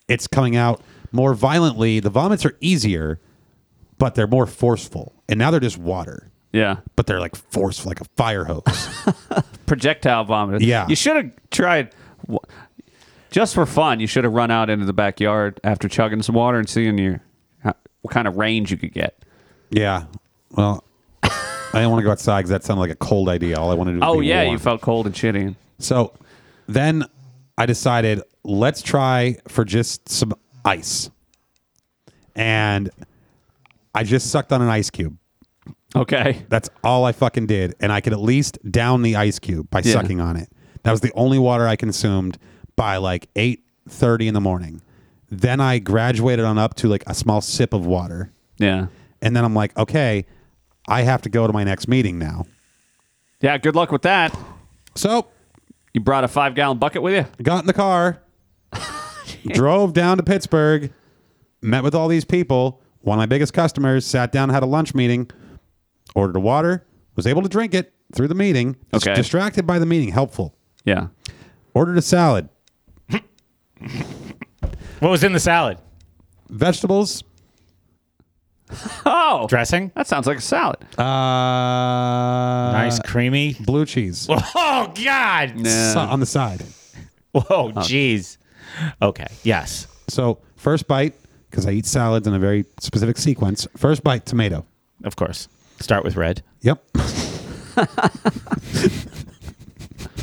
it's coming out more violently. The vomits are easier, but they're more forceful. And now they're just water,
Yeah.
but they're like forceful, like a fire hose.
projectile vomit.
Yeah.
You should have tried. w- Just for fun, you should have run out into the backyard after chugging some water and seeing your how, what kind of range you could get.
Yeah. Well, I didn't want to go outside because that sounded like a cold idea. All I wanted to do was
Oh
be
yeah,
warm.
you felt cold and shitty.
So then I decided let's try for just some ice. And I just sucked on an ice cube.
Okay.
That's all I fucking did. And I could at least down the ice cube by
Yeah.
sucking on it. That was the only water I consumed by like 8:30 in the morning. Then I graduated on up to like a small sip of water.
Yeah.
And then I'm like, okay, I have to go to my next meeting now.
Yeah. Good luck with that.
So
You brought a five gallon bucket with you.
got in the car, drove down to Pittsburgh, met with all these people. One of my biggest customers sat down, had a lunch meeting, ordered a water, was able to drink it through the meeting. dis-
Okay.
Distracted by the meeting, helpful.
Yeah.
Ordered a salad,
What was in the salad?
vegetables,
Oh,
Dressing?
that sounds like a salad.
uh,
Uh, nice creamy.
blue cheese
Oh God!
so- on the side.
Whoa, jeez. Okay. Yes.
So first bite, because I eat salads in a very specific sequence. First bite, tomato.
Of course. Start with red.
Yep.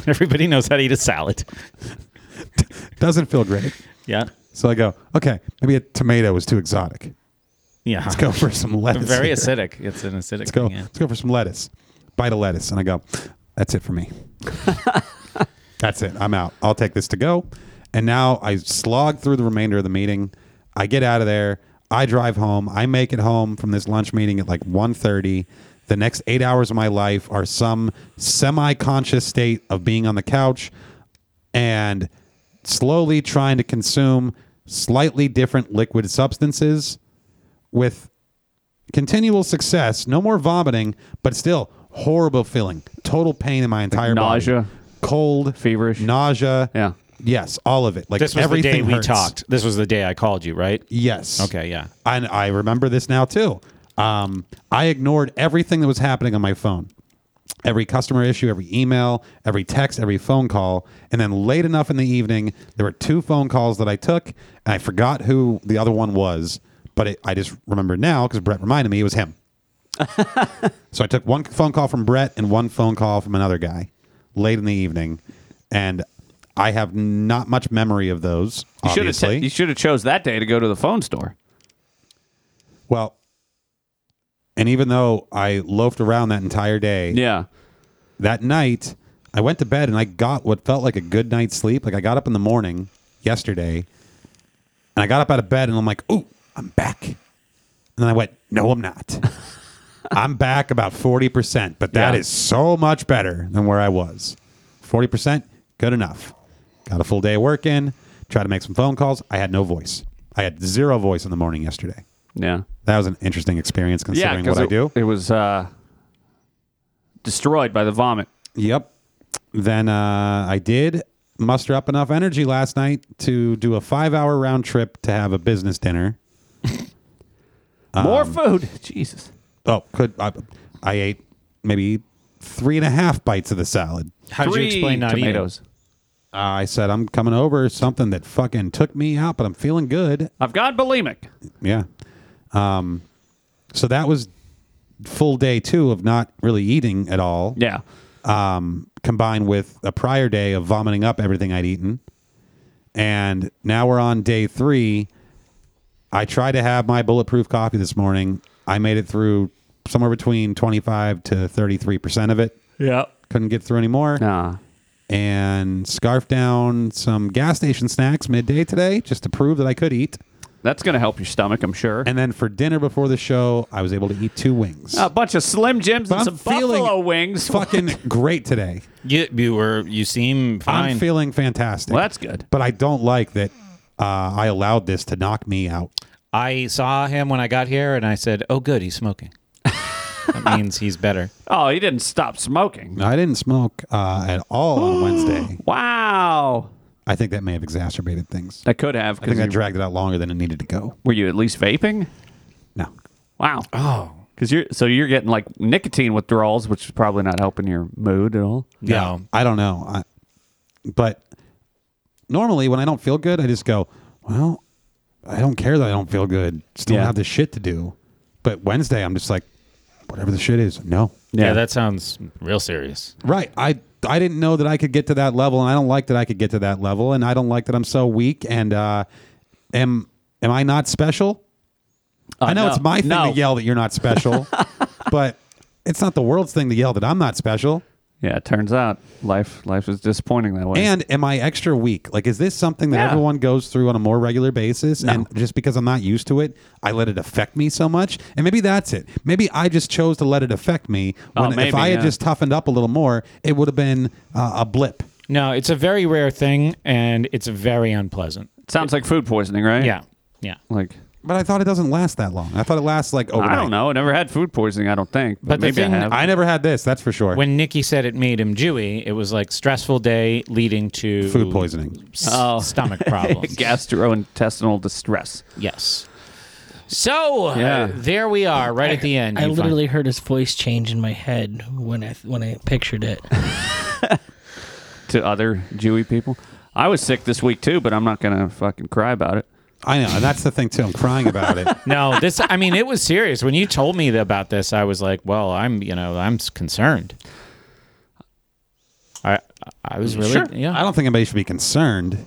Everybody knows how to eat a salad.
Doesn't feel great.
Yeah.
So I go, okay, maybe a tomato was too exotic.
Yeah.
Let's go for some lettuce.
Very
here.
acidic. It's an acidic.
Let's go.
thing, yeah.
Let's go for some lettuce. Bite of lettuce, and I go. That's it for me. That's it. I'm out. I'll take this to go. And now I slog through the remainder of the meeting. I get out of there. I drive home. I make it home from this lunch meeting at like 1.30. The next eight hours of my life are some semi-conscious state of being on the couch and slowly trying to consume slightly different liquid substances with continual success, no more vomiting, but still horrible feeling, total pain in my entire
nausea?
body, cold,
Feverish?
nausea.
Yeah.
yes, all of it. Like
This was the
everything
day we
hurts.
talked. This was the day I called you, right?
Yes.
Okay. Yeah.
And I remember this now too. Um, I ignored everything that was happening on my phone. Every customer issue, every email, every text, every phone call. And then late enough in the evening, there were two phone calls that I took, and I forgot who the other one was, but it, I just remember now because Brett reminded me it was him. so I took one phone call from Brett and one phone call from another guy late in the evening, and I have not much memory of those.
You should have.
obviously.
you should have chose that day to go to the phone store.
Well, and even though I loafed around that entire day,
Yeah.
that night I went to bed and I got what felt like a good night's sleep. Like I got up in the morning yesterday and I got up out of bed and I'm like, ooh, I'm back. And then I went, no, I'm not. I'm back about 40%, but that is
Yeah.
so much better than where I was. 40%, good enough. Got a full day of work in, tried to make some phone calls. I had no voice. I had zero voice in the morning yesterday.
Yeah.
That was an interesting experience
Yeah.
considering
Because
what I do.
It was uh, destroyed by the vomit.
Yep. Then uh, I did muster up enough energy last night to do a five hour round trip to have a business dinner.
More
Um,
food. Jesus.
Oh, could I, I ate maybe three and a half bites of the salad.
How did you
Three
explain not
tomatoes.
I said, I'm coming over something that fucking took me out, but I'm feeling good.
I've gone bulimic.
Yeah. Um, so that was full day two of not really eating at all.
Yeah.
um, combined with a prior day of vomiting up everything I'd eaten. And now we're on day three. I tried to have my bulletproof coffee this morning. I made it through somewhere between 25 to 33% of it.
Yeah.
Couldn't get through anymore.
Nah.
And scarfed down some gas station snacks midday today just to prove that I could eat.
That's gonna help your stomach, I'm sure.
And then for dinner before the show, I was able to eat two wings.
a bunch of Slim Jims
But
and
I'm
some
feeling
buffalo wings.
Fucking great today.
You, you were. You seem fine.
I'm feeling fantastic.
Well, that's good.
But I don't like that uh, I allowed this to knock me out.
I saw him when I got here, and I said, "Oh, good, he's smoking." that means he's better.
Oh, he didn't stop smoking.
I didn't smoke uh, at all on Wednesday.
Wow.
I think that may have exacerbated things.
That could have.
I think I
you-
dragged it out longer than it needed to go.
were you at least vaping?
No.
Wow. Oh. Cause you're so you're getting like nicotine withdrawals, which is probably not helping your mood at all.
No.
I don't know. I, but normally when I don't feel good, I just go, well, I don't care that I don't feel good. Still
Yeah.
have this shit to do. But Wednesday, I'm just like, whatever the shit is, no.
Yeah, that sounds real serious.
Right. I I didn't know that I could get to that level, and I don't like that I could get to that level, and I don't like that I'm so weak. And uh, am am I not special? I know
Uh, no,
it's my thing
no.
to yell that you're not special, but it's not the world's thing to yell that I'm not special.
Yeah, it turns out life life is disappointing that way.
And am I extra weak? Like, is this something that
Yeah.
everyone goes through on a more regular basis? And just because I'm not used to it, I let it affect me so much. And maybe that's it. Maybe I just chose to let it affect me.
Oh,
When if
maybe,
I had
yeah.
just toughened up a little more, it would have been uh, a blip.
No, it's a very rare thing, and it's very unpleasant.
it sounds like food poisoning, right?
Yeah, yeah.
Like
But I thought it doesn't last that long. I thought it lasts like overnight.
I don't know. I never had food poisoning. I don't think. But,
But the
maybe
thing-
I have.
I never had this. That's for sure.
When Nikki said it made him Jewy, it was like stressful day leading to
Food poisoning.
s-
Oh.
stomach problems.
Gastrointestinal distress.
Yes. So uh,
Yeah.
there we are, right at the end.
I
you find-
literally heard his voice change in my head when I when I pictured it.
to other Jewy people. I was sick this week too, but I'm not gonna fucking cry about it.
I know, and that's the thing too. I'm crying about it.
no, this. I mean, it was serious. When you told me about this, I was like, "Well, I'm, you know, I'm s- concerned." I, I was really,
I
yeah.
don't think anybody should be concerned.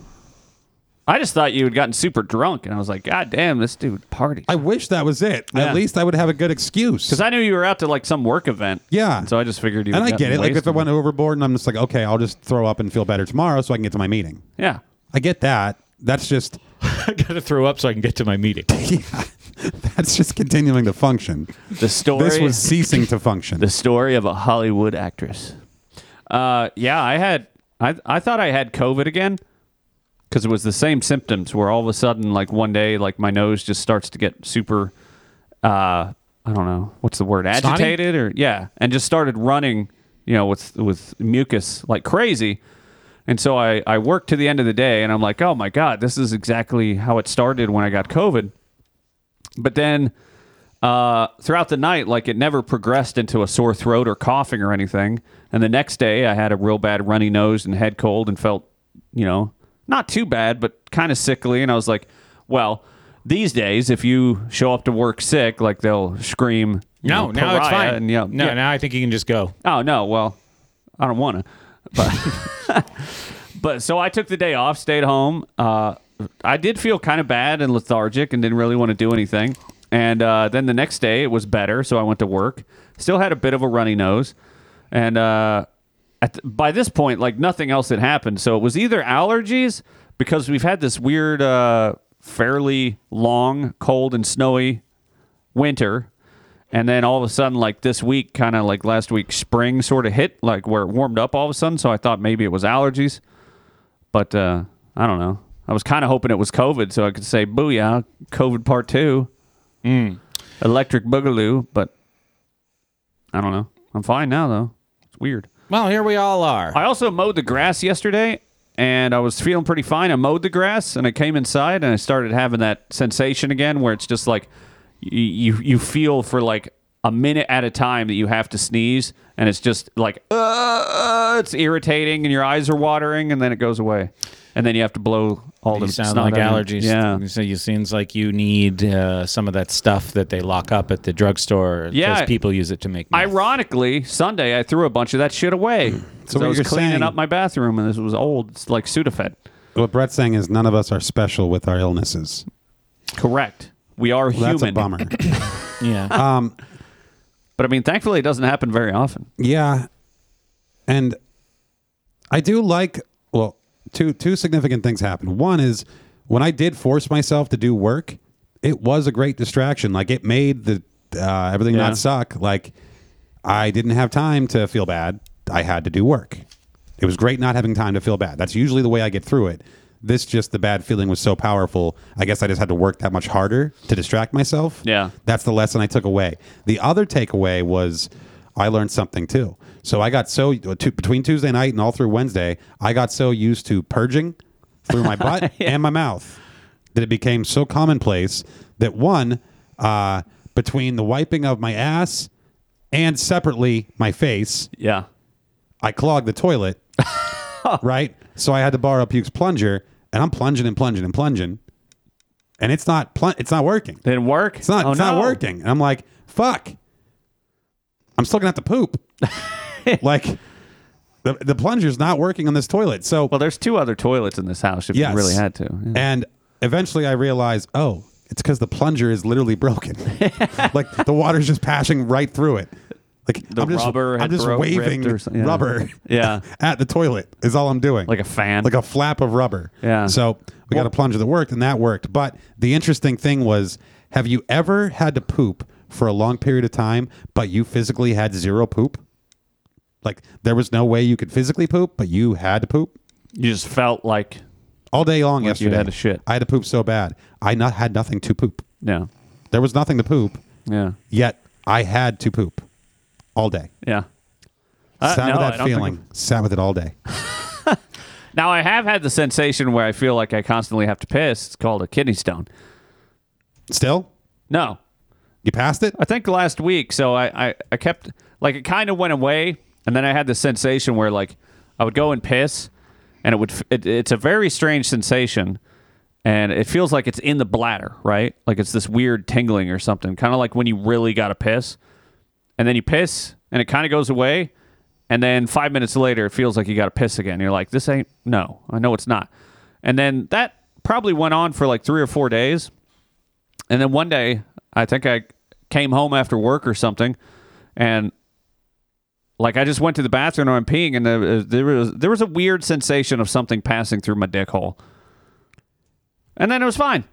I just thought you had gotten super drunk, and I was like, God damn, this dude party.
I wish that was it.
Yeah.
At least I would have a good excuse.
Because I knew you were out to like some work event.
Yeah.
And so I just figured you.
and
had
I get
gotten
it. Like if I
wasted.
went overboard, and I'm just like, okay, I'll just throw up and feel better tomorrow, so I can get to my meeting.
Yeah.
I get that. That's just
I gotta throw up so I can get to my meeting.
that's just continuing to function.
The story.
This was ceasing to function.
the story of a Hollywood actress. Uh, yeah, I had. I I thought I had COVID again because it was the same symptoms. Where all of a sudden, like one day, like my nose just starts to get super. Uh, I don't know what's the word, agitated or yeah, and just started running. You know, with with mucus like crazy. And so I, I worked to the end of the day and I'm like, oh my God, this is exactly how it started when I got COVID. But then uh, throughout the night, like it never progressed into a sore throat or coughing or anything. And the next day, I had a real bad runny nose and head cold and felt, you know, not too bad, but kind of sickly. And I was like, well, these days, if you show up to work sick, like they'll scream, you
No,
know,
now it's
pariah
fine.
And, you know,
no,
yeah.
now I think you can just go.
Oh no, well, I don't want to. But but so I took the day off, stayed home. Uh, I did feel kind of bad and lethargic, and didn't really want to do anything. And uh, then the next day it was better, so I went to work. Still had a bit of a runny nose, and uh, at th- by this point, like nothing else had happened. So it was either allergies because we've had this weird, uh, fairly long, cold and snowy winter. And then all of a sudden, like this week, kind of like last week, spring sort of hit, like where it warmed up all of a sudden. So I thought maybe it was allergies. But uh, I don't know. I was kind of hoping it was COVID so I could say, booyah, COVID part two, electric boogaloo. But I don't know. I'm fine now, though. It's weird.
Well, here we all are.
I also mowed the grass yesterday and I was feeling pretty fine. I mowed the grass and I came inside and I started having that sensation again where it's just like you you, you feel for like a minute at a time that you have to sneeze and it's just like uh, it's irritating and your eyes are watering and then it goes away. And then you have to blow all
You
the
sound
snot
like
out.
allergies.
Yeah.
So you seems like you need uh, some of that stuff that they lock up at the drugstore. 'cause
Yeah.
people use it to make. Meth.
Ironically, Sunday I threw a bunch of that shit away. So
what
I was
you're
cleaning
saying-
up my bathroom and this was old. It's like Sudafed.
what Brett's saying is none of us are special with our illnesses.
Correct. We are
Well,
human.
that's a bummer.
Yeah.
But I mean, thankfully, it doesn't happen very often.
Yeah. And I do like well, two two significant things happened. One is when I did force myself to do work, it was a great distraction. Like it made the uh, everything
Yeah.
not suck. Like I didn't have time to feel bad. I had to do work. It was great not having time to feel bad. That's usually the way I get through it. This just the bad feeling was so powerful. I guess I just had to work that much harder to distract myself.
Yeah.
That's the lesson I took away. The other takeaway was I learned something too. So I got so to, between Tuesday night and all through Wednesday, I got so used to purging through my butt and my mouth that it became so commonplace that one, uh, between the wiping of my ass and separately my face,
Yeah.
I clogged the toilet, right? So I had to borrow Puke's plunger, and I'm plunging and plunging and plunging. and it's not pl- it's not working.
Did it work?
It's not
Oh,
it's
no.
not working. And I'm like, fuck. I'm still gonna have to poop. like the the plunger's not working on this toilet. So
Well, there's two other toilets in this house if
Yes.
you really had to. Yeah.
and eventually I realized, oh, it's because the plunger is literally broken. like the water's just passing right through it. Like
The
I'm just,
rubber had
I'm just
bro-
waving
ripped or so- yeah.
rubber
Yeah.
at the toilet is all I'm doing.
Like a fan.
Like a flap of rubber.
Yeah.
So we got a plunger that worked and that worked. But the interesting thing was, have you ever had to poop for a long period of time, but you physically had zero poop? Like there was no way you could physically poop, but you had to poop?
you just felt like
all day long
Like you
yesterday.
had to shit.
I had to poop so bad. I not had nothing to poop.
yeah,
There was nothing to poop,
yeah,
yet I had to poop all day.
yeah. Uh,
Sat
no,
with
I
that
don't think
feeling. Sat with it all day.
Now I have had the sensation where I feel like I constantly have to piss. It's called a kidney stone.
Still,
No,
you passed it.
I think last week. So I, I, I kept like it kind of went away, and then I had the sensation where like I would go and piss, and it would. f- It, it's a very strange sensation, and it feels like it's in the bladder, right? Like it's this weird tingling or something, kind of like when you really got to piss, and then you piss, and it kind of goes away, and then five minutes later, it feels like you got to piss again. You're like, this ain't no. I know it's not, and then that probably went on for like three or four days. And then one day, I think I came home after work or something, and like I just went to the bathroom and I'm peeing, and there, uh, there was there was a weird sensation of something passing through my dick hole, and then it was fine.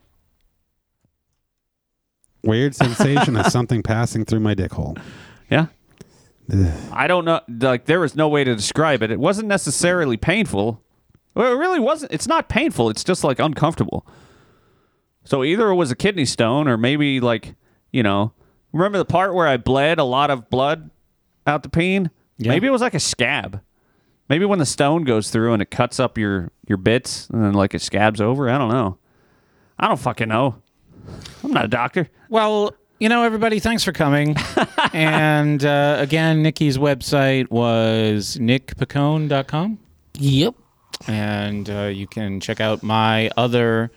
Weird sensation of something passing through my dick hole.
Yeah. I don't know. Like there was no way to describe it. It wasn't necessarily painful. Well, it really wasn't. It's not painful. It's just like uncomfortable. So either it was a kidney stone, or maybe like you know, remember the part where I bled a lot of blood out the peen? Maybe it was like a scab. Maybe when the stone goes through and it cuts up your your bits, and then like it scabs over. I don't know. I don't fucking know. I'm not a doctor.
Well, you know, everybody, thanks for coming. and uh, again, Nikki's website was nickpicone.com.
Yep.
And uh, you can check out my other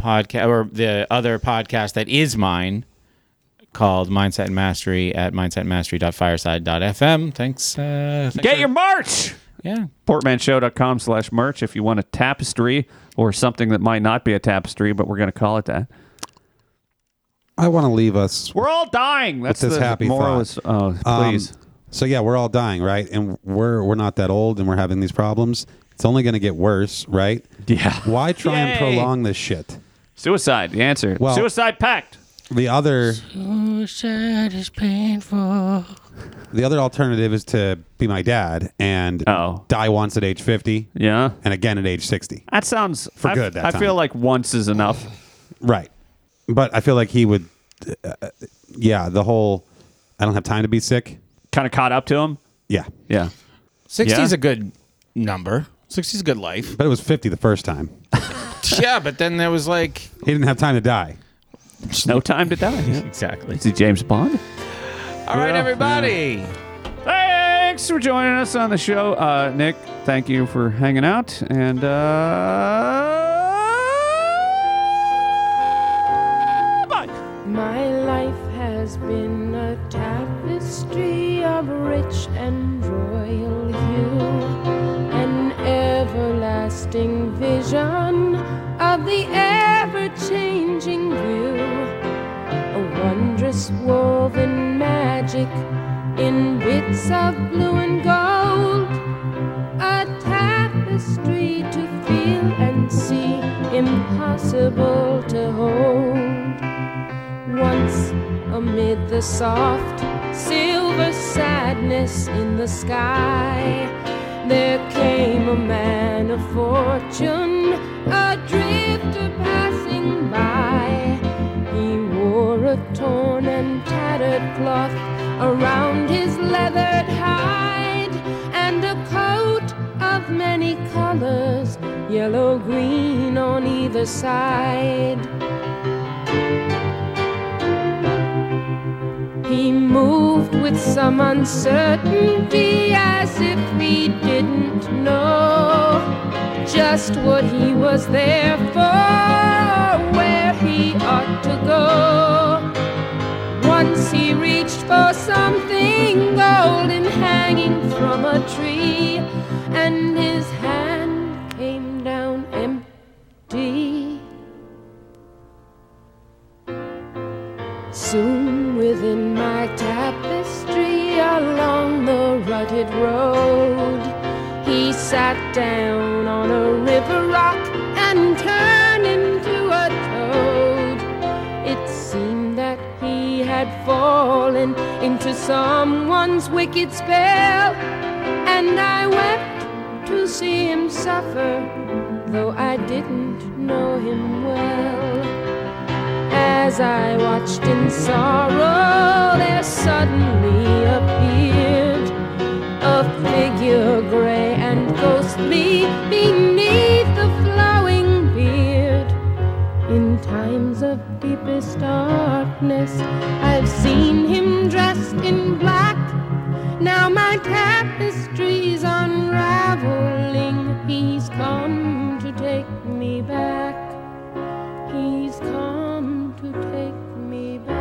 podcast or the other podcast that is mine called Mindset and Mastery at mindsetmastery.fireside.fm. Thanks. Uh, thanks
Get
for-
your march.
Yeah.
portmanshow.com slash merch if you want a tapestry or something that might not be a tapestry but we're going to call it that
I want to leave us.
we're all dying that's
this
the
happy
moral
thought.
is oh
Um,
please
so yeah, we're all dying, right? And we're we're not that old, and we're having these problems. It's only going to get worse, right?
Yeah.
Why try
Yay.
and prolong this shit?
suicide the answer
Well-
suicide pact
The other
Suicide is painful.
the other alternative is to be my dad and
Oh.
die once at age fifty.
yeah
and again at age 60.
that sounds
For
I,
good that
i
time.
feel like once is enough
Right. But I feel like he would, uh, yeah, the whole I don't have time to be sick.
kind of caught up to him
Yeah.
yeah
60 is
Yeah.
a good number. 60 is a good life.
But it was 50 the first time.
yeah, but then there was like.
He didn't have time to die.
no time to die yeah.
Exactly.
is he james bond
All right, everybody.
thanks for joining us on the show uh, nick thank you for hanging out and uh bye
My life has been a tapestry of rich and royal hue, an everlasting vision of the ever changing view, a wondrous woven magic in bits of blue and gold. A tapestry to feel and see, impossible to hold. Once amid the soft silver sadness in the sky, there came a man of fortune, a drifter passing by. He wore a torn and tattered cloth around his leathered hide, and a coat of many colors, yellow green on either side. He moved with some uncertainty as if he didn't know just what he was there for, where he he ought to go. Once he reached for something golden hanging from a tree, and his hand came down empty. Soon within my tapestry along the rutted road, he sat down on a river rock and turned into a toad. It seemed that he had fallen into someone's wicked spell, and I wept to see him suffer, though I didn't know him well. As I watched in sorrow, there suddenly appeared a figure gray and ghostly beneath the flowing beard. In times of deepest darkness, I've seen him dressed in black. Now my tapestry's unraveling. He's come to take me back. He's come to take me back.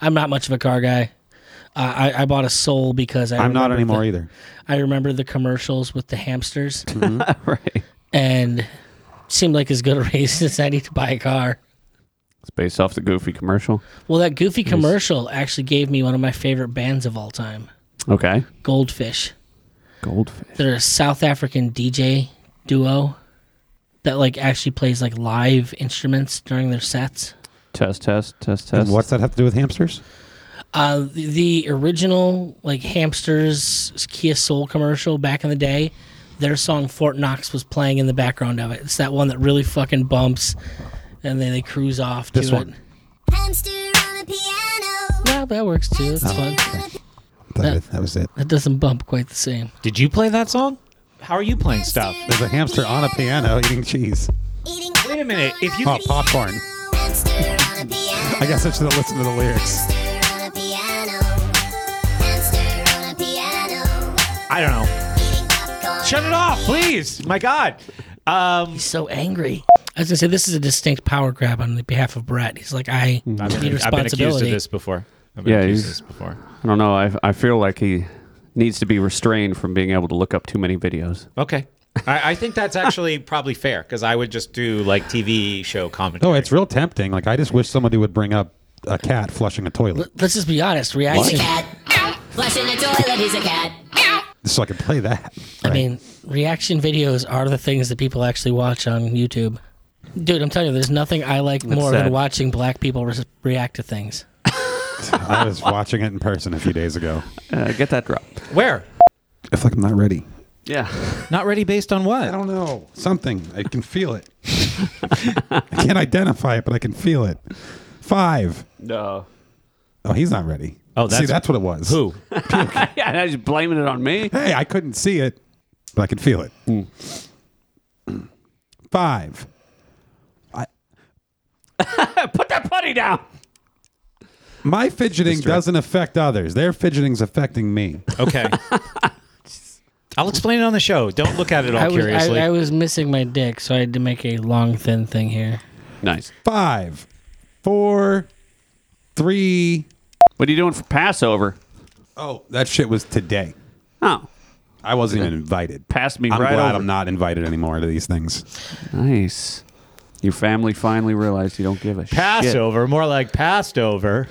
I'm not much of a car guy. Uh, I, I bought a Soul because I
I'm not
remember
anymore
the-
either.
I remember the commercials with the hamsters
Mm-hmm. right.
and seemed like as good a race as I need to buy a car.
It's based off the Goofy commercial.
Well, that goofy commercial actually gave me one of my favorite bands of all time,
Okay.
Goldfish.
Goldfish.
They're a South African DJ duo that like actually plays like live instruments during their sets.
Test, test, test, test.
And what's that have to do with hamsters?
Uh, the, the original like hamsters Kia Soul commercial back in the day, their song Fort Knox was playing in the background of it. It's that one that really fucking bumps, and then they cruise off
This
to
one.
it.
Hamster on a piano.
Well, that works too.
Oh,
It's fun.
That,
Yeah.
that was it.
That doesn't bump quite the same.
Did you play that song? How are you playing stuff?
There's a hamster on a piano eating cheese.
Eating
Wait a minute. If you
Oh, popcorn.
hamster on a piano.
I guess I should have listened to the lyrics.
Hamster on a piano. Hamster on a piano.
I don't know.
Eating popcorn.
Shut it off, please. My God. Um,
He's so angry. I was gonna say this is a distinct power grab on the behalf of Brett. He's like, I
I've
need
been, I've been accused of
responsibility.
this before. I've been
Yeah,
accused of
he's-
this before.
I don't know. I, I feel like he needs to be restrained from being able to look up too many videos.
Okay. I, I think that's actually probably fair because I would just do like TV show commentary.
Oh, it's real tempting. Like I just wish somebody would bring up a cat flushing a toilet
Let's just be honest. Reaction.
Flush in the toilet, he's a cat.
so I could play that.
I
Right.
mean, reaction videos are the things that people actually watch on YouTube. Dude, I'm telling you, there's nothing I like more
sad.
than watching black people re- react to things.
I was watching it in person a few days ago.
Uh, get that drop.
Where?
I feel like I'm not ready.
Yeah.
Not ready based on
I
what?
don't know. Something. I can feel it. I can't identify it, but I can feel it. Five.
No.
Oh, he's not ready.
Oh, that's-
see, that's what it was.
Who?
yeah, now he's blaming it on me.
Hey, I couldn't see it, but I could feel it.
Hmm.
Five.
Put that putty down.
My fidgeting doesn't affect others. Their fidgeting's affecting me.
Okay. I'll explain it on the show. Don't look at it all
I was,
Oh, curiously.
I, I was missing my dick, so I had to make a long, thin thing here.
Nice.
Five, four, three.
What are you doing for Passover?
Oh, that shit was today.
Oh,
I wasn't even invited.
passed me
I'm
right
glad
over.
I'm not invited anymore to these things.
nice. Your family finally realized you don't give a shit.
Passover, more like passed over.